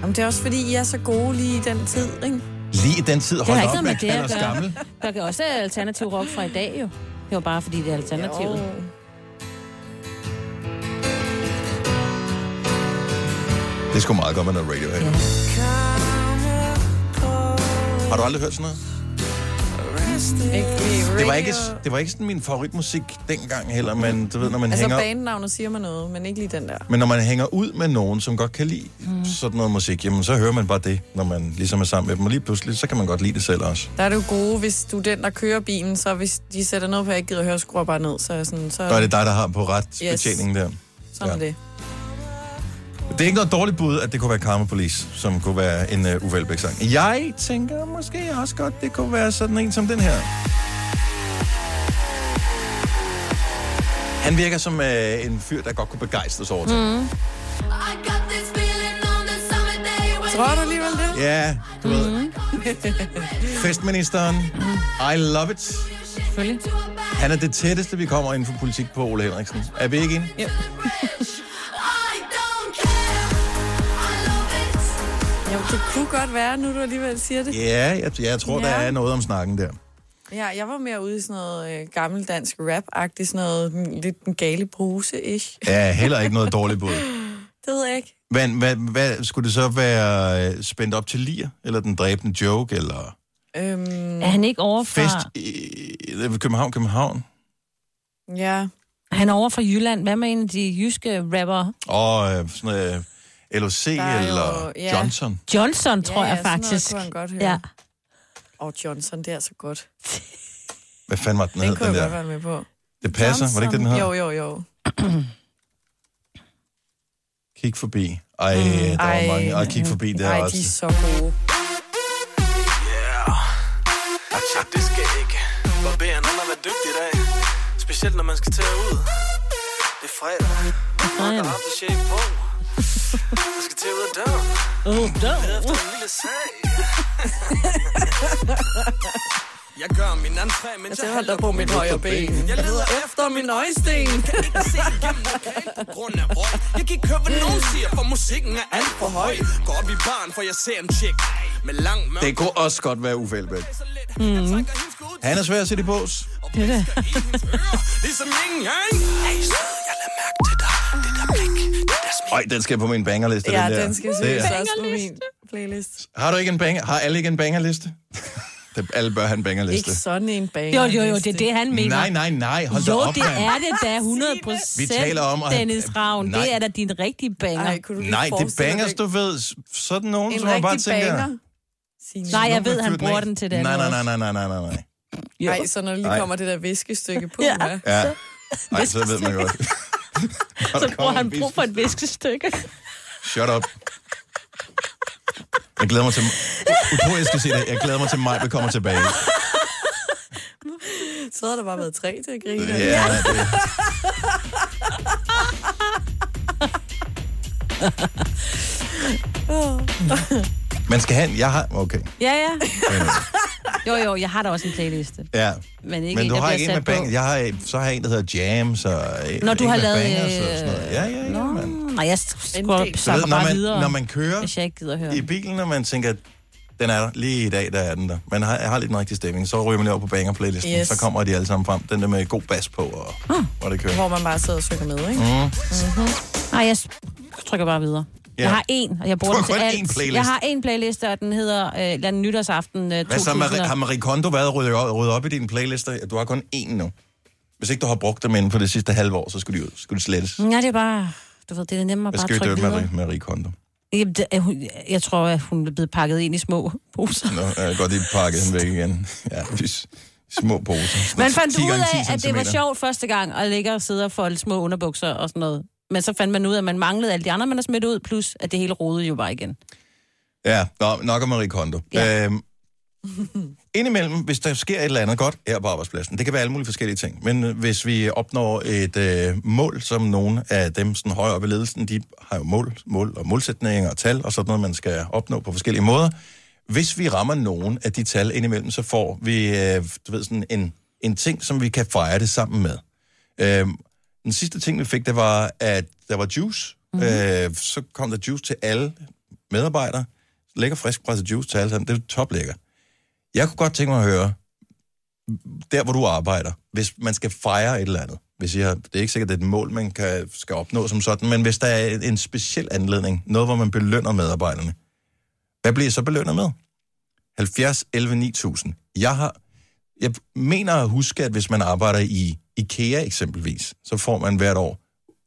Speaker 3: Jamen, det er også fordi, I er så gode lige i den tid, ikke?
Speaker 1: Lige i den tid, hold
Speaker 2: ikke
Speaker 1: op,
Speaker 2: noget med
Speaker 1: man
Speaker 2: det at
Speaker 1: kalder os
Speaker 2: gøre.
Speaker 1: gammel.
Speaker 2: Der kan også være alternativ rock fra i dag jo. Det var bare fordi, det er alternativet.
Speaker 3: Jo.
Speaker 1: Det skulle meget godt med noget Radiohead. Ja. Har du aldrig hørt sådan noget?
Speaker 3: Ikke lige
Speaker 1: Det var ikke,
Speaker 3: radio.
Speaker 1: det var ikke sådan min favoritmusik dengang heller, men du ved, når man
Speaker 3: Altså,
Speaker 1: hænger...
Speaker 3: banenavnet siger mig noget, men ikke lige den der.
Speaker 1: Men når man hænger ud med nogen, som godt kan lide mm. sådan noget musik, jamen så hører man bare det, når man ligesom er sammen med dem. Og lige pludselig, så kan man godt lide det selv også.
Speaker 3: Der er det jo gode, hvis du er den, der kører bilen, så hvis de sætter noget på, jeg ikke gider høre, skruer bare ned, så er jeg sådan, så
Speaker 1: Nå, er det dig, der har på ret yes. betjeningen der.
Speaker 3: sådan
Speaker 1: ja.
Speaker 3: er det.
Speaker 1: Det er ikke noget dårligt bud, at det kunne være Karma Police, som kunne være en uh, Uffe Elbæk-sang. Jeg tænker måske også godt, det kunne være sådan en som den her. Han virker som uh, en fyr, der godt kunne begejstres over det. Mm.
Speaker 3: Tror du alligevel det?
Speaker 1: Ja, du mm.
Speaker 2: Mm-hmm.
Speaker 1: ved. Festministeren. I love it.
Speaker 2: Selvfølgelig.
Speaker 1: Han er det tætteste, vi kommer inden for politik på Ole Henriksen. Er vi ikke enige? Ja.
Speaker 3: Jo, det kunne godt være, nu du alligevel siger det.
Speaker 1: Ja, jeg, jeg tror, ja. der er noget om snakken der.
Speaker 3: Ja, jeg var mere ude i sådan noget øh, gammeldansk rap-agtigt, sådan noget mm, lidt en gale bruse-ish.
Speaker 1: Ja, heller ikke noget dårligt bud.
Speaker 3: Det ved jeg ikke.
Speaker 1: Men hvad, hvad skulle det så være øh, spændt op til lir? Eller den dræbende joke? Eller
Speaker 3: Øhm,
Speaker 2: Er han ikke over fra...
Speaker 1: fest i øh, København, København?
Speaker 3: ja,
Speaker 2: Han er over fra Jylland. Hvad med en af de jyske rapper?
Speaker 1: Og øh, sådan noget øh, LOC
Speaker 3: er jo-
Speaker 1: eller
Speaker 3: ja.
Speaker 1: Johnson?
Speaker 2: Johnson, tror
Speaker 3: ja,
Speaker 2: jeg
Speaker 3: sådan noget
Speaker 2: faktisk.
Speaker 3: kunne han godt høre.
Speaker 2: ja.
Speaker 3: og Johnson, det er så godt.
Speaker 1: Hvad fanden var den
Speaker 3: Den
Speaker 1: hed,
Speaker 3: kunne
Speaker 1: den
Speaker 3: jeg godt
Speaker 1: der?
Speaker 3: være med på.
Speaker 1: Det passer, var det ikke det, den hed?
Speaker 3: Jo, jo, jo.
Speaker 1: Kig forbi. Ej, der var mange. Og kig forbi der
Speaker 3: Mm. Ej,
Speaker 1: også.
Speaker 3: de er så gode.
Speaker 9: Yeah. Altså, det skal ikke. Barberen, han har været dygtig i dag. Specielt når man skal tage ud. Det er fredag. Man har haft det shape på. Man skal tage ud af døren. Efter en lille sag. Jeg gør min entré, mens
Speaker 2: Altså,
Speaker 9: jeg,
Speaker 3: Altså, Jeg
Speaker 9: jeg
Speaker 3: holder på mit højre ben. Jeg leder efter min øjesten.
Speaker 9: ikke se igennem lokal på grund af røg. Jeg kan ikke høre, hvad nogen siger, for musikken er alt for høj. Går op i baren, for jeg ser en chick. Med lang mørk
Speaker 1: Det kunne også godt være Uffe Elbæk.
Speaker 9: så let. Jeg
Speaker 3: Mm.
Speaker 9: trækker hendes skud
Speaker 1: Han er svær at sætte i bås.
Speaker 9: og visker i hendes ører, ligesom yin-yang. Hey, sød, jeg lader mærke til dig. Det der blik, det der smil.
Speaker 1: Øj, den skal på min bangerliste,
Speaker 3: Ja,
Speaker 1: den der.
Speaker 3: den skal
Speaker 1: Det
Speaker 3: søges
Speaker 1: er-
Speaker 3: også på min playlist.
Speaker 1: Har du ikke en banger? Har alle ikke en bangerliste? det, alle bør have en bangerliste.
Speaker 3: Ikke sådan en bag.
Speaker 2: Jo, jo, jo, det er det, han mener.
Speaker 1: Nej, nej, nej. Hold da
Speaker 2: jo,
Speaker 1: op,
Speaker 2: det
Speaker 1: mand.
Speaker 2: er det da 100 procent,
Speaker 1: Vi taler om at-
Speaker 2: Dennis Ravn.
Speaker 1: Nej.
Speaker 2: Det er da din rigtige banger.
Speaker 3: Ej, kunne du lige
Speaker 1: Nej, det
Speaker 3: forestille dig
Speaker 1: bangers,
Speaker 3: det?
Speaker 1: du ved. S- Sådan nogen,
Speaker 3: En
Speaker 1: som man bare
Speaker 3: rigtig
Speaker 1: tænker...
Speaker 3: banger. Signe.
Speaker 2: Nej, jeg
Speaker 1: "Nu
Speaker 2: ved,
Speaker 1: har
Speaker 2: han
Speaker 1: fyret
Speaker 2: bruger
Speaker 1: af."
Speaker 2: den til det
Speaker 1: Nej,
Speaker 2: andet
Speaker 1: nej, nej, nej, nej, nej, nej, nej.
Speaker 3: Nej, så når der lige
Speaker 1: Ej.
Speaker 3: kommer det der viskestykke på,
Speaker 2: Ja.
Speaker 3: ja. Hvad?
Speaker 1: Ja. Ej, så ved man godt.
Speaker 2: Så bruger han brug for et viskestykke.
Speaker 1: Shut up. Jeg glæder mig til... Utrolig, jeg skal se det. Jeg glæder mig til, at Maj kommer tilbage.
Speaker 3: Så havde der bare været tre til at
Speaker 1: Ja,
Speaker 3: grine. Ja.
Speaker 1: det. Man skal have en... Jeg har... Okay.
Speaker 2: Ja, ja. Jo, jo, jeg har da også en playliste.
Speaker 1: Ja.
Speaker 2: Men ikke
Speaker 1: Men
Speaker 2: en,
Speaker 1: du
Speaker 2: der
Speaker 1: har
Speaker 2: bliver
Speaker 1: ikke en
Speaker 2: sat
Speaker 1: med bang.
Speaker 2: på.
Speaker 1: Jeg har, en- så har jeg en, der hedder Jam, så...
Speaker 2: Når du
Speaker 1: en
Speaker 2: har
Speaker 1: med
Speaker 2: lavet... øh,
Speaker 1: bangers og sådan noget. Ja, ja, ja,
Speaker 2: Nå,
Speaker 1: mand.
Speaker 2: nej, jeg skruer
Speaker 1: Du ved,
Speaker 2: sakker
Speaker 1: når
Speaker 2: bare
Speaker 1: man,
Speaker 2: videre,
Speaker 1: når man kører
Speaker 2: hvis jeg ikke gider høre.
Speaker 1: i bilen, og man tænker, den er der. Lige i dag, der er den der. Man har, har lidt den rigtige stemning. Så ryger man lige over på banger-playlisten. Yes.
Speaker 3: Yes.
Speaker 1: Så kommer de alle sammen frem. Den der med god bas på, og, og det kører.
Speaker 3: Hvor man bare sidder og synger med, ikke?
Speaker 1: Mm.
Speaker 2: Nej, Mm-hmm. jeg s- trykker bare videre.
Speaker 1: Ja.
Speaker 2: Jeg har en, og jeg bruger
Speaker 1: Du
Speaker 2: den
Speaker 1: har kun
Speaker 2: til alt.
Speaker 1: én playlist.
Speaker 2: Jeg har en playlist, og den hedder øh, eller nytårsaften øh,
Speaker 1: Hvad så,
Speaker 2: 2000.
Speaker 1: Marie, har Marie Kondo været og ryddet op, ryddet op i dine playlister? Du har kun én nu. Hvis ikke du har brugt dem inden for
Speaker 2: Mm,
Speaker 1: det sidste halve år, så skulle de, ud- skulle de slettes.
Speaker 2: Nej, det er bare... Du ved, det er nemmere
Speaker 1: Hvad
Speaker 2: bare at
Speaker 1: skal vi
Speaker 2: trykke
Speaker 1: døbe
Speaker 2: videre.
Speaker 1: Marie, Marie Kondo?
Speaker 2: Jamen, det, er hun- jeg tror, at hun er blevet pakket ind i små poser.
Speaker 1: Nå, øh, jeg går lige pakket den væk igen. Ja, de s- små poser.
Speaker 2: Man fandt
Speaker 1: 10
Speaker 2: ud
Speaker 1: gange 10
Speaker 2: af, at det var
Speaker 1: centimeter.
Speaker 2: sjovt første gang at ligge og sidde og folde små underbukser og sådan noget. Men så fandt man ud af, at man manglede alle de andre, man har smidt ud, plus at det hele rodede jo bare igen.
Speaker 1: Ja, nå, nok om Marie Kondo. Ja. Øhm, indimellem, hvis der sker et eller andet godt her på arbejdspladsen, det kan være alle mulige forskellige ting, men øh, hvis vi opnår et øh, mål, som nogle af dem sådan højere oppe i ledelsen, de har jo mål, mål og målsætninger og tal og sådan noget, man skal opnå på forskellige måder. Hvis vi rammer nogen af de tal indimellem, så får vi øh, du ved, sådan en, en ting, som vi kan fejre det sammen med. Øhm, den sidste ting, vi fik, det var, at der var juice. Mm-hmm. Øh, så kom der juice til alle medarbejdere. Lækker frisk presset juice til alle sammen. Det er toplækker. Jeg kunne godt tænke mig at høre, der hvor du arbejder, hvis man skal fejre et eller andet. Hvis jeg, det er ikke sikkert, det er et mål, man kan, skal opnå som sådan, men hvis der er en speciel anledning, noget, hvor man belønner medarbejderne, hvad bliver I så belønnet med? 70, 11, 9000. Jeg har jeg mener at huske, at hvis man arbejder i IKEA eksempelvis, så får man hvert år,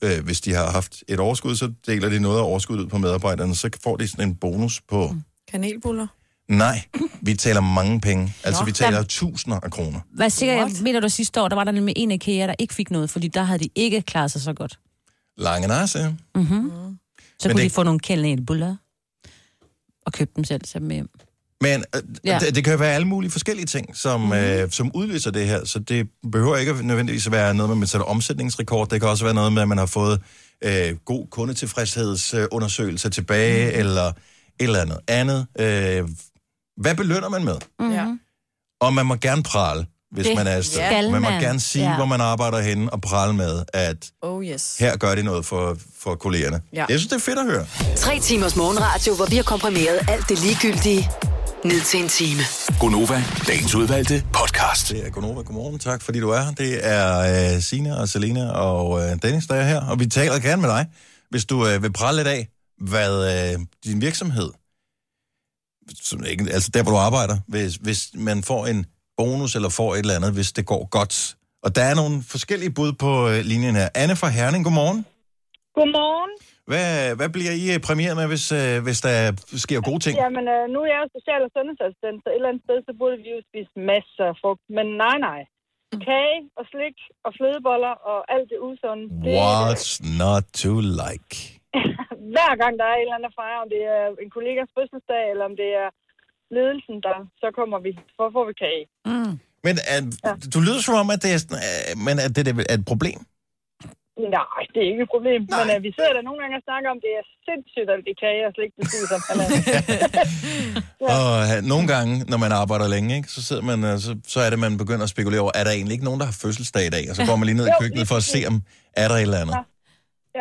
Speaker 1: øh, hvis de har haft et overskud, så deler de noget af overskuddet ud på medarbejderne, så får de sådan en bonus på... Mm.
Speaker 9: Kanelbuller.
Speaker 1: Nej, vi taler mange penge. Altså,
Speaker 9: Nå.
Speaker 1: vi taler tusinder af kroner.
Speaker 2: Hvad sikkert, jeg
Speaker 9: What?
Speaker 2: mener du sidste år, der var der nemlig en af IKEA, der ikke fik noget, fordi der havde de ikke klaret sig så godt.
Speaker 1: Lange nasse.
Speaker 3: Mm-hmm. Mm.
Speaker 1: Men
Speaker 2: Så kunne
Speaker 1: det-
Speaker 2: det... de få nogle kanelbuller og købe dem selv, tage dem med hjem.
Speaker 1: Men øh, ja.
Speaker 2: Ja.
Speaker 1: det, det kan jo være alle mulige forskellige ting, som, mm. øh, som udløser det her, så det behøver ikke at nødvendigvis at være noget med, at man sætter omsætningsrekord. Det kan også være noget med, at man har fået øh, god kundetilfredshedsundersøgelser tilbage, mm. eller et eller andet andet. Øh, hvad belønner man med?
Speaker 9: Mm-hmm. Ja.
Speaker 1: Og man må gerne prale, hvis det
Speaker 2: Det
Speaker 1: man er afsted.
Speaker 2: skal
Speaker 1: man må
Speaker 2: man.
Speaker 1: gerne sige, ja.
Speaker 2: Ja.
Speaker 1: hvor man arbejder henne, og prale med, at
Speaker 9: Oh yes.
Speaker 1: her gør det noget for, for kollegerne.
Speaker 9: Ja.
Speaker 1: Jeg synes, det er fedt at høre.
Speaker 6: Tre timers morgenradio, hvor vi har komprimeret alt det ligegyldige ned til en time.
Speaker 10: Gonova, dagens udvalgte podcast.
Speaker 1: Det er Gunova. Godmorgen. Tak fordi du er her. Det er øh, Sina og Selina og øh, Dennis, der er her. Og vi taler gerne med dig, hvis du øh, vil prale lidt af, hvad øh, din virksomhed, som ikke, altså der, hvor du arbejder, hvis, hvis man får en bonus eller får et eller andet, hvis det går godt. Og der er nogle forskellige bud på øh, linjen her. Anne fra Herning, godmorgen.
Speaker 11: Godmorgen.
Speaker 1: Hvad, hvad bliver I øh, præmieret med, hvis, øh, hvis der sker gode ting?
Speaker 11: Jamen, øh, nu er jeg jo social- og sundhedsassistent, så et eller andet sted, så burde vi jo spise masser af frugt. Men nej, nej. Kage og slik og flødeboller og alt det usunde. Det,
Speaker 1: What's not to like?
Speaker 11: hver gang der er et eller andet fejre, om det er en kollegas fødselsdag, eller om det er ledelsen, der, så kommer vi. Så får vi kage.
Speaker 1: Men at, ja. du lyder som om, at det er, sådan, øh, men at det er et problem.
Speaker 11: Nej, det er ikke et problem. Nej. Men øh, vi sidder der nogle gange og snakker om, det er sindssygt, alt det kage og slik, det spiser. Eller,
Speaker 1: Ja. Og øh, nogle gange, når man arbejder længe, ikke, så, sidder man, øh, så, så er det, man begynder at spekulere over, er der egentlig ikke nogen, der har fødselsdag i dag? Og så går man lige ned i
Speaker 11: Jo,
Speaker 1: køkkenet
Speaker 11: lige
Speaker 1: for at se, om er der et eller andet.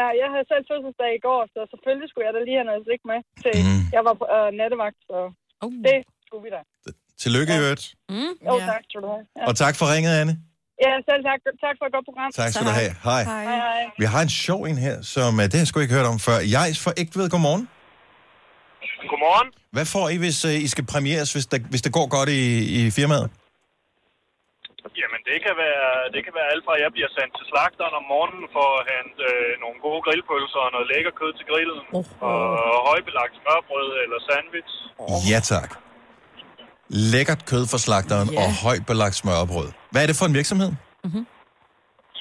Speaker 11: Ja, jeg havde selv fødselsdag i går, så selvfølgelig skulle jeg da lige have noget slik med. Til, mm. Jeg var på øh, nattevagt, så
Speaker 1: Uh.
Speaker 2: Oh.
Speaker 11: det skulle vi da.
Speaker 1: Tillykke, Jørgens.
Speaker 11: Jo,
Speaker 9: Ja.
Speaker 11: ja. tak skal du have. Ja.
Speaker 1: Og tak for ringet, Anne.
Speaker 11: ja, selv tak. Tak for et godt program.
Speaker 1: Tak skal du have. Hej. Hej.
Speaker 11: Hej, hej.
Speaker 1: Vi har en sjov en her, som øh, det har jeg sgu ikke hørt om før. Jeg for ikke ved, godmorgen.
Speaker 12: Godmorgen.
Speaker 1: Hvad får I, hvis øh, I skal premieres, hvis, der, hvis det går godt i, i firmaet?
Speaker 12: Jamen, det kan være, det kan være alt fra, at jeg bliver sendt til slagteren om morgenen for at hente øh, nogle gode grillpølser og noget lækker kød til grillen.
Speaker 9: Oh.
Speaker 12: Og højbelagt smørbrød eller sandwich.
Speaker 1: Ja, tak. Lækkert kød fra slagteren
Speaker 9: Ja.
Speaker 1: og højt belagt smørbrød. Hvad er det for en virksomhed?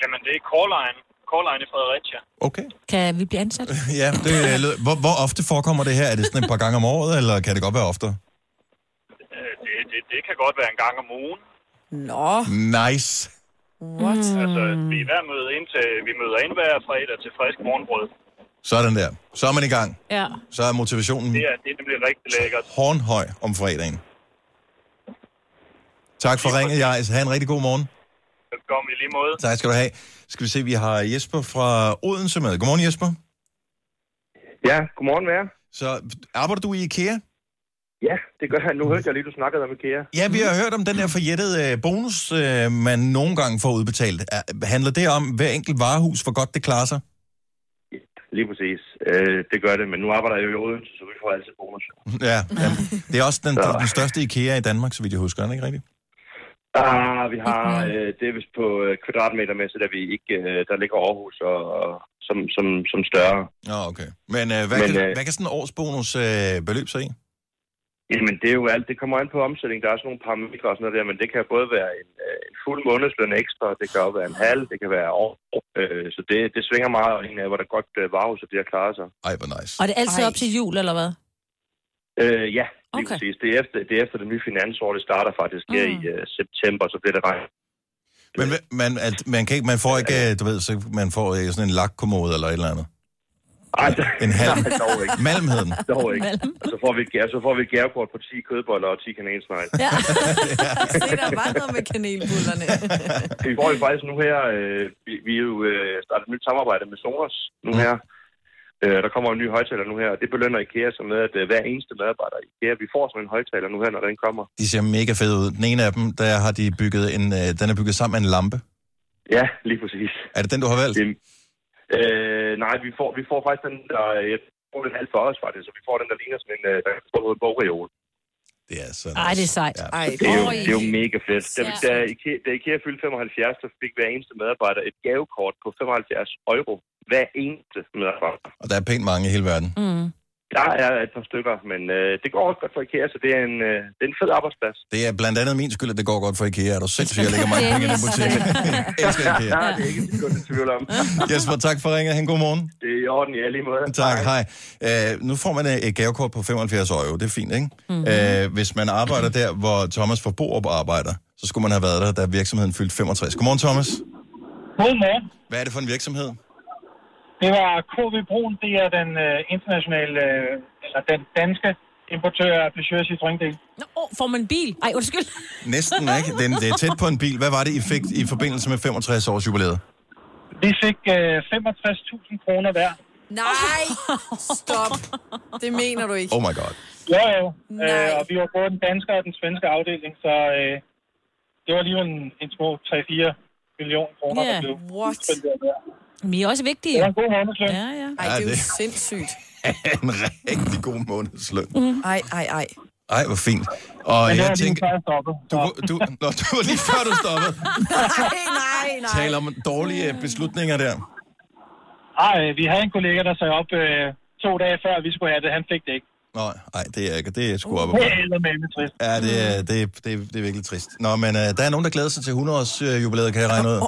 Speaker 12: Jamen, det er Corline. Corline i Fredericia.
Speaker 1: Okay.
Speaker 2: Kan vi blive ansat?
Speaker 1: Ja, det lød. Hvor, hvor ofte forekommer det her? Er det sådan et par gange om året, eller kan det godt være oftere?
Speaker 12: Øh, det, det, det kan godt være en gang om ugen.
Speaker 9: Nå,
Speaker 1: Nice.
Speaker 9: what?
Speaker 12: Altså, vi er hver møde ind til, vi møder ind hver fredag til frisk morgenbrød.
Speaker 1: Sådan der. Så er man i gang.
Speaker 2: Ja.
Speaker 1: Så er motivationen
Speaker 12: Det er, det er nemlig rigtig lækkert.
Speaker 1: hornhøj om fredagen. Tak for ringet, Jais. Ha' en rigtig god morgen.
Speaker 12: Velkommen i lige måde.
Speaker 1: Tak skal du have. Skal vi se, vi har Jesper fra Odense med. Godmorgen, Jesper.
Speaker 13: Ja, godmorgen med jer.
Speaker 1: Så arbejder du i IKEA?
Speaker 13: Ja, det gør jeg. Nu hørte jeg lige, du snakkede om IKEA.
Speaker 1: Ja, vi har hørt om den der forjættede øh, bonus, øh, man nogle gange får udbetalt. Er- Handler det om hver enkelt varehus, hvor godt det klarer sig?
Speaker 13: Lige præcis. Øh, det gør det, men nu arbejder jeg jo i Odense, så vi får altid bonus.
Speaker 1: Ja, jamen, det er også den, den største IKEA i Danmark, så vidt jeg husker, er den ikke rigtigt?
Speaker 13: Ah, vi har øh, det er vist på øh, kvadratmetermæssigt, der vi ikke øh, der ligger Aarhus og, og som, som, som større.
Speaker 1: Nå, okay. Men, øh, hvad, Men
Speaker 13: Men,
Speaker 1: kan, øh,
Speaker 13: øh,
Speaker 1: hvad kan sådan en årsbonus øh, beløbe sig i?
Speaker 13: Jamen, det er jo alt. Det kommer an på omsætning. Der er sådan nogle parametre og sådan noget der, men det kan både være en, øh, en fuld månedsløn ekstra, det kan også være en halv, det kan være år. Øh, så det, det svinger meget, og en af, hvor der godt øh, varehuset de har klaret sig.
Speaker 1: Ej, hvor nice.
Speaker 2: Og er det altid Ej. op til jul, eller hvad?
Speaker 13: Øh, ja, lige okay. præcis. Det er, efter, det er efter det nye finansår, det starter faktisk her i
Speaker 3: Mm.
Speaker 13: øh, september, så bliver det regnet.
Speaker 1: Men
Speaker 13: Øh.
Speaker 1: hva- man, at, man, kan ikke, man får ikke, øh, du ved, så man får øh, sådan en lakkommode eller et eller andet.
Speaker 13: Ej,
Speaker 1: en halv.
Speaker 13: Nej, dog ikke.
Speaker 1: Malmheden.
Speaker 13: Dog ikke. Og så får vi, et gave- så får vi et gavekort på 10 kødboller og 10 kanelsnegle.
Speaker 3: Ja. Se, der var noget med kanelbullerne.
Speaker 13: Vi får jo faktisk nu her, øh, vi, vi er jo øh, startet et nyt samarbejde med Sonos nu her. Øh, der kommer en ny højtaler nu her, og det belønner IKEA så med, at øh, hver eneste medarbejder i IKEA, vi får sådan en højtaler nu her, når den kommer.
Speaker 1: De ser mega fede ud. Den ene af dem, der har de bygget en, øh, den er bygget sammen med en lampe.
Speaker 13: Ja, lige præcis.
Speaker 1: Er det den, du har valgt?
Speaker 13: Det- Øh, nej, vi får, vi får faktisk den, der jeg tror, den er alt for os faktisk, så vi får den, der ligner sådan en, øh, der står på en bogreol.
Speaker 1: Det er sådan.
Speaker 2: Ej, det er sejt. Ja.
Speaker 3: Ej,
Speaker 13: Det er jo, det er jo mega fedt. Da, vi- da,
Speaker 2: Ja.
Speaker 13: IKEA, da IKEA fyldte 75, så fik hver eneste medarbejder et gavekort på 75 euro. Hver eneste medarbejder.
Speaker 1: Og der er pænt mange i hele verden.
Speaker 2: Mm.
Speaker 13: Der er et par stykker, men øh, det går også godt for IKEA, så det er en, øh, det er en fed arbejdsplads.
Speaker 1: Det er blandt andet min skyld, at det går godt for IKEA. Er du sindssygt, jeg lægger mange penge i den butik. elsker IKEA.
Speaker 13: Nej, det er ikke et sekund i tvivl om.
Speaker 1: Jesper, tak for ringet. Han, god morgen.
Speaker 13: Det er i orden, ja, lige måde.
Speaker 1: Tak, hej. Øh, nu får man øh, et gavekort på 75 euro. Det er fint, ikke? Mm-hmm. Øh, hvis man arbejder der, hvor Thomas fra Borup arbejder, så skulle man have været der, da virksomheden fyldte 65. Godmorgen, Thomas.
Speaker 12: Godmorgen.
Speaker 1: Hvad er det for en virksomhed?
Speaker 12: Det var KV Brun, det er den øh, internationale, øh, eller den danske importør af Peugeot Citroën-del.
Speaker 2: Nå, åh, får man en bil? Ej, undskyld.
Speaker 1: Næsten, ikke? Det er, det er tæt på en bil. Hvad var det, I fik i forbindelse med 65 års jubilæet?
Speaker 12: Vi fik øh, 65.000 kroner hver.
Speaker 3: Nej, stop. Det mener du ikke.
Speaker 1: Oh my god.
Speaker 12: Jo, jo. Øh, og vi var både den danske og den svenske afdeling, så øh, det var alligevel en, en små 3-4 millioner kroner,
Speaker 2: Ja,
Speaker 12: der blev
Speaker 3: what?
Speaker 2: Vi er også vigtige.
Speaker 12: Det er en god månedsløn.
Speaker 2: Ja, ja.
Speaker 3: Ej, det er
Speaker 1: Ja,
Speaker 3: jo
Speaker 1: det-
Speaker 3: sindssygt.
Speaker 1: en rigtig god månedsløn.
Speaker 14: Mhm.
Speaker 3: Ej, ej, ej.
Speaker 1: Ej, hvor fint.
Speaker 12: Men
Speaker 1: Og
Speaker 12: det
Speaker 1: jeg
Speaker 12: var lige
Speaker 1: tænker...
Speaker 12: før jeg stoppede.
Speaker 1: Du, du, nå, du var lige før, du stoppede.
Speaker 3: Nej, nej, nej.
Speaker 1: Tal om dårlige beslutninger der.
Speaker 12: Ej, øh, vi havde en kollega, der sagde op øh, to dage før, vi skulle have det. Han fik det ikke.
Speaker 1: Nå, nej, det er ikke. Det er sgu op. ad
Speaker 12: Det
Speaker 1: bakke.
Speaker 12: er med trist.
Speaker 1: Ja, det er, det, er, det, er, det er virkelig trist. Nå, men øh, der er nogen, der glæder sig til 100-års øh, jubilæet, kan jeg regne ud.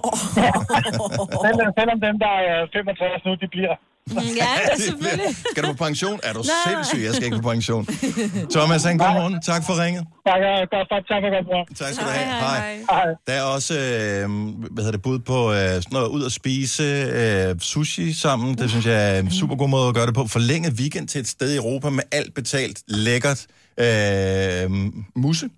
Speaker 12: Selv, selvom dem, der er 65 nu, de bliver.
Speaker 1: Mm,
Speaker 2: Ja,
Speaker 1: Skal du på pension? Er du
Speaker 12: Nej.
Speaker 1: sindssyg? Jeg skal ikke på pension. Thomas, han, god morgen. Tak for ringet.
Speaker 12: Tak, øh, godt, tak, tak, tak, tak.
Speaker 1: Tak skal du have. Hej.
Speaker 12: Hej.
Speaker 1: Der er også øh, hvad hedder det, bud på øh, sådan noget, ud at spise øh, sushi sammen. Det synes jeg er en super god måde at gøre det på. Forlænget weekend til et sted i Europa med alt betalt, lækkert. Øh, musse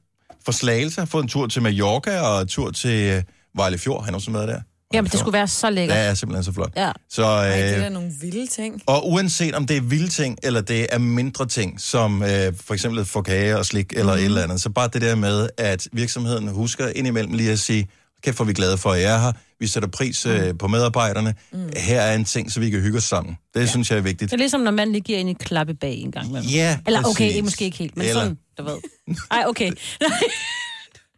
Speaker 1: for Slagelse har fået en tur til Mallorca og en tur til øh, Vejle Fjord. Han har også været der.
Speaker 2: Jamen, det skulle være så lækkert.
Speaker 1: Det er simpelthen så flot.
Speaker 2: Ja.
Speaker 1: Så,
Speaker 3: Ej, det er
Speaker 1: øh,
Speaker 3: da nogle vilde ting.
Speaker 1: og uanset om det er vilde ting, eller det er mindre ting, som øh, for eksempel at få kage og slik eller et eller andet, så bare det der med, at virksomheden husker indimellem lige at sige, kæft hvor er vi glade for, at I er her. Vi sætter pris øh, på medarbejderne. Mm. Her er en ting, så vi kan hygge os sammen. Det ja. synes jeg er vigtigt.
Speaker 2: Det er ligesom, når man lige giver en et klappe bag en gang. imellem.
Speaker 1: Ja,
Speaker 2: Eller okay,
Speaker 1: præcis.
Speaker 2: måske ikke helt, men
Speaker 1: Eller-
Speaker 2: sådan, du ved. Ej, okay.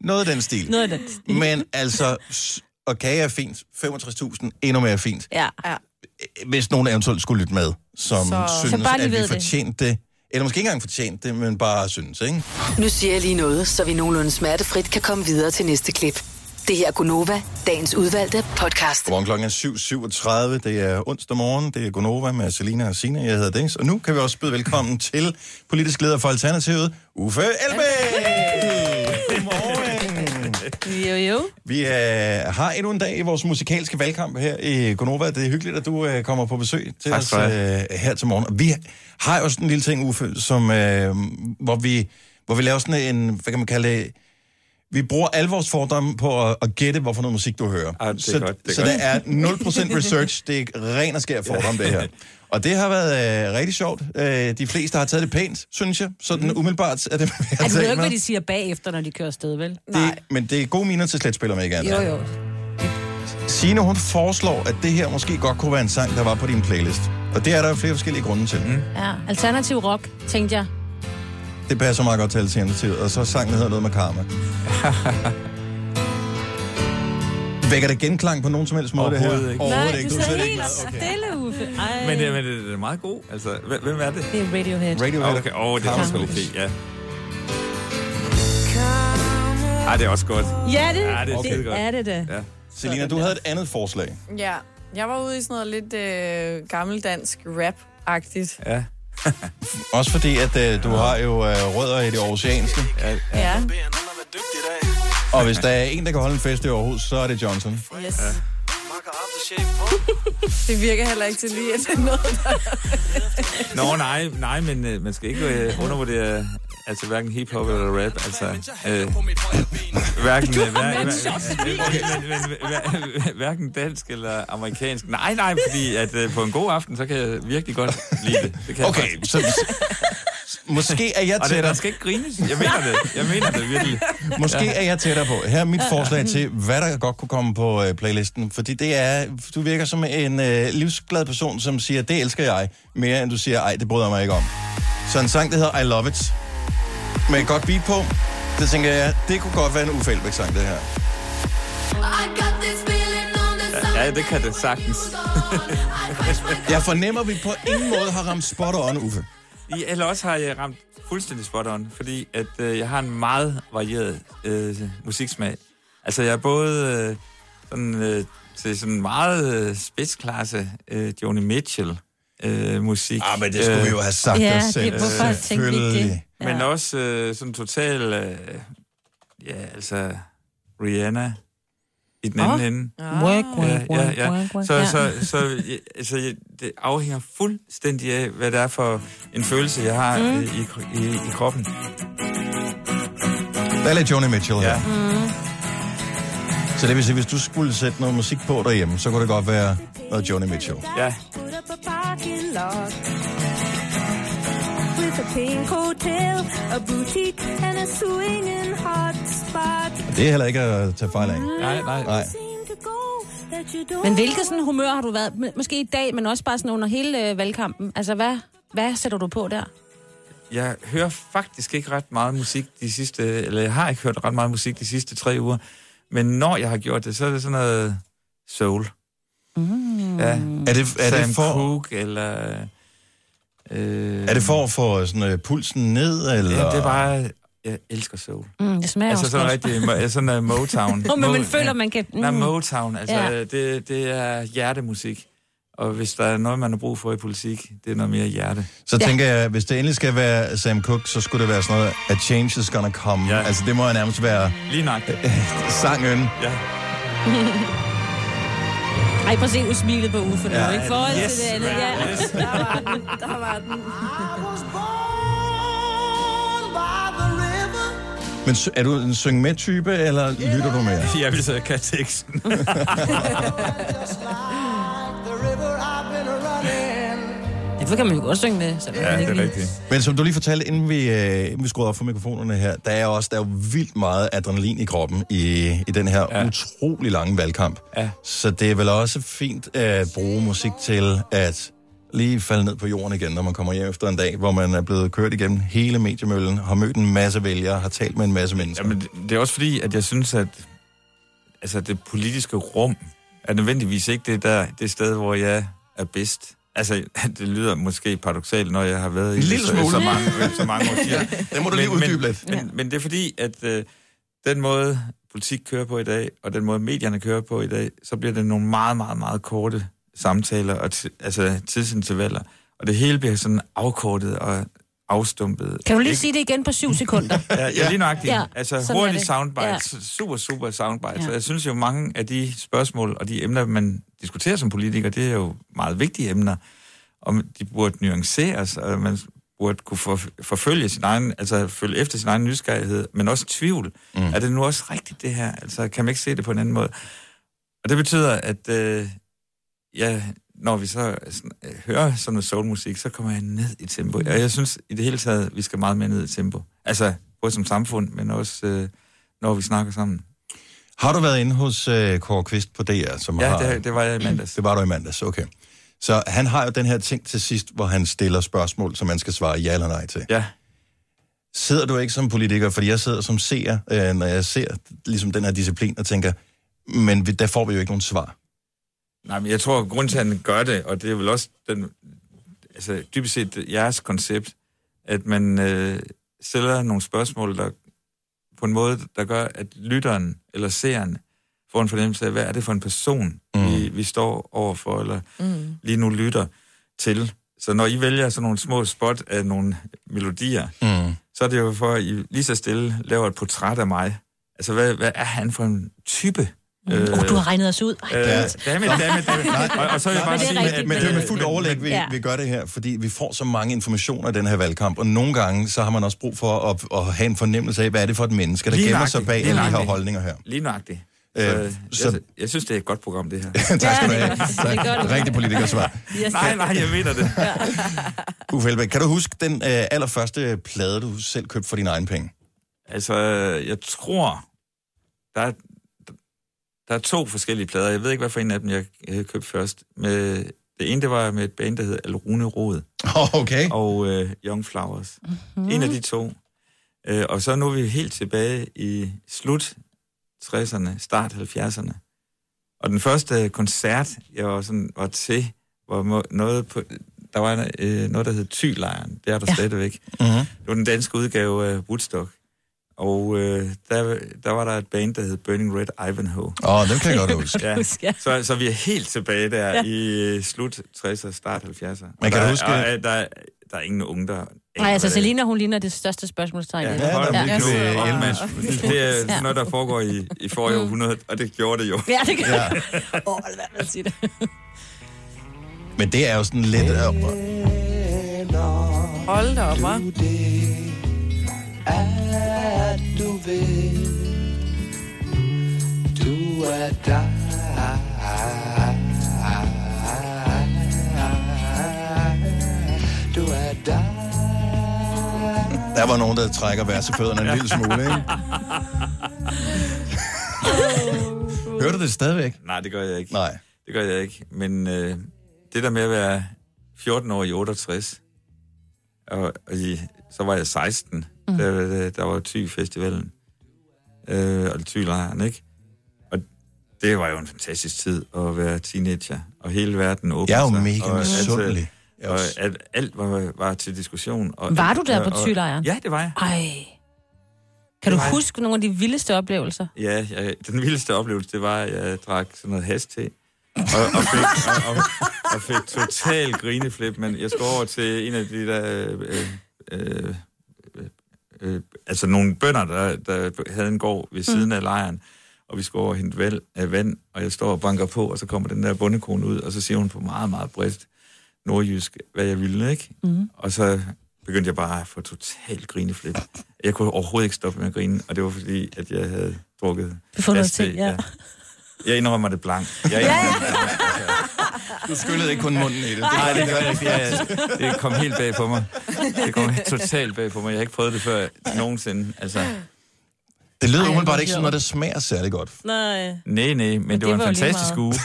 Speaker 1: Noget af den stil.
Speaker 2: Noget af den stil.
Speaker 1: Men altså, s- og kage er fint. 65.000, endnu mere fint.
Speaker 2: Ja.
Speaker 3: ja.
Speaker 1: Hvis nogen eventuelt skulle lytte med, som så...
Speaker 6: Så-
Speaker 1: synes,
Speaker 6: Så bare lige
Speaker 1: at vi
Speaker 6: ved det.
Speaker 1: fortjente det. Eller måske ikke engang fortjente det, men bare synes, ikke?
Speaker 6: Nu siger jeg lige noget, så vi nogenlunde smertefrit kan komme videre til næste klip. Det her er Gunova, dagens udvalgte podcast.
Speaker 1: Godmorgen klokken er 7.37. Det er onsdag morgen. Det er Gonova med Selina og Sina. Jeg hedder Dennis. Og nu kan vi også byde velkommen til politisk leder for Alternativet, Uffe Elbæk. Godmorgen.
Speaker 2: Jo, jo.
Speaker 1: Vi øh, har endnu en dag i vores musikalske valgkamp her i Gonova. Det er hyggeligt, at du øh, kommer på besøg til
Speaker 15: Tak
Speaker 1: os
Speaker 15: skal du
Speaker 1: øh, her til morgen. Og vi har jo sådan en lille ting, Uffe, som, øh, hvor, vi, hvor vi laver sådan en, hvad kan man kalde det, vi bruger al vores fordomme på at, at gætte, hvorfor noget musik du hører.
Speaker 15: Ah, det er
Speaker 1: så
Speaker 15: godt, det er
Speaker 1: så
Speaker 15: godt.
Speaker 1: der er 0% research. Det er ren og skær fordom, det her. Og det har været øh, rigtig sjovt. Øh, de fleste har taget det pænt, synes jeg. Sådan umiddelbart er det, hvad jeg har
Speaker 2: Altså, Mhm. du ved
Speaker 1: talt
Speaker 2: jo ikke,
Speaker 1: med.
Speaker 2: hvad de siger bagefter, når de kører afsted, vel?
Speaker 1: Det, men det er gode miner til sletspil, om ikke andet.
Speaker 2: Jo, jo.
Speaker 1: Signe, hun foreslår, at det her måske godt kunne være en sang, der var på din playlist. Og det er der jo flere forskellige grunde til. Mm.
Speaker 2: Ja. Alternativ rock, tænkte jeg.
Speaker 1: Det passer meget godt til alternativet. Og så sangen hedder noget med karma. Vækker det genklang på nogen som helst måde, det her?
Speaker 15: Overhovedet ikke.
Speaker 1: Overhovedet
Speaker 2: Nej,
Speaker 1: ikke.
Speaker 2: du
Speaker 1: Du er
Speaker 2: sad
Speaker 1: slet ikke
Speaker 2: helt stille, Uffe. Ej.
Speaker 15: Men, det, men det, det er meget god. Altså, hvem, hvem er det?
Speaker 2: Det er Radiohead.
Speaker 1: Radiohead.
Speaker 15: Okay, åh, oh, det er også
Speaker 1: Carmen.
Speaker 15: okay, ja. Ej, det er også godt.
Speaker 2: Ja, det,
Speaker 15: Ja, det er
Speaker 2: det,
Speaker 15: skidegodt.
Speaker 2: er det da.
Speaker 15: Ja.
Speaker 1: Selina, du havde et andet forslag.
Speaker 3: Ja, jeg var ude i sådan noget lidt øh, gammeldansk rap-agtigt.
Speaker 15: Ja.
Speaker 1: Også fordi, at øh, du har jo øh, rødder i det oceanske. Ja,
Speaker 3: Ja.
Speaker 1: Og hvis der er en, der kan holde en fest i Aarhus, så er det Johnson.
Speaker 3: Yes. Det virker heller ikke til lige, at det er noget, der...
Speaker 15: Nå, nej, nej, men øh, man skal ikke øh, undervurdere altså hverken hiphop eller rap, altså øh, hverken,
Speaker 9: Du
Speaker 15: øh,
Speaker 9: har
Speaker 15: hver,
Speaker 9: med en
Speaker 15: hver,
Speaker 9: shot.
Speaker 15: okay, men, men, hver, hver, hverken dansk eller amerikansk. Nej, nej, fordi at øh, på en god aften, så kan jeg virkelig godt lide det. det kan
Speaker 1: Okay,
Speaker 15: jeg faktisk.
Speaker 1: så- Måske er jeg
Speaker 15: Og det,
Speaker 1: tættere.
Speaker 15: der skal ikke grines. Jeg mener det. Jeg mener det virkelig.
Speaker 1: Måske
Speaker 15: Ja.
Speaker 1: er jeg tættere på. Her er mit forslag til, hvad der godt kunne komme på øh, playlisten. Fordi det er, du virker som en øh, livsglad person, som siger, det elsker jeg, mere end du siger, ej, det bryder jeg mig ikke om. Så en sang, der hedder I Love It, med et godt beat på, det tænker jeg, det kunne godt være en Uffe Elbæk-sang, det her.
Speaker 15: Ja, det kan det sagtens.
Speaker 1: Jeg fornemmer, at vi på ingen måde har ramt spot on, Uffe.
Speaker 15: I, eller også har jeg ramt fuldstændig spot on, fordi at, øh, jeg har en meget varieret øh, musiksmag. Altså, jeg er både øh, sådan, øh, til sådan meget øh, spidsklasse øh, Joni øh, Mitchell-musik.
Speaker 1: Ah, men det skulle vi jo have sagt Ja, os det- selv, hvorfor tænkte vi ikke selvfølgelig. det?
Speaker 15: Ja. Men også øh, sådan total... Øh, ja, altså... Rihanna i den anden
Speaker 9: Åh.
Speaker 15: ende.
Speaker 9: Ah. Work, work,
Speaker 15: ja,
Speaker 9: work,
Speaker 15: ja, ja.
Speaker 9: work, work.
Speaker 15: Så,
Speaker 9: Ja.
Speaker 15: så, så ja, altså, ja, det afhænger fuldstændig af, hvad det er for en følelse, jeg har
Speaker 9: Mm.
Speaker 15: mm. i, i, i kroppen.
Speaker 1: Der er lidt Joni Mitchell her.
Speaker 9: Mm.
Speaker 1: Så det vil sige, hvis du skulle sætte noget musik på derhjemme, så kunne det godt være noget Joni Mitchell.
Speaker 15: Ja.
Speaker 16: Put up a parking lot with a pink hotel, a boutique, and a swinging hot spot.
Speaker 1: Det er heller ikke at tage fejl af.
Speaker 15: Nej, nej.
Speaker 1: nej.
Speaker 2: Men hvilket sådan humør har du været? M- Måske i dag, men også bare sådan under hele øh, valgkampen. Altså, hvad, hvad sætter du på der?
Speaker 15: Jeg hører faktisk ikke ret meget musik de sidste... Eller jeg har ikke hørt ret meget musik de sidste tre uger. Men når jeg har gjort det, så er det sådan noget soul. Mm. Ja.
Speaker 1: Er det- er det
Speaker 15: Sam
Speaker 1: for-
Speaker 15: Cooke, eller... Øh,
Speaker 1: Er det for at få sådan, øh, pulsen ned, eller?
Speaker 15: Ja, det er bare... Jeg elsker soul.
Speaker 2: Mm, det smager
Speaker 15: altså
Speaker 2: også
Speaker 15: sådan
Speaker 2: godt.
Speaker 15: rigtig mo- ja, sådan uh, Motown.
Speaker 2: Nå, men man
Speaker 15: Mo-
Speaker 2: føler, man kan-
Speaker 15: Mm. Nej,
Speaker 2: mm.
Speaker 15: Motown, altså
Speaker 2: Ja.
Speaker 15: ja. det, det er hjertemusik. Og hvis der er noget, man har brug for i politik, det er noget mere hjerte.
Speaker 1: Så tænker jeg, hvis det endelig skal være Sam Cooke, så skulle det være sådan noget, at change is gonna come. Ja. Altså, det må jo nærmest være
Speaker 15: Lige nøjagtigt.
Speaker 1: sangen.
Speaker 15: Ja.
Speaker 2: Ej, prøv at se usmilet på Uffe ja,
Speaker 1: Ja.
Speaker 2: nu,
Speaker 9: er
Speaker 2: ikke? Forhold yes,
Speaker 9: Yes,
Speaker 2: til det andet,
Speaker 9: man,
Speaker 2: ja.
Speaker 9: yes.
Speaker 2: Der var
Speaker 3: den, der var den.
Speaker 1: Men sy- er du en syng med type, eller lytter du mere?
Speaker 15: Jeg vil så kan teksten.
Speaker 2: Derfor kan man jo godt synge med, så
Speaker 15: Ja, det er rigtigt.
Speaker 1: Men som du lige fortalte, inden vi, øh, inden vi skruede op for mikrofonerne her, der er også der er jo vildt meget adrenalin i kroppen i, i den her ja. utrolig lange valgkamp.
Speaker 15: Ja.
Speaker 1: Så det er vel også fint at bruge musik til at lige falde ned på jorden igen, når man kommer hjem efter en dag, hvor man er blevet kørt igennem hele mediemøllen, har mødt en masse vælgere, har talt med en masse mennesker.
Speaker 15: Jamen, det- det er også fordi, at jeg synes, at altså, det politiske rum er nødvendigvis ikke det, der, det sted, hvor jeg er bedst. Altså, det lyder måske paradoxalt, når jeg har været i
Speaker 1: En
Speaker 15: det
Speaker 1: lille
Speaker 15: så,
Speaker 1: smule.
Speaker 15: så mange, så mange årtier.
Speaker 1: Det må du lige uddybe
Speaker 15: men,
Speaker 1: lidt.
Speaker 15: Men, men, men det er fordi, at øh, den måde, politik kører på i dag, og den måde, medierne kører på i dag, så bliver det nogle meget, meget, meget korte samtaler og ti- altså tidsintervaller. Og det hele bliver sådan afkortet og afstumpet.
Speaker 2: Kan du lige
Speaker 15: Ikke?
Speaker 2: sige det igen på syv sekunder?
Speaker 15: Ja, ja, lige nøjagtigt.
Speaker 2: Ja,
Speaker 15: Ja, altså
Speaker 2: sådan er
Speaker 15: hurtige
Speaker 2: det.
Speaker 15: soundbites. Ja. Super, super soundbites.
Speaker 2: Ja.
Speaker 15: Ja. Jeg synes jo, mange af de spørgsmål og de emner, man diskuterer som politiker, det er jo meget vigtige emner. Og de burde nuanceres, og man burde kunne for, forfølge sin egen, altså følge efter sin egen nysgerrighed, men også tvivl. Mm. Er det nu også rigtigt, det her? Altså, kan man ikke se det på en anden måde? Og det betyder, at øh, ja, når vi så sådan, øh, hører sådan noget soulmusik, så kommer jeg ned i tempo. Og jeg synes i det hele taget, vi skal meget mere ned i tempo. Altså, både som samfund, men også øh, når vi snakker sammen.
Speaker 1: Har du været inde hos øh, Kåre Kvist på DR? Som
Speaker 15: Ja,
Speaker 1: har...
Speaker 15: det- det var jeg i mandags.
Speaker 1: Det var du i mandags, okay. Så han har jo den her ting til sidst, hvor han stiller spørgsmål, som man skal svare ja eller nej til.
Speaker 15: Ja.
Speaker 1: Sidder du ikke som politiker, fordi jeg sidder som seer, øh, når jeg ser ligesom den her disciplin, og tænker, Men vi- der får vi jo ikke nogen svar.
Speaker 15: Nej, men jeg tror, at grunden til, at han gør det, og det er vel også den, altså, dybest set jeres koncept, at man øh, stiller nogle spørgsmål, der på en måde, der gør, at lytteren eller seeren får en fornemmelse af, hvad er det for en person, mm. vi, vi står overfor, eller
Speaker 16: Mm.
Speaker 15: lige nu lytter til. Så når I vælger sådan nogle små spot af nogle melodier,
Speaker 1: Mm.
Speaker 15: så er det jo for, at I lige så stille laver et portræt af mig. Altså, hvad, hvad er han for en type? Mm.
Speaker 2: Øh, oh, du har regnet os ud. Ej,
Speaker 15: Øh,
Speaker 2: dammit.
Speaker 15: dammit, dammit, dammit. Og- og så vil jeg
Speaker 1: altså- Nej,
Speaker 15: bare
Speaker 1: men det er
Speaker 15: sige,
Speaker 1: rigtigt,
Speaker 15: at-
Speaker 1: men det er med fuldt
Speaker 15: men-
Speaker 1: overlæg,
Speaker 15: men-
Speaker 1: vi,
Speaker 15: ja.
Speaker 1: vi gør det her, fordi vi får så mange informationer i den her valgkamp, og nogle gange, så har man også brug for at, at have en fornemmelse af, hvad er det for et menneske, der
Speaker 15: Lige
Speaker 1: gemmer sig
Speaker 15: nøjagtigt,
Speaker 1: bag
Speaker 15: lige
Speaker 1: de her
Speaker 15: nøjagtigt.
Speaker 1: holdninger her.
Speaker 15: Lige nøjagtigt.
Speaker 1: Øh,
Speaker 15: Øh,
Speaker 1: så-
Speaker 15: så... jeg, jeg synes, det er et godt program, det her.
Speaker 1: tak skal du
Speaker 15: Ja,
Speaker 1: have.
Speaker 15: det gør det. Det gør
Speaker 1: Tak.
Speaker 15: det.
Speaker 1: Rigtig politikersvar.
Speaker 15: Yes. Nej, nej, jeg mener det.
Speaker 1: Uffe Elbæk, kan du huske den øh, allerførste plade, du selv købte for dine egne penge?
Speaker 15: Altså, jeg tror, der er, der er to forskellige plader. Jeg ved ikke, hvad for en af dem, jeg øh, købte først. Med, det ene, det var med et band, der hed Alrune Rod.
Speaker 1: Okay.
Speaker 15: Og øh, Young Flowers.
Speaker 2: Mm-hmm.
Speaker 15: Mm.
Speaker 1: Mm-hmm.
Speaker 15: En af de to. Øh, og så nu er vi helt tilbage i slut 60'erne, start 70'erne. Og den første koncert, jeg var, sådan, var til, var må- noget på, der var en, øh, noget, der hed Tylejren. Det er der ja. stadigvæk.
Speaker 1: Mm-hmm.
Speaker 15: Det var den danske udgave af Woodstock. Og øh, der, der var der et band, der hed Burning Red Ivanhoe.
Speaker 1: Åh, oh, dem kan jeg godt huske.
Speaker 15: Ja. Så, så vi er helt tilbage der
Speaker 2: Ja.
Speaker 15: ja. i øh, slut 60'er, start 70'er.
Speaker 1: Men kan
Speaker 15: der,
Speaker 1: du huske-
Speaker 15: Og, øh, der, er- der er ingen unge, der...
Speaker 2: Nej, altså
Speaker 15: hvad det er.
Speaker 2: Selina, hun ligner det største spørgsmålstegn. i
Speaker 15: Ja,
Speaker 2: det.
Speaker 15: ja, hold da op, det er
Speaker 2: Ja. Mm.
Speaker 15: elmatch. Det er sådan noget, der foregår i, i forrige århundrede, og det gjorde det jo.
Speaker 2: Ja, det gør det. Åh, oh, lad mig sige det.
Speaker 1: Men det er jo sådan lidt... Øh,
Speaker 3: Hold da op, hva'?
Speaker 16: at du ved, du er dig.
Speaker 1: du er der. Der var nogen, der trækker værsefødderne en lille smule, ikke? Hører du det stadigvæk?
Speaker 15: Nej, det gør jeg ikke.
Speaker 1: Nej.
Speaker 15: Det gør jeg ikke. Men øh, det der med at være 14 år i 68, og, og i, så var jeg 16, mm. der, der, der var Thy-festivalen, øh, og Thy-lejren, ikke? Og det var jo en fantastisk tid at være teenager, og hele verden åbnede
Speaker 1: Jeg er jo
Speaker 15: sig,
Speaker 1: mega
Speaker 15: og at, øh,
Speaker 1: misundelig. Jeg er
Speaker 15: Og
Speaker 1: jo s-
Speaker 15: at alt var, var til diskussion. Og
Speaker 2: Var
Speaker 15: alt-
Speaker 2: du der
Speaker 15: og-
Speaker 2: på
Speaker 15: og-
Speaker 2: Thylejren?
Speaker 15: Ja, det var jeg.
Speaker 2: Ej. Kan du
Speaker 15: var jeg.
Speaker 2: huske nogle af de vildeste oplevelser?
Speaker 15: Ja, jeg, den vildeste oplevelse, det var, at jeg drak sådan noget hast til. Og, og, fik, og, og, og fik total grineflip, men jeg skulle over til en af de der... Øh, øh, øh, øh, altså nogle bønder, der, der havde en gård
Speaker 2: Mm.
Speaker 15: ved siden af lejren, og vi skulle over og hente vel, af vand, og jeg står og banker på, og så kommer den der bondekone ud, og så siger hun på meget, meget bredt nordjysk, hvad jeg ville, ikke?
Speaker 2: Mm.
Speaker 16: Mhm.
Speaker 15: Og så begyndte jeg bare at få total grineflip. Jeg kunne overhovedet ikke stoppe med at grine, og det var fordi, at jeg havde drukket...
Speaker 2: Befundet
Speaker 15: hastig,
Speaker 2: ting, ja.
Speaker 15: Jeg indrømmer det blank. Jeg indrømmer det blank.
Speaker 1: Du skyllede ikke kun munden i det.
Speaker 15: Nej, det gør jeg ikke.
Speaker 1: rigtigt.
Speaker 15: Jeg, det kom helt bag på mig. Det kom totalt bag på mig. Jeg har ikke prøvet det før nogensinde. Altså,
Speaker 1: Det lyder
Speaker 15: Ej,
Speaker 1: umiddelbart
Speaker 15: hvor
Speaker 1: ikke sådan noget, der smager særlig godt.
Speaker 2: Nej.
Speaker 15: nej, nej, men, men det,
Speaker 2: det
Speaker 15: var en
Speaker 2: var jo lige
Speaker 15: fantastisk
Speaker 2: meget.
Speaker 15: uge.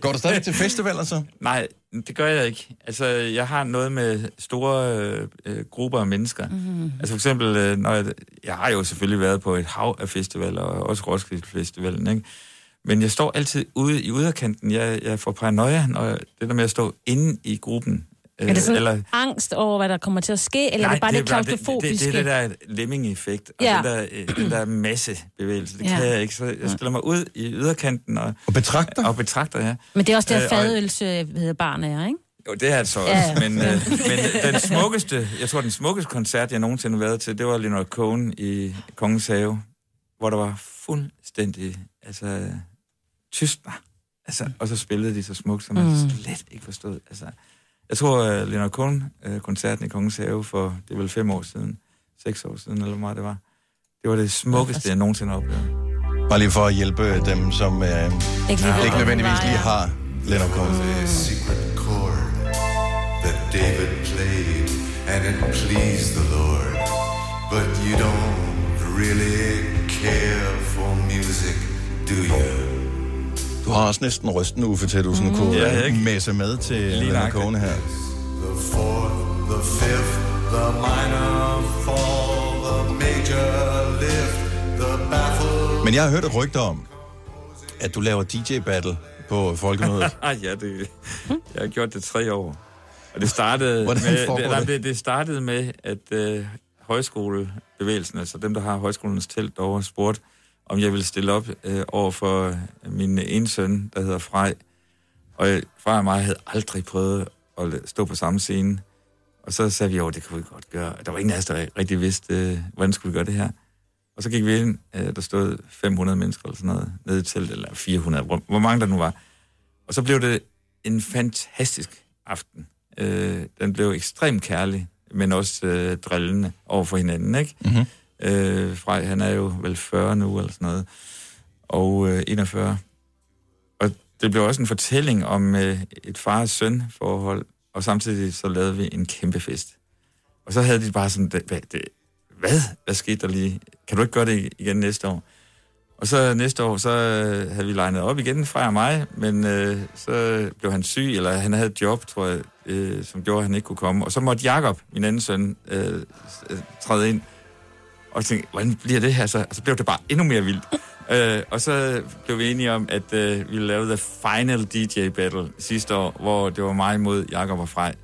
Speaker 1: Går du stadig til altså? festivaler så?
Speaker 15: Nej, det gør jeg ikke. Altså, jeg har noget med store øh, øh, grupper af mennesker.
Speaker 16: Mhm.
Speaker 15: Mm. Altså for eksempel, øh, når jeg, jeg har jo selvfølgelig været på et hav af festivaler, og også Roskilde Festivalen, ikke? Men jeg står altid ude i yderkanten. Jeg, jeg får paranoia, når jeg, det der med at stå inde i gruppen. Øh,
Speaker 2: Er det sådan
Speaker 15: eller,
Speaker 2: angst over, hvad der kommer til at ske, eller er det bare lidt klaustrofobisk?
Speaker 15: Det, det, det, det er det der lemming-effekt, og
Speaker 2: Ja.
Speaker 15: ja. den, der, øh, den der massebevægelse, det
Speaker 2: Ja.
Speaker 15: ja. kan jeg ikke. Så jeg stiller mig ud i yderkanten og,
Speaker 1: og betragter.
Speaker 15: Og betragter, ja.
Speaker 2: Men det er også der
Speaker 15: Øh, og-
Speaker 2: fadølsbarn er, ikke?
Speaker 15: jo, det er det så også,
Speaker 2: Ja,
Speaker 15: ja,
Speaker 2: ja.
Speaker 15: men, øh, men den smukkeste, jeg tror den smukkeste koncert, jeg nogensinde har været til, det var Leonard Cohen i Kongens Have, hvor der var fuldstændig, altså, tystner. Altså, og så spillede de så smukt, som man
Speaker 16: Mm.
Speaker 15: mm. slet ikke forstod. Altså, jeg tror, uh, Leonard Cohen-koncerten i Kongens Have for, det er vel fem år siden, seks år siden, eller hvor meget det var, det var det smukkeste, jeg nogensinde har oplevet.
Speaker 1: Bare lige for at hjælpe dem, som øh,
Speaker 15: Ikke
Speaker 1: ikke,
Speaker 15: lige ved,
Speaker 1: ikke
Speaker 15: hvor den
Speaker 1: nødvendigvis
Speaker 15: var,
Speaker 1: lige
Speaker 15: ja.
Speaker 1: har Leonard Cohen.
Speaker 17: secret chord that David played, and it pleased the Lord. But you don't really care for music, do you?
Speaker 1: Du har også næsten rysten, Uffe, til at du sådan
Speaker 17: Mm.
Speaker 1: kunne
Speaker 17: Ja,
Speaker 1: øh, messe med til Leonard Cohen her.
Speaker 17: The fourth, the fifth, the minor fall, the major lift, the baffled
Speaker 1: Men jeg har hørt et rygte om, at du laver DJ-battle på folkemødet.
Speaker 15: ja, det, Mm-hmm. jeg har gjort det tre år. Og det startede,
Speaker 1: Hvordan
Speaker 15: med,
Speaker 1: foregår
Speaker 15: nej,
Speaker 1: det?
Speaker 15: det, det startede med, at øh, højskolebevægelsen, altså dem, der har højskolens telt derovre, spurgte, om jeg ville stille op øh, over for øh, min ene søn, der hedder Frej. Og øh, Frej og mig havde aldrig prøvet at la- stå på samme scene. Og så sagde vi, jo, det kunne vi godt gøre. Og Der var ingen af os, der rigtig vidste, øh, hvordan skulle vi gøre det her. Og så gik vi ind, øh, der stod 500 mennesker eller sådan noget, nede i teltet, eller 400, hvor, hvor mange der nu var. Og så blev det en fantastisk aften. Øh, den blev ekstremt kærlig, men også øh, drillende over for hinanden, ikke?
Speaker 1: Mm-hmm.
Speaker 15: Øh, Frej, han er jo vel 40 nu, eller sådan noget, og øh, 41. Og det blev også en fortælling om øh, et far- og søn-forhold, og samtidig så lavede vi en kæmpe fest. Og så havde de bare sådan, "Hvad- hvad, det, hvad? Hvad skete der lige? Kan du ikke gøre det igen næste år? Og så næste år, så øh, havde vi legnet op igen fra og mig, men øh, så blev han syg, eller han havde et job, tror jeg, øh, som gjorde, at han ikke kunne komme. Og så måtte Jakob, min anden søn, øh, s- øh, træde ind og tænkte, hvordan bliver det her så? Og så blev det bare endnu mere vildt. Øh, og så blev vi enige om, at øh, vi lavede The Final DJ Battle sidste år, hvor det var mig mod Jakob og Frej.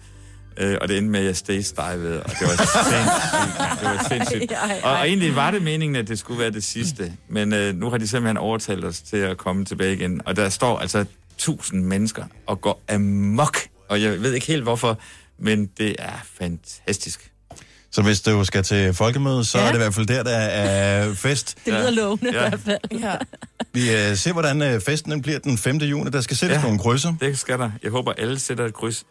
Speaker 15: Øh, og det endte med, at jeg stage divede, og det var sindssygt. det var sindssygt.
Speaker 18: Ej, ej, ej.
Speaker 15: Og, og egentlig var det meningen, at det skulle være det sidste, men øh, nu har de simpelthen overtalt os til at komme tilbage igen. Og der står altså tusind mennesker og går amok, og jeg ved ikke helt hvorfor, men det er fantastisk.
Speaker 1: Så hvis du skal til folkemødet, så ja. er det i hvert fald der, der er fest.
Speaker 2: Det lyder ja. lovende ja. i
Speaker 1: Ja.
Speaker 2: hvert fald.
Speaker 3: Ja.
Speaker 1: Vi øh, ser, hvordan øh, festen den bliver den 5. juni. Der skal sættes ja. nogle krydser.
Speaker 15: Det skal der. Jeg håber, alle sætter et kryds.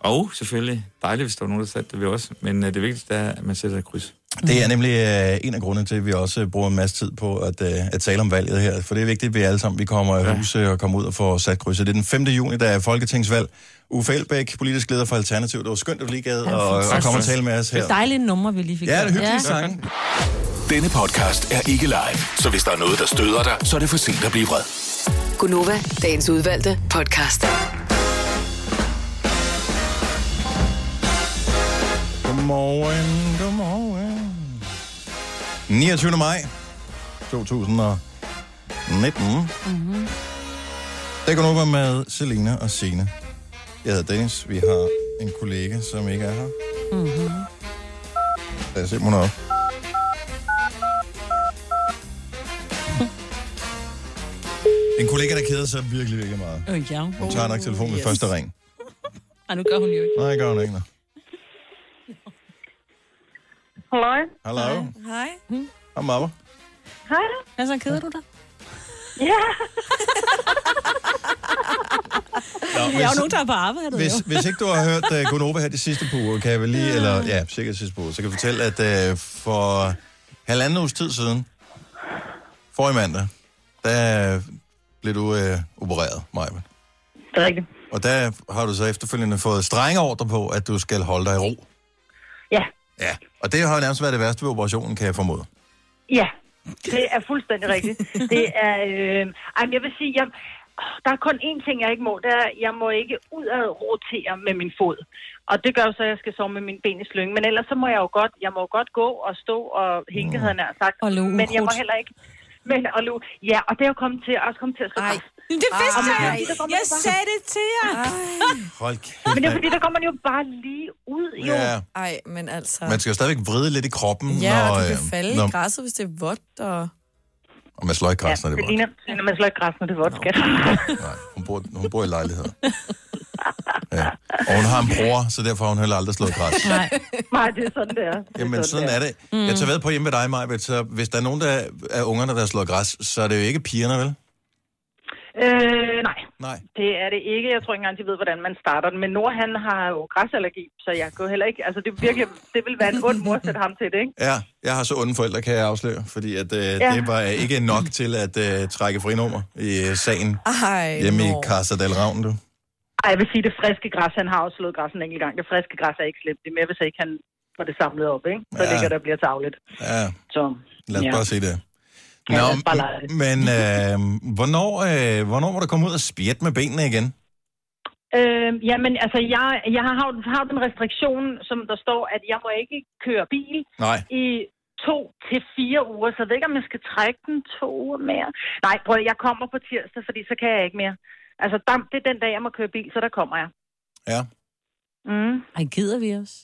Speaker 15: Og selvfølgelig, dejligt, hvis der var nogen, der satte det ved os. Men øh, det vigtigste er, at man sætter et kryds.
Speaker 1: Det er nemlig øh, en af grundene til, at vi også øh, bruger en masse tid på at, øh, at tale om valget her. For det er vigtigt, at vi alle sammen vi kommer i huset og kommer ud og får sat krydset. Det er den 5. juni, der er Folketingsvalg. Uffe Elbæk, politisk leder for Alternativ. Det var skønt, at du lige gad
Speaker 2: Ja,
Speaker 1: og, og
Speaker 2: fantastisk.
Speaker 1: komme og tale med os
Speaker 2: Det er
Speaker 1: her.
Speaker 2: dejlige numre, vi lige fik.
Speaker 1: Ja, det er
Speaker 2: hørt.
Speaker 1: hyggelige sange.
Speaker 7: Denne podcast er ikke live, så hvis der er noget, der støder dig, så er det for sent at blive vred.
Speaker 6: Gunova, dagens udvalgte podcast.
Speaker 1: Godmorgen, godmorgen. 29. maj 2019.
Speaker 16: Mm-hmm.
Speaker 1: Det går over med Selina og Sine. Jeg hedder Dennis. Vi har en kollega, som ikke er her.
Speaker 16: Mm-hmm.
Speaker 1: Lad os se, om hun er op. En kollega, der keder sig virkelig, virkelig meget.
Speaker 2: Øh, ja.
Speaker 1: Hun tager nok telefonen ved
Speaker 2: Oh, yes.
Speaker 1: første ring.
Speaker 2: Ej, nu gør hun jo ikke.
Speaker 1: Nej, gør hun ikke. nå.
Speaker 14: Hallo?
Speaker 1: Hallo.
Speaker 14: Hej.
Speaker 1: Hej, mamma.
Speaker 14: Hej.
Speaker 2: Altså, Hm? keder du dig?
Speaker 14: Ja.
Speaker 1: Nå,
Speaker 2: Vi er jo nogen, der er på arbejde.
Speaker 1: hvis,
Speaker 2: jo.
Speaker 1: hvis ikke du har hørt uh, Gunova her de sidste par uger, kan jeg vel lige, eller ja, sikkert sidste par uger, så kan jeg fortælle, at uh, for halvanden uges tid siden, for i mandag, der øh, blev du uh, opereret, Maja.
Speaker 14: Det er rigtigt.
Speaker 1: Og der har du så efterfølgende fået strenge ordre på, at du skal holde dig i ro.
Speaker 14: Ja.
Speaker 1: Ja, og det har jo nærmest været det værste ved operationen, kan jeg formode.
Speaker 14: Ja, det er fuldstændig rigtigt. Det er, øh, ej, men jeg vil sige, jeg, åh, der er kun én ting, jeg ikke må. Det er, jeg må ikke udad rotere med min fod. Og det gør jo så, at jeg skal sove med mine ben i slynge. Men ellers så må jeg jo godt, jeg må jo godt gå og stå og hænke, havde jeg nær sagt.
Speaker 2: Og luge
Speaker 14: men jeg må
Speaker 2: ukrudt.
Speaker 14: heller ikke. Men, og lu, ja, og det er jo kommet til, også kommet til at slå fast.
Speaker 16: det vidste
Speaker 14: Og man-
Speaker 16: jeg.
Speaker 14: fordi der går man
Speaker 16: Jeg
Speaker 14: jo bare-
Speaker 16: sagde det
Speaker 2: til jer.
Speaker 1: Hold kæft.
Speaker 14: Men det er fordi, der kommer man jo bare lige ud, jo.
Speaker 1: Ja.
Speaker 3: Ej, men altså...
Speaker 1: Man skal jo stadigvæk vride lidt i kroppen,
Speaker 3: Ja,
Speaker 1: når,
Speaker 3: og du
Speaker 1: øh,
Speaker 3: kan falde i
Speaker 1: når,
Speaker 3: græsset, hvis det er vådt, og...
Speaker 1: og man slår ikke græs, når det er vådt.
Speaker 14: ligner, det ligner, man slår ikke græs, når det er vådt, skat.
Speaker 1: Hun bor, hun bor i lejligheder. Ja. Og hun har en bror, så derfor har hun heller aldrig slået græs.
Speaker 14: Nej. Nej, det er sådan, det er.
Speaker 1: Jamen, sådan er det.
Speaker 14: Mm.
Speaker 1: Jeg tager ved på hjemme ved dig, Maja, så hvis der er nogen der er ungerne, der har slået græs, så er det jo ikke pigerne, vel?
Speaker 14: Øh, nej.
Speaker 1: Nej.
Speaker 14: Det er det ikke. Jeg tror ikke engang, de ved, hvordan man starter den. Men Nord, han har jo græsallergi, så jeg kan jo heller ikke... Altså, det, er virkelig, det vil være en ond mor at sætte ham til det, ikke?
Speaker 1: Ja, jeg har så onde forældre, kan jeg afsløre, fordi at, øh, ja.
Speaker 14: Ja.
Speaker 1: det var ikke nok til at øh, trække frinummer i øh, sagen
Speaker 3: Ej,
Speaker 1: hjemme i
Speaker 3: Nord.
Speaker 1: Casa del Ravn, du.
Speaker 14: Ej, jeg vil sige, det friske græs, han har også slået græs en enkelt gang. Det friske græs er ikke slemt. Det er mere, hvis ikke han får det samlet op, ikke? Så
Speaker 1: Ja.
Speaker 14: ja. ligger der og bliver tavlet.
Speaker 1: Ja,
Speaker 14: Så,
Speaker 1: lad os
Speaker 14: ja.
Speaker 1: bare se det.
Speaker 14: Ja, lad os bare lege det.
Speaker 1: men øh, hvornår, øh, hvornår må du komme ud og spjætte med benene igen?
Speaker 14: Øh, jamen, altså, jeg, jeg har, har jo den restriktion, som der står, at jeg må ikke køre bil
Speaker 1: Nej.
Speaker 14: i to til fire uger, så jeg ved ikke, om jeg skal trække den to uger mere. Nej, prøv at- jeg kommer på tirsdag, fordi så kan jeg ikke mere. Altså, der, det er den dag, jeg må køre bil, så der kommer jeg.
Speaker 1: Ja.
Speaker 14: Mm.
Speaker 2: Ej, gider vi os?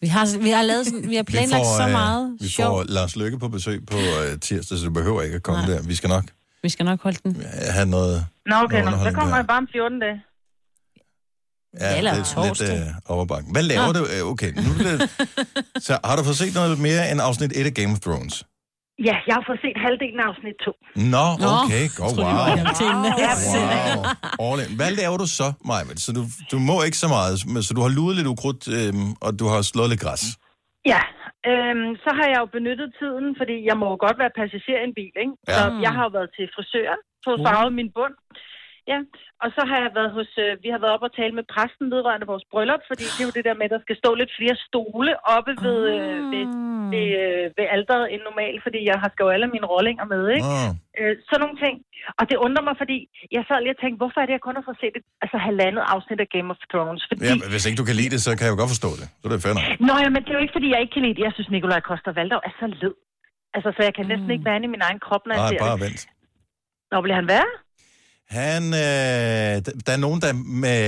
Speaker 2: Vi har, vi har, lavet sådan, vi har planlagt vi får, så
Speaker 1: øh,
Speaker 2: meget
Speaker 1: Vi
Speaker 2: sjov.
Speaker 1: får Lars Lykke på besøg på øh, tirsdag, så du behøver ikke at komme Nej. der. Vi skal nok
Speaker 2: Vi skal nok holde den.
Speaker 1: øh, have noget...
Speaker 14: Nå, okay, nå,
Speaker 1: noget
Speaker 14: så
Speaker 1: underholdning
Speaker 14: kommer
Speaker 1: der.
Speaker 14: jeg bare om 14 dage.
Speaker 1: Ja,
Speaker 14: Eller
Speaker 1: lidt,
Speaker 14: torsdag.
Speaker 1: lidt øh, op ad bakken. Hvad laver
Speaker 14: Nå.
Speaker 1: du? Øh, Okay, nu er det... Så har du fået set noget mere end afsnit 1 af Game of Thrones?
Speaker 14: Ja, jeg har fået set halvdelen af afsnit 2.
Speaker 1: Nå, okay. Nå,
Speaker 14: Jeg
Speaker 1: wow.
Speaker 14: troede, det var
Speaker 1: wow.
Speaker 14: dem til næste.
Speaker 1: All in. Hvad laver du så, Majved? Så du, du må ikke så meget, men- så du har luet lidt ukrudt, øhm, og du har slået lidt græs.
Speaker 14: Ja, øhm, så har jeg jo benyttet tiden, fordi jeg må jo godt være passager i en bil, ikke?
Speaker 1: Ja.
Speaker 14: Så jeg har jo været til frisør, fået
Speaker 1: Uh.
Speaker 14: farvet min bund. Ja, og så har jeg været hos, øh, vi har været op og tale med præsten vedrørende vores bryllup, fordi det er jo det der med, at der skal stå lidt flere stole oppe ved, øh,
Speaker 1: Ah.
Speaker 14: ved, ved, øh, ved alderet end normalt, fordi jeg har skal jo alle mine rollinger med, ikke?
Speaker 1: Ah.
Speaker 14: Øh, sådan nogle ting. Og det undrer mig, fordi jeg sad lige og tænkte, hvorfor er det, jeg kun har fået set et, altså halvandet afsnit af Game of Thrones? Fordi
Speaker 1: Ja, men hvis ikke du kan lide det, så kan jeg jo godt forstå det. Så er det fair nok.
Speaker 14: Nå, ja, men det er jo ikke, fordi jeg ikke kan lide det. Jeg synes, Nikolaj Koster Valdov er så led. Altså, så jeg kan næsten ikke være inde i min egen krop, når jeg
Speaker 1: Mm. Nej,
Speaker 14: ser
Speaker 1: bare
Speaker 14: det.
Speaker 1: vent.
Speaker 14: Nå, bliver han værre?
Speaker 1: Han, øh, d- der er nogen, der med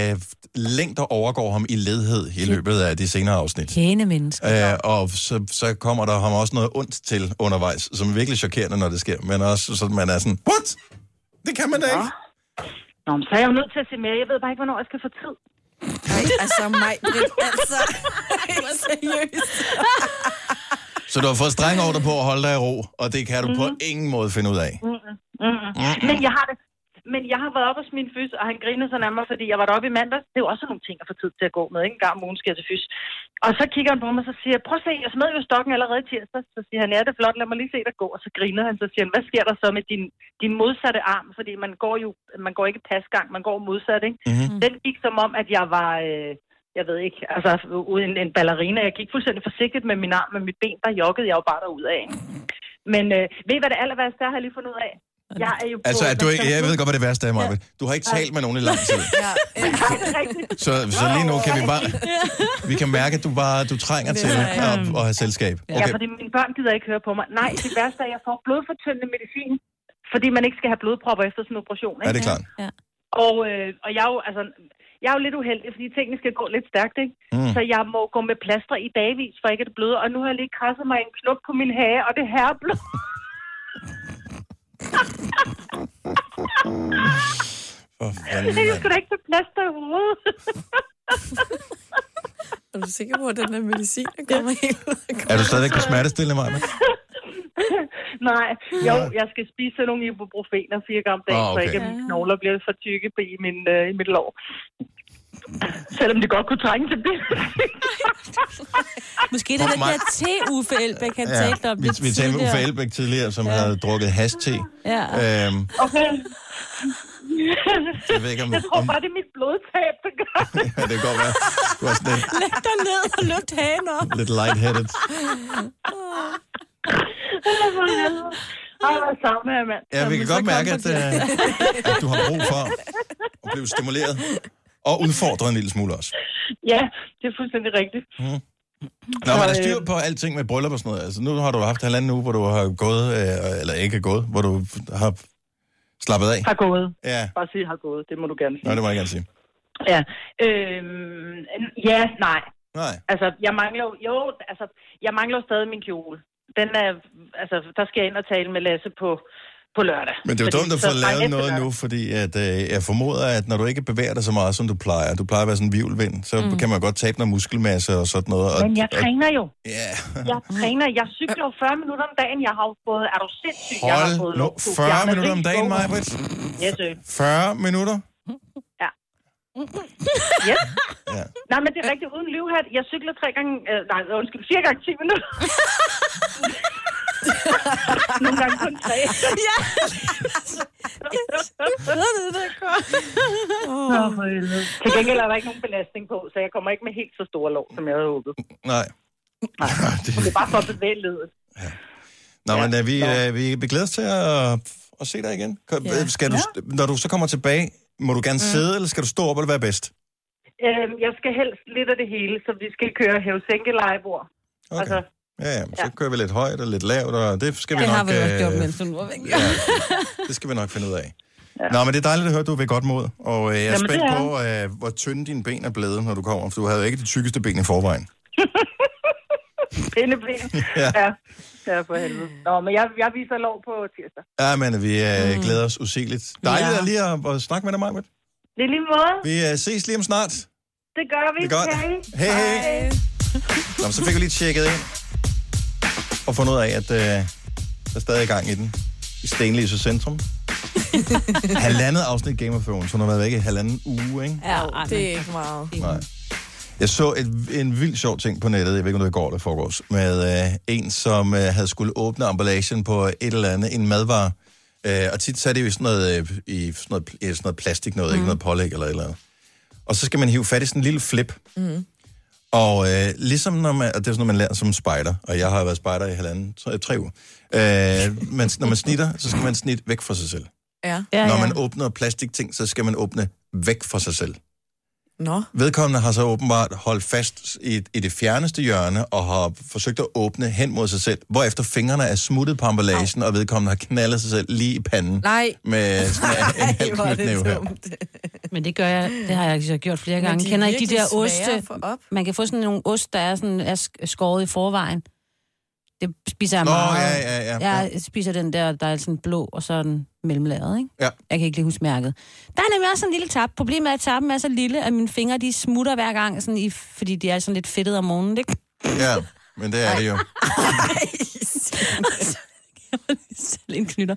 Speaker 1: længder overgår ham i ledhed i løbet af de senere afsnit.
Speaker 2: Kæne mennesker.
Speaker 1: Øh, og så, så kommer der ham også noget ondt til undervejs, som er virkelig chokerende, når det sker. Men også sådan, man er sådan, what? Det kan man da ikke.
Speaker 14: Nå, men så er jeg jo nødt til at se mere. Jeg ved bare ikke, hvornår jeg skal få tid.
Speaker 3: Nej, altså mig, Britt, altså. Seriøst.
Speaker 1: Så du har fået streng ordre på at holde dig i ro, og det kan du
Speaker 2: Mhm.
Speaker 1: på ingen måde finde ud af.
Speaker 14: Mm-mm. Mm-mm. Mm, Men jeg har det. Men jeg har været oppe hos min fys, og han grinede sådan af mig, fordi jeg var deroppe i mandags. Det er jo også nogle ting at få tid til at gå med. Ikke? En gang om ugen skal jeg til fys. Og så kigger han på mig, og så siger jeg, prøv at se, jeg smed jo stokken allerede i tirsdag. Så siger han, ja, det er flot, lad mig lige se dig gå. Og så griner han, så siger han, hvad sker der så med din, din modsatte arm? Fordi man går jo man går ikke pasgang, man går modsat. Ikke?
Speaker 1: Mm-hmm.
Speaker 14: Den gik som om, at jeg var... Øh, jeg ved ikke, altså uden en ballerina. Jeg gik fuldstændig forsigtigt med min arm, men mit ben, der joggede jeg jo bare derudad. ikke? Men øh, ved I, hvad det aller værste er, har jeg lige fundet ud af? Jeg er jo på,
Speaker 1: Altså, at du ikke, jeg ved godt, hvad det værste er, Maja. Du har ikke talt med nogen i lang tid.
Speaker 14: Ja.
Speaker 1: Så, så lige nu kan vi bare... Vi kan mærke, at du bare du trænger til at, at have selskab.
Speaker 14: Ja,
Speaker 1: Okay.
Speaker 14: fordi mine børn gider ikke høre på mig. Nej, det værste er, at jeg får blodfortyndende medicin, fordi man ikke skal have blodpropper efter sådan en operation. Ikke?
Speaker 1: Ja, det er klart.
Speaker 2: Ja.
Speaker 14: Og, øh, og jeg, er jo, altså, jeg er jo lidt uheldig, fordi tingene skal gå lidt stærkt, ikke?
Speaker 1: Mm.
Speaker 14: Mm. Så jeg må gå med plaster i dagvis, for ikke at det bløder. Og nu har jeg lige krasset mig en knop på min hage, og det her er blod.
Speaker 1: For
Speaker 14: Jeg
Speaker 1: fanden,
Speaker 14: kan
Speaker 1: mand.
Speaker 14: sgu da ikke få plaster i hovedet.
Speaker 3: Er du sikker på, at den der medicin der kommer helt ud? af
Speaker 1: Er du
Speaker 3: kroppen?
Speaker 1: stadigvæk på smertestillende, Maja?
Speaker 14: Nej, jo, jeg skal spise sådan nogle ibuprofener fire gange om dagen,
Speaker 1: Ah,
Speaker 14: oh, okay. så
Speaker 1: okay.
Speaker 14: ikke at mine knogler bliver for tykke på i, min, øh, i mit lår. Selvom det godt kunne trænge til det. Ah!
Speaker 2: Måske det er
Speaker 1: Hvor
Speaker 2: den
Speaker 1: meget-
Speaker 2: der te, Uffe Elbæk, han ja, talte om
Speaker 1: vi,
Speaker 2: lidt
Speaker 1: vi talte med
Speaker 2: tidligere.
Speaker 1: Uffe Elbæk tidligere, som ja. havde drukket hash-te.
Speaker 2: Ja.
Speaker 1: Øhm,
Speaker 14: Okay.
Speaker 1: Jeg ved ikke, om-
Speaker 14: jeg tror bare, det er mit blodtab, der gør det.
Speaker 1: ja, det kan godt være. Du er sådan lidt,
Speaker 2: Læg dig ned og løft hagen op.
Speaker 1: lidt lightheaded.
Speaker 14: Åh, for helvede. Ej, hvor savner jeg, mand.
Speaker 1: Ja, vi kan godt mærke, at, øh, at du har brug for at blive stimuleret og udfordret en lille smule også.
Speaker 14: Ja, det er fuldstændig rigtigt.
Speaker 1: Mm. Når man har
Speaker 14: Øh.
Speaker 1: styr på alting med bryllup og sådan noget, altså nu har du haft halvanden uge, hvor du har gået, øh, eller ikke gået, hvor du har slappet af.
Speaker 14: Har gået.
Speaker 1: Ja.
Speaker 14: Bare sige, har gået. Det må du gerne sige.
Speaker 1: Nå, det må jeg gerne sige.
Speaker 14: Ja, øhm, ja, nej.
Speaker 1: Nej.
Speaker 14: Altså, jeg mangler jo, jo, altså, jeg mangler jo stadig min kjole. Den er, altså, der skal jeg ind og tale med Lasse på, på lørdag.
Speaker 1: Men det er jo
Speaker 14: Fordi
Speaker 1: dumt at
Speaker 14: så
Speaker 1: få
Speaker 14: sprang
Speaker 1: lavet
Speaker 14: efter
Speaker 1: noget
Speaker 14: lørdag.
Speaker 1: nu, fordi at, øh, jeg formoder, at når du ikke bevæger dig så meget, som du plejer, du plejer at være sådan en vivlvind, så
Speaker 14: Mm.
Speaker 1: mm. kan man godt tabe noget muskelmasse og sådan noget. Og,
Speaker 14: Men jeg
Speaker 1: og,
Speaker 14: træner jo.
Speaker 1: Ja.
Speaker 14: Jeg træner. Jeg cykler jo 40 minutter om dagen. Jeg har jo fået... Er du sindssyg? jeg har fået
Speaker 1: hold nu,
Speaker 14: lugtsus.
Speaker 1: 40
Speaker 14: Jeg er
Speaker 1: minutter om
Speaker 14: nervøs
Speaker 1: dagen,
Speaker 14: over-
Speaker 1: Maja
Speaker 14: Yes, sir.
Speaker 1: 40 minutter?
Speaker 14: Yes.
Speaker 1: Ja.
Speaker 14: Nej, men det er rigtigt. Uden livhat. Jeg cykler tre gange... Øh, nej, undskyld. Fire gange 10 minutter. Nogle gange kun tre. ja. Til gengæld er der ikke nogen belastning på, så jeg kommer ikke med helt så store lov, som jeg havde håbet.
Speaker 1: Nej.
Speaker 14: Det er bare for at bevæge ledet.
Speaker 1: Nå, men øh, vi, øh, vi, vi glæder os til at, at se dig igen. Kan, ja. skal du, Når du så kommer tilbage, må du gerne mm. sidde, eller skal du stå op og være bedst?
Speaker 14: Øhm, jeg skal helst lidt af det hele, så vi skal køre hævesænkelejebord. Okay. Altså,
Speaker 1: Ja, ja, så kører vi lidt højt og lidt lavt, og det skal vi
Speaker 2: det
Speaker 1: nok...
Speaker 2: har vi også
Speaker 1: øh,
Speaker 2: gjort, mens hun var væk.
Speaker 1: Det skal vi nok finde ud af. Ja. Nå, men det er dejligt at høre, at du er ved godt mod, og øh, jeg er
Speaker 14: Jamen,
Speaker 1: spændt
Speaker 14: det er
Speaker 1: på, øh, hvor tynde dine ben er blevet, når du kommer, for du havde jo ikke de tykkeste ben i forvejen.
Speaker 14: Pindeben.
Speaker 1: Ja.
Speaker 14: ja. Ja, for helvede. Nå, men jeg, jeg viser lov på tirsdag.
Speaker 1: Ja, men vi øh, mm. glæder os usigeligt. Dejligt
Speaker 14: Ja.
Speaker 1: ja. lige at, at snakke med dig, Majbert.
Speaker 14: Det er lige måde.
Speaker 1: Vi øh, ses lige om snart.
Speaker 14: Det gør vi.
Speaker 1: Det er godt. Hej, hej. Nå, men så fik vi lige tjekket ind og fundet ud af, at øh, der er stadig gang i den. I Stenløse Centrum. halvandet afsnit Game of Thrones. Hun har været væk i halvanden uge, ikke?
Speaker 3: Ja, det er ikke meget.
Speaker 1: Nej. Jeg så et, en vild sjov ting på nettet, jeg ved ikke, om det var i går eller foregårs, med øh, en, som øh, havde skulle åbne emballagen på et eller andet, en madvare. Øh, og tit så er det jo i sådan noget, øh, i sådan noget, i sådan noget plastik noget, mm. ikke noget pålæg eller et eller andet. Og så skal man hive fat i sådan en lille flip.
Speaker 16: Mm.
Speaker 1: Og øh, ligesom når man, og det er sådan noget, man lærer som spejder, og jeg har været spejder i halvanden, tre, tre uger. Øh, man, når man snitter, så skal man snitte væk fra sig selv.
Speaker 3: Ja.
Speaker 1: Ja, når man åbner plastikting, så skal man åbne væk fra sig selv.
Speaker 3: Nå.
Speaker 1: Vedkommende har så åbenbart holdt fast i, i det fjerneste hjørne og har forsøgt at åbne hen mod sig selv, hvorefter fingrene er smuttet på emballagen, og vedkommende har knaldet sig selv lige i panden
Speaker 3: Nej.
Speaker 1: med sådan en, en halv
Speaker 2: hvor er det
Speaker 1: knytnæve her.
Speaker 2: Men det gør jeg, det har jeg ikke så gjort flere
Speaker 3: Men
Speaker 2: gange.
Speaker 3: de er
Speaker 2: Kender ikke de
Speaker 3: virkelig
Speaker 2: der
Speaker 3: svære at
Speaker 2: oste?
Speaker 3: få op.
Speaker 2: Man kan få sådan nogle ost, der er, sådan, er sk- skåret i forvejen. Det spiser jeg
Speaker 1: Nå,
Speaker 2: meget.
Speaker 1: ja, ja, ja.
Speaker 2: Jeg spiser den der, der er sådan blå, og så er den mellemlaget, ikke?
Speaker 1: Ja.
Speaker 2: Jeg kan ikke lige huske mærket. Der er nemlig også en lille tap. Problemet er, at tappen er så lille, at mine fingre, de smutter hver gang, sådan i, fordi de er sådan lidt fedtede om morgenen, ikke?
Speaker 1: Ja, men det er det jo.
Speaker 2: Selv en knytter.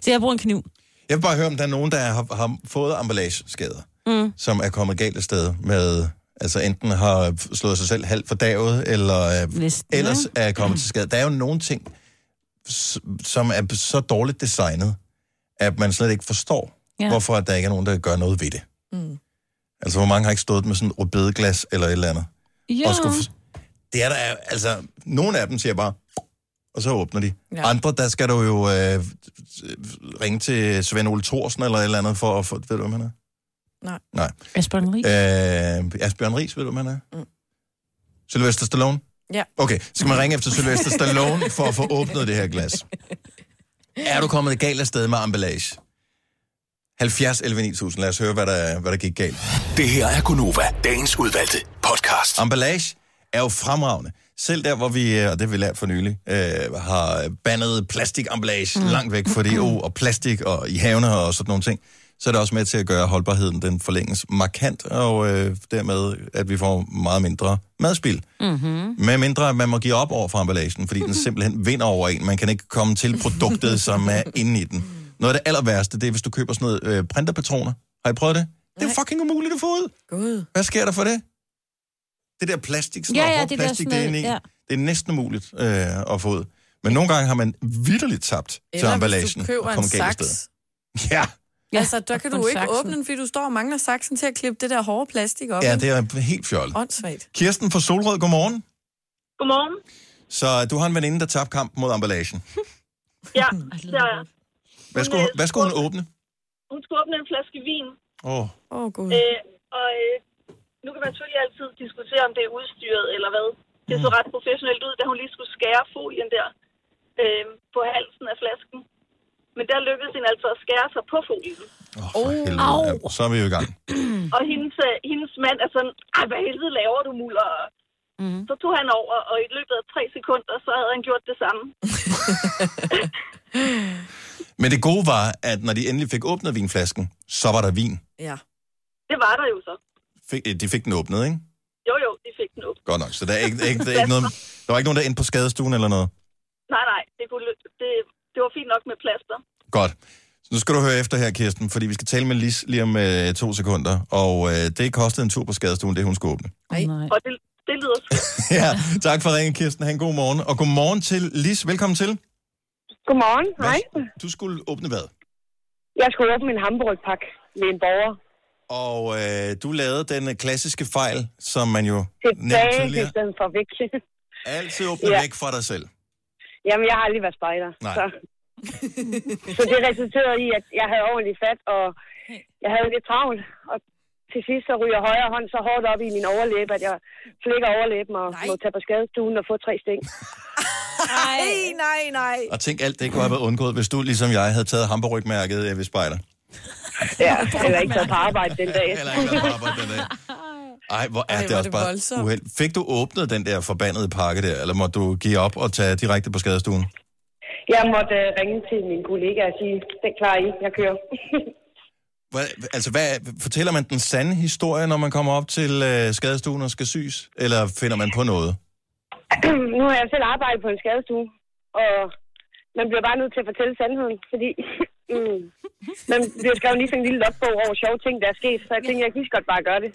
Speaker 2: Så jeg bruger en kniv.
Speaker 1: Jeg vil bare høre, om der er nogen, der har, har fået emballageskader,
Speaker 2: Mm.
Speaker 1: som er kommet galt af sted med, altså enten har slået sig selv halvt for daget, eller øh,
Speaker 2: Næsten,
Speaker 1: ellers
Speaker 2: ikke?
Speaker 1: er kommet til skade. Der er jo nogle ting, s- som er så dårligt designet, at man slet ikke forstår,
Speaker 2: Ja.
Speaker 1: ja. hvorfor at der ikke er nogen, der gør noget ved det.
Speaker 2: Mm.
Speaker 1: Altså, hvor mange har ikke stået med sådan et rødbedeglas eller et eller andet?
Speaker 2: Ja.
Speaker 1: Og skulle f- det er der, er- altså, nogle af dem siger bare, og så åbner de. Ja. Andre, der skal du jo øh, ringe til Svend Ole Thorsen eller et eller andet for at få, ved du, hvem han er?
Speaker 3: Nej.
Speaker 1: Nej.
Speaker 2: Asbjørn Ries.
Speaker 1: Øh, Asbjørn Ries, ved du, hvem han er? Mm. Sylvester Stallone?
Speaker 3: Ja.
Speaker 1: Okay, så skal man ringe efter Sylvester Stallone for at få åbnet det her glas. Er du kommet galt afsted med emballage? 70 11 9000. Lad os høre, hvad der, hvad der gik galt.
Speaker 7: Det her er Gunova, dagens udvalgte podcast.
Speaker 1: Emballage er jo fremragende. Selv der, hvor vi, øh, og det har vi lært for nylig, øh, har bandet plastikemballage mm. langt væk fra DO, og plastik og i havne og sådan nogle ting, så er det også med til at gøre holdbarheden, den forlænges markant, og øh, dermed, at vi får meget mindre madspil.
Speaker 16: Mm-hmm.
Speaker 1: Med mindre, at man må give op over for emballagen, fordi den simpelthen vinder over en. Man kan ikke komme til produktet, som er inde i den. Noget af det aller værste, det er, hvis du køber sådan noget øh, printerpatroner. Har I prøvet det? Det er jo fucking umuligt at få ud.
Speaker 3: God.
Speaker 1: Hvad sker der for det? Det der plastik, sådan
Speaker 2: Ja,
Speaker 1: noget
Speaker 2: ja,
Speaker 1: hårdt
Speaker 2: det der
Speaker 1: plastik,
Speaker 2: sådan
Speaker 1: det er inde i.
Speaker 2: noget, ja.
Speaker 1: Det er næsten umuligt øh, at få ud. Men nogle gange har man vidderligt tabt til
Speaker 3: Eller hvis
Speaker 1: emballagen.
Speaker 3: du køber
Speaker 1: og
Speaker 3: en
Speaker 1: kommet galt af
Speaker 3: saks.
Speaker 1: sted. Ja,
Speaker 3: Ja, altså, der kan
Speaker 2: og
Speaker 3: du
Speaker 2: få
Speaker 3: ikke
Speaker 2: saksen.
Speaker 3: åbne den, fordi du står og mangler saksen til at klippe det der hårde plastik op.
Speaker 1: ja, det er helt fjollet.
Speaker 3: Åndssvagt.
Speaker 1: Kirsten fra Solrød, godmorgen.
Speaker 14: Godmorgen.
Speaker 1: Så du har en veninde, der tabte kampen mod emballagen.
Speaker 14: Ja, ja, ja.
Speaker 1: Hvad skulle, hvad skulle hun åbne?
Speaker 14: Hun skulle åbne en flaske vin.
Speaker 1: Åh, oh,
Speaker 3: Åh, oh, gud.
Speaker 14: Øh, og øh, nu kan man selvfølgelig altid diskutere, om det er udstyret eller hvad. Det
Speaker 3: Mm.
Speaker 14: så ret professionelt ud, da hun lige skulle skære folien der øh, på halsen af flasken. Men der lykkedes hende altså at skære sig på folien.
Speaker 1: helvede. Ja, så er vi jo i gang.
Speaker 3: Mm.
Speaker 14: Og hendes, øh, hendes mand er sådan, ej, hvad helvede laver du, muller? Mm. Så tog han over, og i løbet af tre sekunder, så havde han gjort det samme.
Speaker 1: Men det gode var, at når de endelig fik åbnet vinflasken, så var der vin.
Speaker 3: Ja.
Speaker 14: Det var der jo så.
Speaker 1: Fik, øh, de fik den åbnet, ikke?
Speaker 14: Jo, jo, de fik den op.
Speaker 1: Godt nok. Så der, er ikke, ikke, der, er ikke noget, der var ikke nogen, der endte på skadestuen eller noget.
Speaker 14: Nej, nej, det, kunne, lø- det, det var fint nok med plaster.
Speaker 1: Godt. Så nu skal du høre efter her, Kirsten, fordi vi skal tale med Lis lige om øh, to sekunder. Og øh, det kostede en tur på skadestuen, det hun skulle åbne.
Speaker 14: Nej. Og det, det lyder skidt.
Speaker 1: ja, tak for ringen, Kirsten. Ha' en god morgen. Og godmorgen til Lis. Velkommen til.
Speaker 18: Godmorgen, hej.
Speaker 1: Du skulle åbne hvad?
Speaker 18: Jeg skulle åbne min hamburgpakke med en borger
Speaker 1: Og øh, du lavede den øh, klassiske fejl, som man jo nævnte
Speaker 18: tilbage i
Speaker 1: tidligere.
Speaker 18: stedet for væk.
Speaker 1: Altid åbne
Speaker 18: Ja.
Speaker 1: ja. væk fra dig selv.
Speaker 18: Jamen, jeg har aldrig været spejder.
Speaker 1: Nej.
Speaker 18: Så. så det resulterede i, at jeg havde ordentligt fat, og jeg havde lidt travlt. Og til sidst så ryger højre hånd så hårdt op i min overlæbe, at jeg flækker overlæben og må tage på skadestuen og få tre sting.
Speaker 19: Nej, nej, nej.
Speaker 1: Og tænk, alt det kunne have været undgået, hvis du, ligesom jeg, havde taget hamburgrygmærket øh, ved spejder.
Speaker 18: Ja, eller ikke taget på arbejde den dag.
Speaker 1: Eller ikke taget på arbejde den dag. Ej, hvor er
Speaker 18: Ej,
Speaker 1: Ej, det
Speaker 18: hvor er
Speaker 1: også
Speaker 18: det
Speaker 1: bare
Speaker 18: voldsomt.
Speaker 1: uheld. Fik du åbnet den der forbandede pakke der, eller måtte du give op og tage direkte på skadestuen?
Speaker 18: Jeg måtte øh, ringe til min kollega og sige, den klarer I, jeg kører.
Speaker 1: Hvad, altså, hvad, fortæller man den sande historie, når man kommer op til øh, skadestuen og skal syes? Eller finder man på noget?
Speaker 18: nu har jeg selv arbejdet på en skadestue, og man bliver bare nødt til at fortælle sandheden, fordi mm, man bliver skrevet lige sådan en lille logbog over sjove ting, der er sket, så jeg tænkte, jeg kan lige så godt bare gøre det.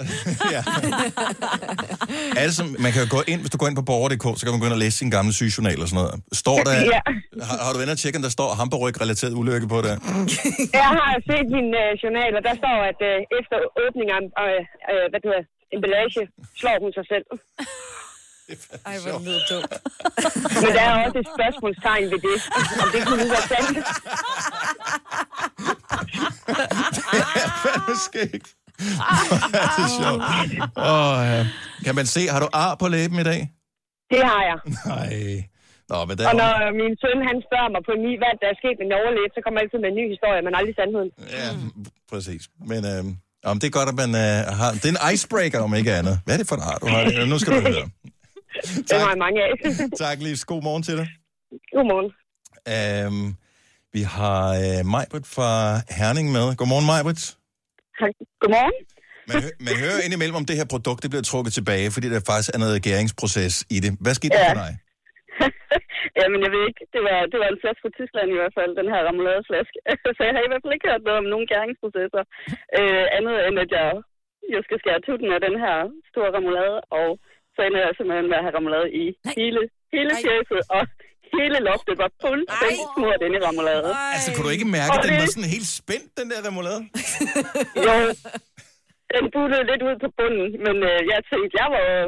Speaker 1: Altså, man kan jo gå ind, hvis du går ind på borger.dk, så kan man gå ind og læse sin gamle sygejournal og sådan noget. Står der...
Speaker 18: Ja.
Speaker 1: Har, har du været inde og tjekke, om der står hamburg-relateret ulykke på det?
Speaker 18: jeg har set min øh, journal, og der står, at øh, efter åbning af øh, øh, hvad det hedder, emballage, slår hun sig selv.
Speaker 3: Ej, hvor lyder dumt.
Speaker 18: Men der er også et spørgsmålstegn ved det, om det kunne være sandt.
Speaker 1: Fandme skægt. Hvor er det sjovt. Åh, ja. Kan man se, har du ar på læben i dag?
Speaker 18: Det har jeg.
Speaker 1: Nej. Nå, men der...
Speaker 18: Og når øh, min søn han spørger mig på ni, hvad der er sket med Norge lidt, så kommer jeg altid med en ny historie, men aldrig sandheden.
Speaker 1: Ja, præcis. Men øh, om det er godt, at man øh, har... Det er en icebreaker, om ikke andet. Hvad er det for en ar, du har? Nu skal du høre.
Speaker 18: Det har jeg mange af.
Speaker 1: tak, Livs. God morgen til dig.
Speaker 18: Godmorgen.
Speaker 1: Øhm, vi har øh, Majbrit fra Herning med. Godmorgen, Majbrit.
Speaker 18: Godmorgen.
Speaker 1: Man, hø- man hører indimellem om det her produkt, det bliver trukket tilbage, fordi der faktisk er noget gæringsproces i det. Hvad skete der
Speaker 20: Ja.
Speaker 1: for dig?
Speaker 20: Jamen, jeg ved ikke. Det var, det var en flaske fra Tyskland i hvert fald, den her ramouladeflaske. Så jeg har i hvert fald ikke hørt noget om nogen gæringsprocesser. Øh, andet end, at jeg jo skal skære tutten af den her store remoulade, og så ender jeg simpelthen med at have remoulade i hele, hele fjæset, og hele loftet var fuldstændig smurt ind i remoulade.
Speaker 1: Altså, kunne du ikke mærke,
Speaker 20: Og
Speaker 1: at den
Speaker 20: det-
Speaker 1: var sådan helt spændt, den der remoulade?
Speaker 20: Jo, den buttede lidt ud på bunden, men øh, jeg tænkte, jeg var jo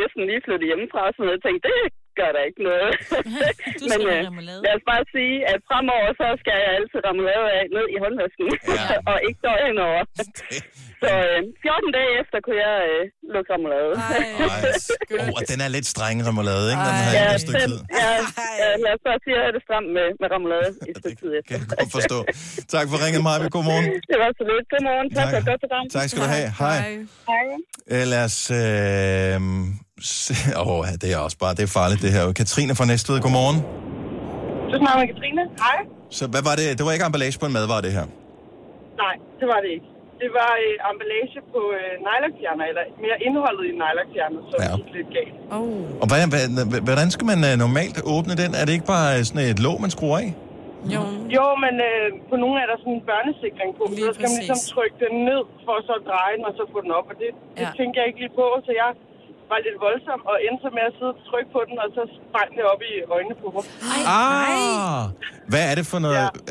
Speaker 20: næsten lige flyttet hjemmefra, så jeg tænkte, det gør der ikke noget. men øh, lad os bare sige, at fremover, så skal jeg altid remoulade af ned i håndvasken, ja. og ikke døgn over. så øh, 14 dage efter kunne jeg øh, lukke remoulade.
Speaker 1: Åh, og den er lidt streng remoulade, ikke? Den har
Speaker 20: ja,
Speaker 1: ikke et stykke
Speaker 20: den,
Speaker 1: tid.
Speaker 20: ja, ja, lad os bare sige, at jeg havde det stramt med, med remoulade i et stykke tid efter.
Speaker 1: Godt forstå. Tak for ringet, Maja. Godmorgen.
Speaker 20: Det var så lidt. Godmorgen. Tak,
Speaker 1: Tak.
Speaker 20: tak. for et godt program.
Speaker 1: Tak skal du have. Hej.
Speaker 20: Hej.
Speaker 1: Øh, Lad os... Øh, se. Åh, oh, ja, det er også bare... Det er farligt, det her. Katrine fra Næstved, godmorgen.
Speaker 21: Tusind meget med Katrine. Hej.
Speaker 1: Så hvad var det? Det var ikke emballage på en madvare, det her.
Speaker 21: Nej, det var det ikke. Det var øh, emballage på øh, nylonfjerner, eller mere indholdet i nylonfjerner, som ja. gik lidt galt. Oh.
Speaker 1: Og hvordan, hvordan, hvordan skal man øh, normalt åbne den? Er det ikke bare øh, sådan et låg, man skruer af?
Speaker 21: Jo. jo, men øh, på nogle er der sådan en børnesikring på, så der skal man ligesom
Speaker 3: præcis.
Speaker 21: trykke den ned, for så at dreje den, og så få den op. Og det, det
Speaker 3: Ja.
Speaker 21: tænker jeg ikke lige på, så jeg var lidt voldsom og endte så med at sidde og trykke på den, og så sprang det op i øjnene på mig.
Speaker 1: Ah! Hvad er det for noget... øh,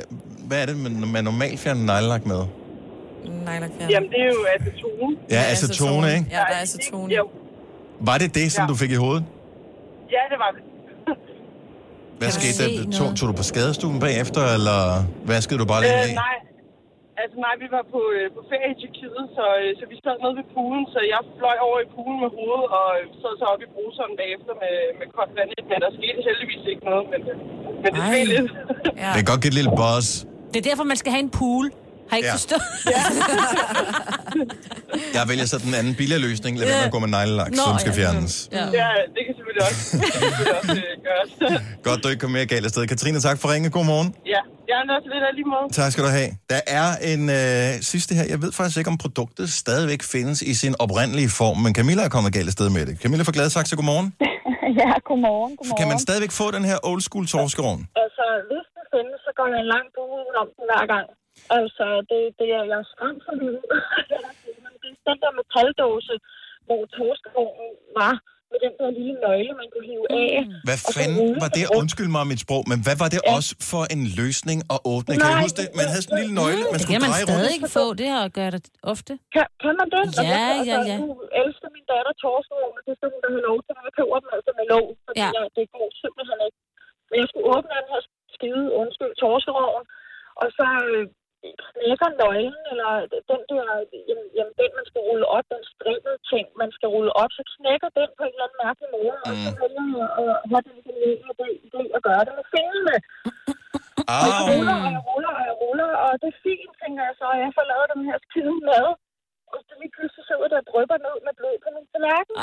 Speaker 1: Hvad er det, man, man normalt fjerner nejlelak med?
Speaker 3: Nylonfjerner.
Speaker 21: Jamen, det er jo acetone.
Speaker 1: Ja, acetone, Altså, ikke?
Speaker 3: Ja, der er altså acetone.
Speaker 21: Jo.
Speaker 1: Var det det, som ja. du fik i hovedet?
Speaker 21: Ja, det var det.
Speaker 1: Hvad
Speaker 21: Kan
Speaker 1: skete
Speaker 21: man se
Speaker 1: der? Tog, tog du på skadestuen bagefter, eller vaskede du bare lige
Speaker 11: Øh,
Speaker 1: af?
Speaker 21: Øh, nej. Altså nej, vi var på, øh, på ferie i Tyrkiet, så, øh, så vi sad nede ved poolen, så jeg fløj over i poolen med hovedet og øh, sad så op i bruseren bagefter med, med koldt vand. i. Men der skete heldigvis ikke noget, men, øh, men det skete lidt.
Speaker 1: Det kan godt give et lille buzz.
Speaker 2: Det er derfor, man skal have en pool. Har I ikke
Speaker 1: Ja.
Speaker 2: ja. forstået?
Speaker 1: Jeg vælger så den anden billigere løsning. Lad være med at gå med neglelak,
Speaker 21: Nå,
Speaker 1: som skal
Speaker 21: ja.
Speaker 1: fjernes.
Speaker 21: Ja. ja, det kan selvfølgelig også, det kan selvfølgelig også øh, gøres.
Speaker 1: Godt, du ikke kom mere galt afsted. Katrine, tak for ringe. God morgen.
Speaker 21: ja, jeg er nødt til lidt af lige måde.
Speaker 1: Tak skal du have. Der er en øh, sidste her. Jeg ved faktisk ikke, om produktet stadigvæk findes i sin oprindelige form, men Camilla er kommet galt afsted med det. Camilla fra Gladsaxe, godmorgen.
Speaker 11: ja, godmorgen, godmorgen.
Speaker 1: Kan man stadigvæk få den her old school torskerovn?
Speaker 11: Altså, hvis den findes, så går jeg en lang bue udenom den hver gang. Altså, det, det er, jeg er skræmt for det. Men det er den der metaldåse, hvor torskeovnen var, med den der lille nøgle, man kunne hive af.
Speaker 2: Mm.
Speaker 1: Hvad
Speaker 11: og så
Speaker 1: fanden
Speaker 11: rulle
Speaker 1: var
Speaker 11: den
Speaker 1: det?
Speaker 11: rundt.
Speaker 1: Undskyld mig mit sprog, men hvad var det også for en løsning at åbne? Kan
Speaker 11: Nej. Mm,
Speaker 1: du huske det? Man havde sådan en lille nøgle, man
Speaker 2: Det
Speaker 1: skulle
Speaker 2: kan man
Speaker 1: dreje rundt.
Speaker 2: stadig få, det her gør det ofte.
Speaker 11: Kan, kan man det? Altså,
Speaker 2: Ja, ja, ja.
Speaker 11: Du elsker min datter torskeovnen, det skal hun da have lov til, når jeg køber dem altså med lov, fordi
Speaker 2: Ja.
Speaker 11: ja. jeg, det går simpelthen ikke. Men jeg skulle åbne den her skide, undskyld, torskerovn, og så øh, knækker nøglen, eller den der, jamen, jamen den, man skal rulle op, den strikkede ting, man skal rulle op, så knækker den på en eller anden mærkelig måde, og så vælger jeg at have den idé- idé idé at gøre det med fingrene. Og jeg ruller, og jeg ruller, og jeg ruller, og det er fint, tænker jeg så, og jeg får lavet den her skide mad. Og så lige pludselig så ud, der drøber ned med blod på min tallerken.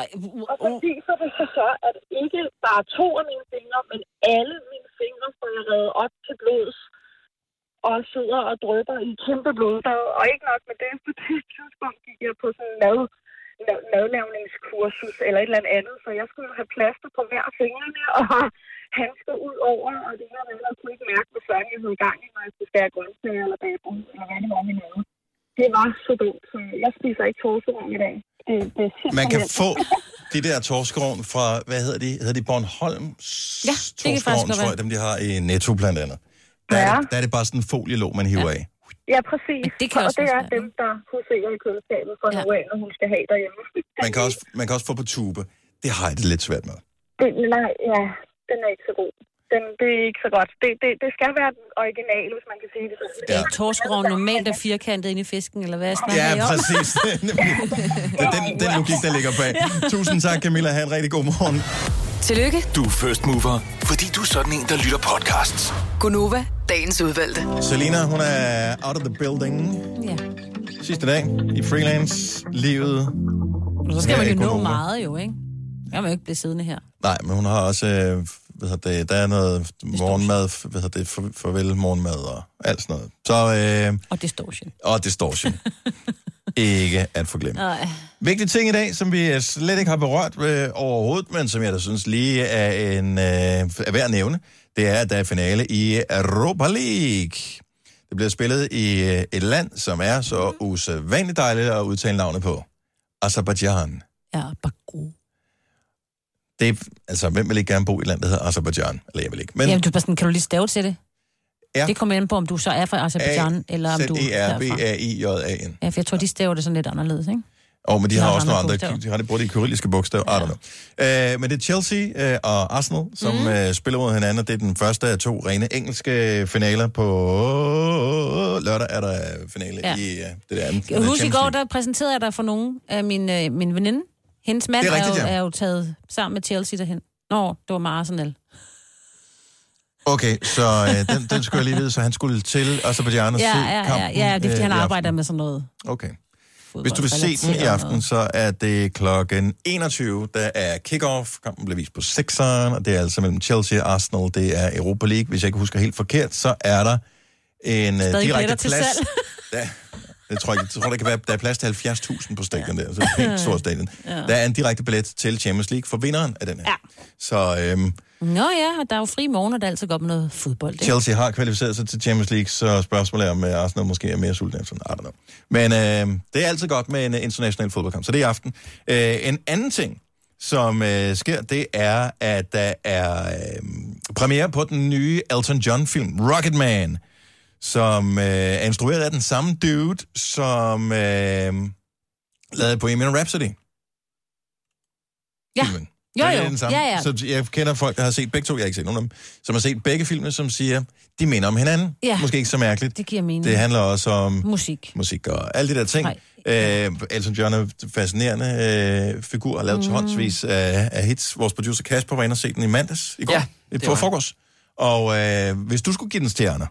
Speaker 11: Og så viser det sig så, at ikke bare to af mine fingre, men alle mine fingre får jeg reddet op til blods og sidder og drøber i en kæmpe blodbad. Og ikke nok med det, på det tidspunkt gik jeg på sådan en mad, mad- madlavningskursus eller et eller andet, så jeg skulle have plaster på hver af fingrene og handsker ud over, og det ene og det andet Jeg kunne ikke mærke, hvor sådan jeg havde gang i, når jeg skulle skære grøntsager eller bage brød, eller hvad det var, vi lavede. Det var så dumt, så jeg spiser ikke torsdag i dag. Det, det er
Speaker 1: Man kan
Speaker 11: simpelthen-
Speaker 1: få de der torskerovn fra, hvad hedder de? Hedder de Bornholm?
Speaker 11: Ja, det kan faktisk
Speaker 1: Torskerovn,
Speaker 11: godt
Speaker 1: tror jeg,
Speaker 11: være.
Speaker 1: dem de har i Netto blandt andet. Der, er, det, der er det bare sådan en folielåg, man hiver af.
Speaker 11: Ja, præcis.
Speaker 2: Det
Speaker 11: og det er dem, der huserer i køleskabet for ja. nu af, når hun skal have derhjemme.
Speaker 1: Man kan, også, man kan også få på tube. Det har jeg det lidt svært med.
Speaker 11: Det, nej, ja, den er ikke så god. Den, det er ikke så godt. Det, det, det skal være den originale, hvis man kan sige det sådan.
Speaker 2: Ja. Torskeroven normalt er firkantet inde i fisken, eller hvad snakker
Speaker 1: Ja,
Speaker 2: I om?
Speaker 1: præcis. Det er nemlig- det er den, den logik, der ligger bag. Tusind tak, Camilla. Ha' en rigtig god morgen.
Speaker 6: Tillykke.
Speaker 7: Du er first mover, fordi du er sådan en, der lytter podcasts.
Speaker 6: Gunova, dagens udvalgte.
Speaker 1: Selina, hun er out of the building.
Speaker 2: Ja.
Speaker 1: Sidste dag i freelance-livet.
Speaker 2: Så skal
Speaker 1: Ja,
Speaker 2: man jo
Speaker 1: ikke
Speaker 2: nå
Speaker 1: Gunova.
Speaker 2: meget jo, ikke? Jeg må jo ikke blive siddende her.
Speaker 1: Nej, men hun har også, øh, hvad hedder det, der er noget morgenmad, f- hvad hedder det, for- farvel morgenmad og alt sådan noget. Så, øh,
Speaker 2: Og distortion.
Speaker 1: og distortion. ikke at forglemme.
Speaker 2: Nej.
Speaker 1: Vigtige ting i dag, som vi øh, slet ikke har berørt øh, overhovedet, men som jeg da synes lige er, en, øh, er værd at nævne, det er, at der er finale i Europa League. Det bliver spillet i øh, et land, som er så
Speaker 2: Mhm.
Speaker 1: usædvanligt dejligt at udtale navnet på. Azerbaijan.
Speaker 2: Ja,
Speaker 1: Baku. Det er, altså, hvem vil ikke gerne bo i et land, der hedder Azerbaijan? Eller jeg vil ikke.
Speaker 2: Men...
Speaker 1: Men
Speaker 2: Jamen, du er bare sådan, kan du lige stave til det?
Speaker 1: Ja. E,
Speaker 2: Det kommer an på, om du så er fra Azerbaijan, eller om du er herfra.
Speaker 1: Z-E-R-B-A-I-J-A-N.
Speaker 2: Ja, for jeg tror, de staver det sådan lidt anderledes, ikke?
Speaker 1: Og men de har
Speaker 2: Nå,
Speaker 1: også nogle
Speaker 2: andre
Speaker 1: andre, de har det brugt de kyrilliske bogstaver, ja. I don't know. Øh, men det er Chelsea øh, og Arsenal, som
Speaker 2: Mhm.
Speaker 1: mm. øh, spiller mod hinanden, og det er den første af to rene engelske finaler på lørdag er der finale
Speaker 2: Ja.
Speaker 1: ja. i øh, det der andet.
Speaker 2: Kan du huske i går, der præsenterede jeg dig for nogen af min, øh, min veninde. Hendes mand
Speaker 1: Det
Speaker 2: er,
Speaker 1: er
Speaker 2: rigtigt,
Speaker 1: rigtigt,
Speaker 2: er, jo,
Speaker 1: ja.
Speaker 2: er jo taget sammen med Chelsea derhen. Nå, det var med Arsenal.
Speaker 1: Okay, så øh, den, den skulle jeg lige vide, så han skulle til Azerbaijan og
Speaker 2: Ja,
Speaker 1: se
Speaker 2: ja, ja,
Speaker 1: kampen,
Speaker 2: ja, det er fordi,
Speaker 1: øh,
Speaker 2: han
Speaker 1: i aften.
Speaker 2: arbejder med sådan noget.
Speaker 1: Okay. Hvis du vil se den i
Speaker 2: fodboldrelateret
Speaker 1: aften, så er det klokken 21, der er kick-off. Kampen bliver vist på 6'eren, og det er altså mellem Chelsea og Arsenal. Det er Europa League. Hvis jeg ikke husker helt forkert, så er der en øh,
Speaker 2: Stadig billetter
Speaker 1: direkte
Speaker 2: til
Speaker 1: plads.
Speaker 2: salg.
Speaker 1: Ja, jeg tror, jeg, jeg tror, der kan være der er plads til 70.000 på stadion der. Så det er et helt stort stadion.
Speaker 2: Ja.
Speaker 1: Der er en direkte billet til Champions League for vinderen af den her. Så øhm,
Speaker 2: Nå ja, og der er jo fri morgen, og der er altid godt med noget fodbold. Ikke?
Speaker 1: Chelsea har kvalificeret sig til Champions League, så spørgsmålet er, om øh, Arsenal måske er mere sulten efter den. I don't know. Men øh, det er altid godt med en øh, international fodboldkamp, så det er i aften. Øh, en anden ting, som øh, sker, det er, at der er øh, premiere på den nye Elton John-film, Rocket Man, som øh, er instrueret af den samme dude, som øh, lavede Bohemian Rhapsody.
Speaker 2: Ja.
Speaker 1: Filmen.
Speaker 2: Jo,
Speaker 1: Så det er
Speaker 2: jo.
Speaker 1: Den samme.
Speaker 2: Ja, ja.
Speaker 1: Så jeg kender folk, der har set begge to, jeg har ikke set nogen af dem, som har set begge filmene, som siger, de minder om hinanden.
Speaker 2: Ja.
Speaker 1: Måske ikke så mærkeligt.
Speaker 2: Det giver mening.
Speaker 1: Det handler også om
Speaker 2: Musik.
Speaker 1: musik og alle de der ting. Øh, Elton John er en fascinerende øh, figur, har lavet mm. håndsvis af, af hits. Vores producer Kasper var inde og se den i mandags, i går,
Speaker 8: Ja,
Speaker 1: ja,
Speaker 8: det
Speaker 1: på
Speaker 8: var.
Speaker 1: frokost. Og øh, hvis du skulle give den stjerner,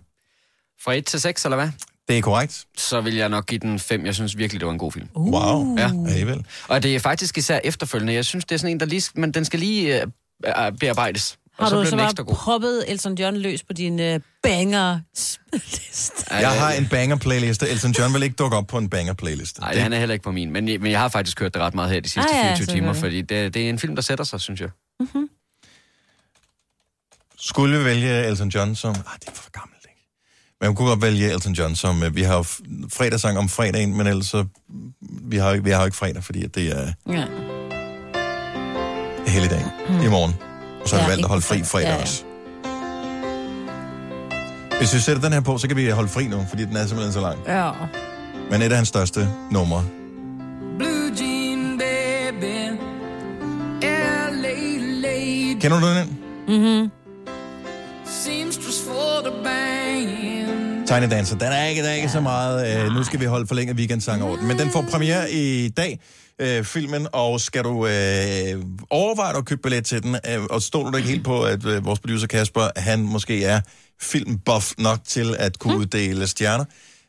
Speaker 8: Fra 1 til 6, eller hvad?
Speaker 1: Det er korrekt.
Speaker 8: Så vil jeg nok give den 5. Jeg synes virkelig, det var en god film.
Speaker 1: Uh. Wow.
Speaker 8: Ja.
Speaker 2: Mm.
Speaker 1: Alligevel.
Speaker 8: Og det er faktisk især efterfølgende. Jeg synes, det er sådan en, der lige... Men den skal lige øh, øh, bearbejdes.
Speaker 2: Har
Speaker 8: og så
Speaker 2: du
Speaker 8: bliver
Speaker 2: så
Speaker 8: den ekstra
Speaker 2: bare
Speaker 8: god.
Speaker 2: proppet Elton John løs på din øh, banger liste?
Speaker 1: jeg har en banger-playliste. Elton John vil ikke dukke op på en banger-playliste.
Speaker 8: Nej, han er heller ikke på min. Men, men jeg har faktisk hørt det ret meget her de sidste
Speaker 2: Ah, ja,
Speaker 8: 24 timer,
Speaker 2: selvfølgelig.
Speaker 8: fordi det, det er en film, der sætter sig, synes jeg.
Speaker 1: skulle vi vælge Elton John som... Ah, det er for gammelt, ikke? Men man kunne godt vælge Elton John som... øh, Vi har jo f- fredagssang om fredagen, men ellers så... Vi har, jo ikke- vi har jo ikke fredag, fordi at det er
Speaker 2: Ja.
Speaker 1: helligdag mm. i morgen. Og så har
Speaker 2: Ja,
Speaker 1: vi valgt
Speaker 2: ikke
Speaker 1: at holde fri fredag ja, ja.
Speaker 2: Ja, ja.
Speaker 1: også. Hvis vi sætter den her på, så kan vi holde fri nu, fordi den er simpelthen så lang.
Speaker 2: Ja.
Speaker 1: Men et af hans største numre.
Speaker 16: Blue jean baby, LA lady,
Speaker 1: Kender du den?
Speaker 2: Mm-hmm.
Speaker 16: seamstress for the band.
Speaker 1: Tiny Dancer. Den er ikke, der er ikke ja. så meget. Øh, nu skal vi holde forlænget weekendsang over den. Men den får premiere i dag, øh, filmen. Og skal du øh, overveje dig at købe billet til den? Øh, og stoler du ikke helt på, at øh, vores producer Kasper, han måske er filmbuff nok til at kunne uddele stjerner,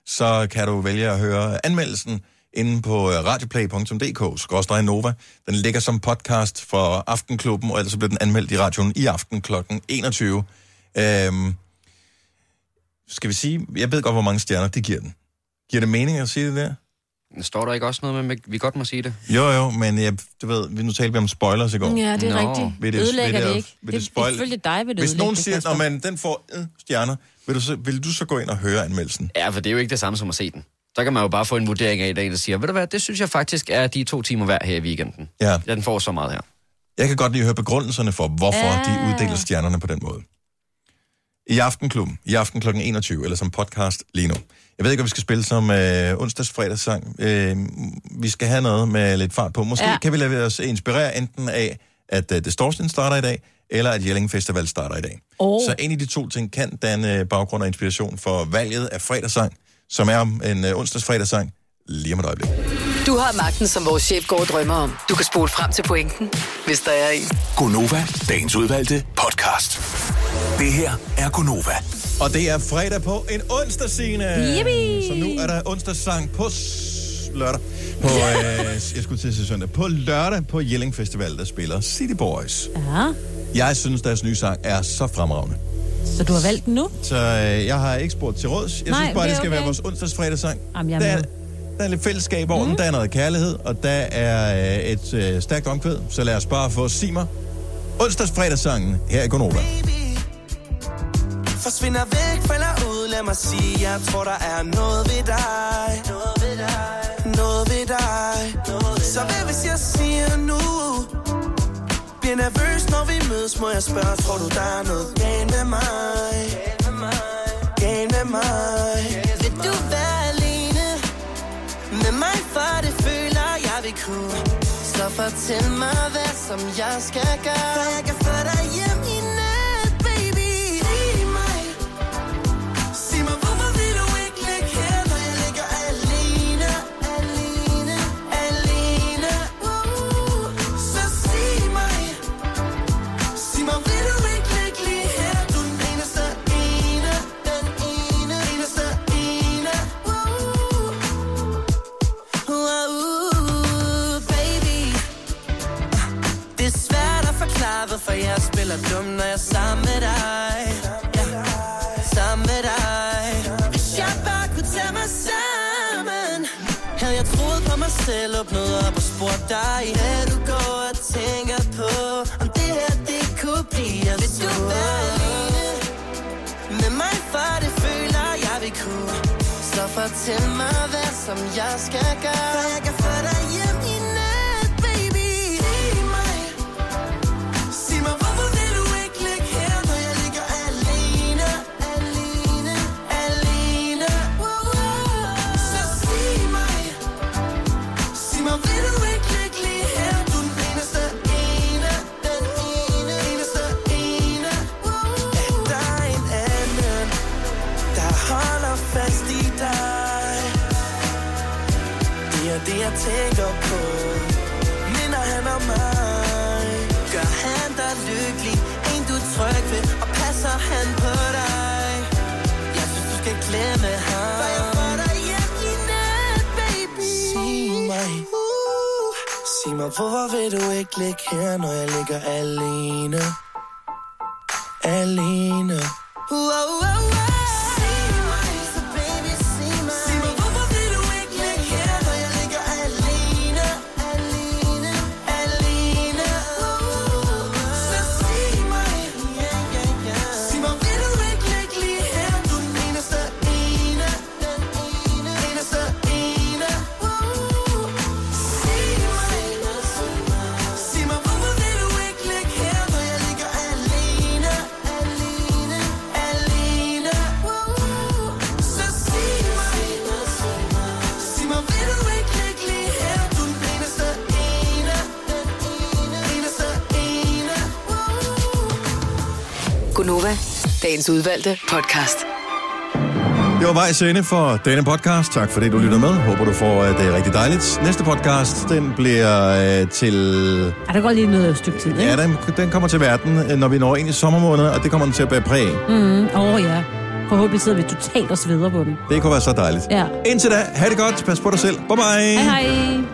Speaker 1: så kan du vælge at høre anmeldelsen inde på øh, radioplay.dk, Nova. Den ligger som podcast for Aftenklubben, og ellers så bliver den anmeldt i radioen i aften kl. 21. Øhm, skal vi sige, jeg ved godt, hvor mange stjerner det giver den. Giver det mening at sige det der?
Speaker 8: Står der ikke også noget med, at vi godt må sige det?
Speaker 1: Jo, jo, men jeg, du ved, vi nu talte vi om spoilers i går.
Speaker 2: Ja, det er rigtigt.
Speaker 1: Vil
Speaker 2: Ødelægger
Speaker 1: vil
Speaker 2: det ikke?
Speaker 1: Vil
Speaker 2: Det-
Speaker 1: det spoil...
Speaker 2: ifølge dig vil det
Speaker 1: Hvis
Speaker 2: ødelægge
Speaker 1: nogen
Speaker 2: det,
Speaker 1: siger,
Speaker 2: Kasper.
Speaker 1: at man, den får øh, stjerner, vil du, så, vil du så gå ind og høre anmeldelsen?
Speaker 8: Ja, for det er jo ikke det samme som at se den. Så kan man jo bare få en vurdering af i dag, der siger, ved du hvad, det synes jeg faktisk er de to timer hver her i weekenden.
Speaker 1: Ja.
Speaker 8: Den får så meget her.
Speaker 1: Jeg kan godt lige høre begrundelserne for, hvorfor
Speaker 8: Ja.
Speaker 1: ja. de uddeler stjernerne på den måde. I Aftenklubben, i aften kl. 21, eller som podcast lige nu. Jeg ved ikke, om vi skal spille som øh, onsdags fredagssang. Øh, vi skal have noget med lidt fart på. Måske
Speaker 2: Ja.
Speaker 1: ja. kan vi lade os inspirere enten af, at øh, Distortion starter i dag, eller at Jelling Festival starter i dag.
Speaker 2: Oh.
Speaker 1: Så en af de to ting kan danne øh, baggrund og inspiration for valget af fredagssang, som er om en øh, onsdags fredagssang lige om et øjeblik.
Speaker 6: Du har magten, som vores chef går og drømmer om. Du kan spole frem til pointen, hvis der er en.
Speaker 7: Gonova, dagens udvalgte podcast. Det her er Gonova.
Speaker 1: Og det er fredag på en onsdag, Signe.
Speaker 7: Yippie!
Speaker 1: Så nu er der onsdagssang på s- lørdag. På, øh, s- jeg skulle til at sige søndag. På lørdag på Jelling Festival, der spiller City Boys.
Speaker 2: Ja,
Speaker 1: Jeg synes, deres nye sang er så fremragende.
Speaker 2: så du har valgt den nu?
Speaker 1: Så øh, jeg har ikke spurgt til råds. Jeg
Speaker 2: Nej,
Speaker 1: synes bare,
Speaker 2: det
Speaker 1: det
Speaker 2: er
Speaker 1: skal
Speaker 2: okay.
Speaker 1: være vores onsdagsfredagssang.
Speaker 2: Jamen, jeg er
Speaker 1: der, er,
Speaker 2: med.
Speaker 1: der er lidt fællesskab over mm. den, der er noget kærlighed, og der er øh, et øh, stærkt omkvæd. Så lad os bare få Simmer. Onsdagsfredagssangen her i Gonova.
Speaker 9: Forsvinder væk, falder ud, lad mig sige Jeg tror, der er noget ved dig Noget ved dig Noget ved dig Så hvad hvis jeg siger nu? Bliver nervøs, når vi mødes, må jeg spørge Tror du, der er noget galt med mig? Galt med mig Vil du være alene? Med mig, for det føler jeg vil kunne Så fortæl mig, hvad som jeg skal gøre For jeg kan få dig hjem i nat, baby Sig mig Sig mig, hvorfor vil du ikke ligge her, når jeg ligger alene Alene, alene uh. Så sig mig Sig mig, vil du ikke ligge lige her Du er den eneste ene Den ene, eneste ene uh. Wow, baby Det er svært at forklare, hvorfor jeg spiller dum, når jeg er sammen med dig ja. Sammen med dig Hvis jeg bare kunne tage mig sammen Havde jeg troet på mig selv, åbnet op og spurgt dig Hvad du går og tænker på Om det her, det kunne blive Vil du være alene med mig, for det føler jeg vil kunne Så fortæl mig, hvad som jeg skal gøre For jeg kan få dig hjem i nat, baby Sig mig Sig mig, hvorfor vil du ikke ligge her, når jeg ligger alene Alene, alene Wow. Så sig mig Sig mig, vil du ikke ligge lige her Du er den eneste ene Den ene, eneste ene Wow. Der er en anden der holder fast i dig Det er det, jeg tænker på Minder han om mig Gør han dig lykkelig En du er tryg ved Og passer han på dig Jeg synes, du skal glemme ham For jeg får dig hjem i nat, baby Sig mig uh, Sig mig, hvorfor vil du ikke ligge her Når jeg ligger alene Alene Wow, wow, wow. Sig mig, så baby, sig mig. Sig mig, hvorfor vil du ikke ligge her, når jeg ligger alene? Alene, alene. Uh, så sig mig. Ja, ja, ja. Sig mig, vil du ikke ligge lige her? Du er den eneste ene. Den ene, eneste ene. Uh, sig mig. Sig mig, hvorfor vil du ikke ligge her, når jeg ligger alene? Alene, alene. Wow. Så sig mig. Sig mig, vil du ikke ligge lige her? Du er den eneste ene. Den ene, eneste ene. Wow.
Speaker 6: Gonova, dagens udvalgte podcast.
Speaker 1: Det Det var vejs ende for denne podcast. Tak for det, du lytter med. Håber, du får øh, det rigtig dejligt. Næste podcast, den bliver øh, til...
Speaker 2: Ej, der går lige noget et stykke tid, ikke?
Speaker 1: Ja, den, den kommer til verden, øh, når vi når ind i sommermåneden, og det kommer den til at bære præg af.
Speaker 2: Mhm, Åh oh, ja. Forhåbentlig sidder vi totalt og sveder på den.
Speaker 1: Det kunne være så dejligt.
Speaker 2: Ja.
Speaker 1: Indtil da, ha' det godt. Pas på dig selv. Bye bye.
Speaker 2: Hej hej.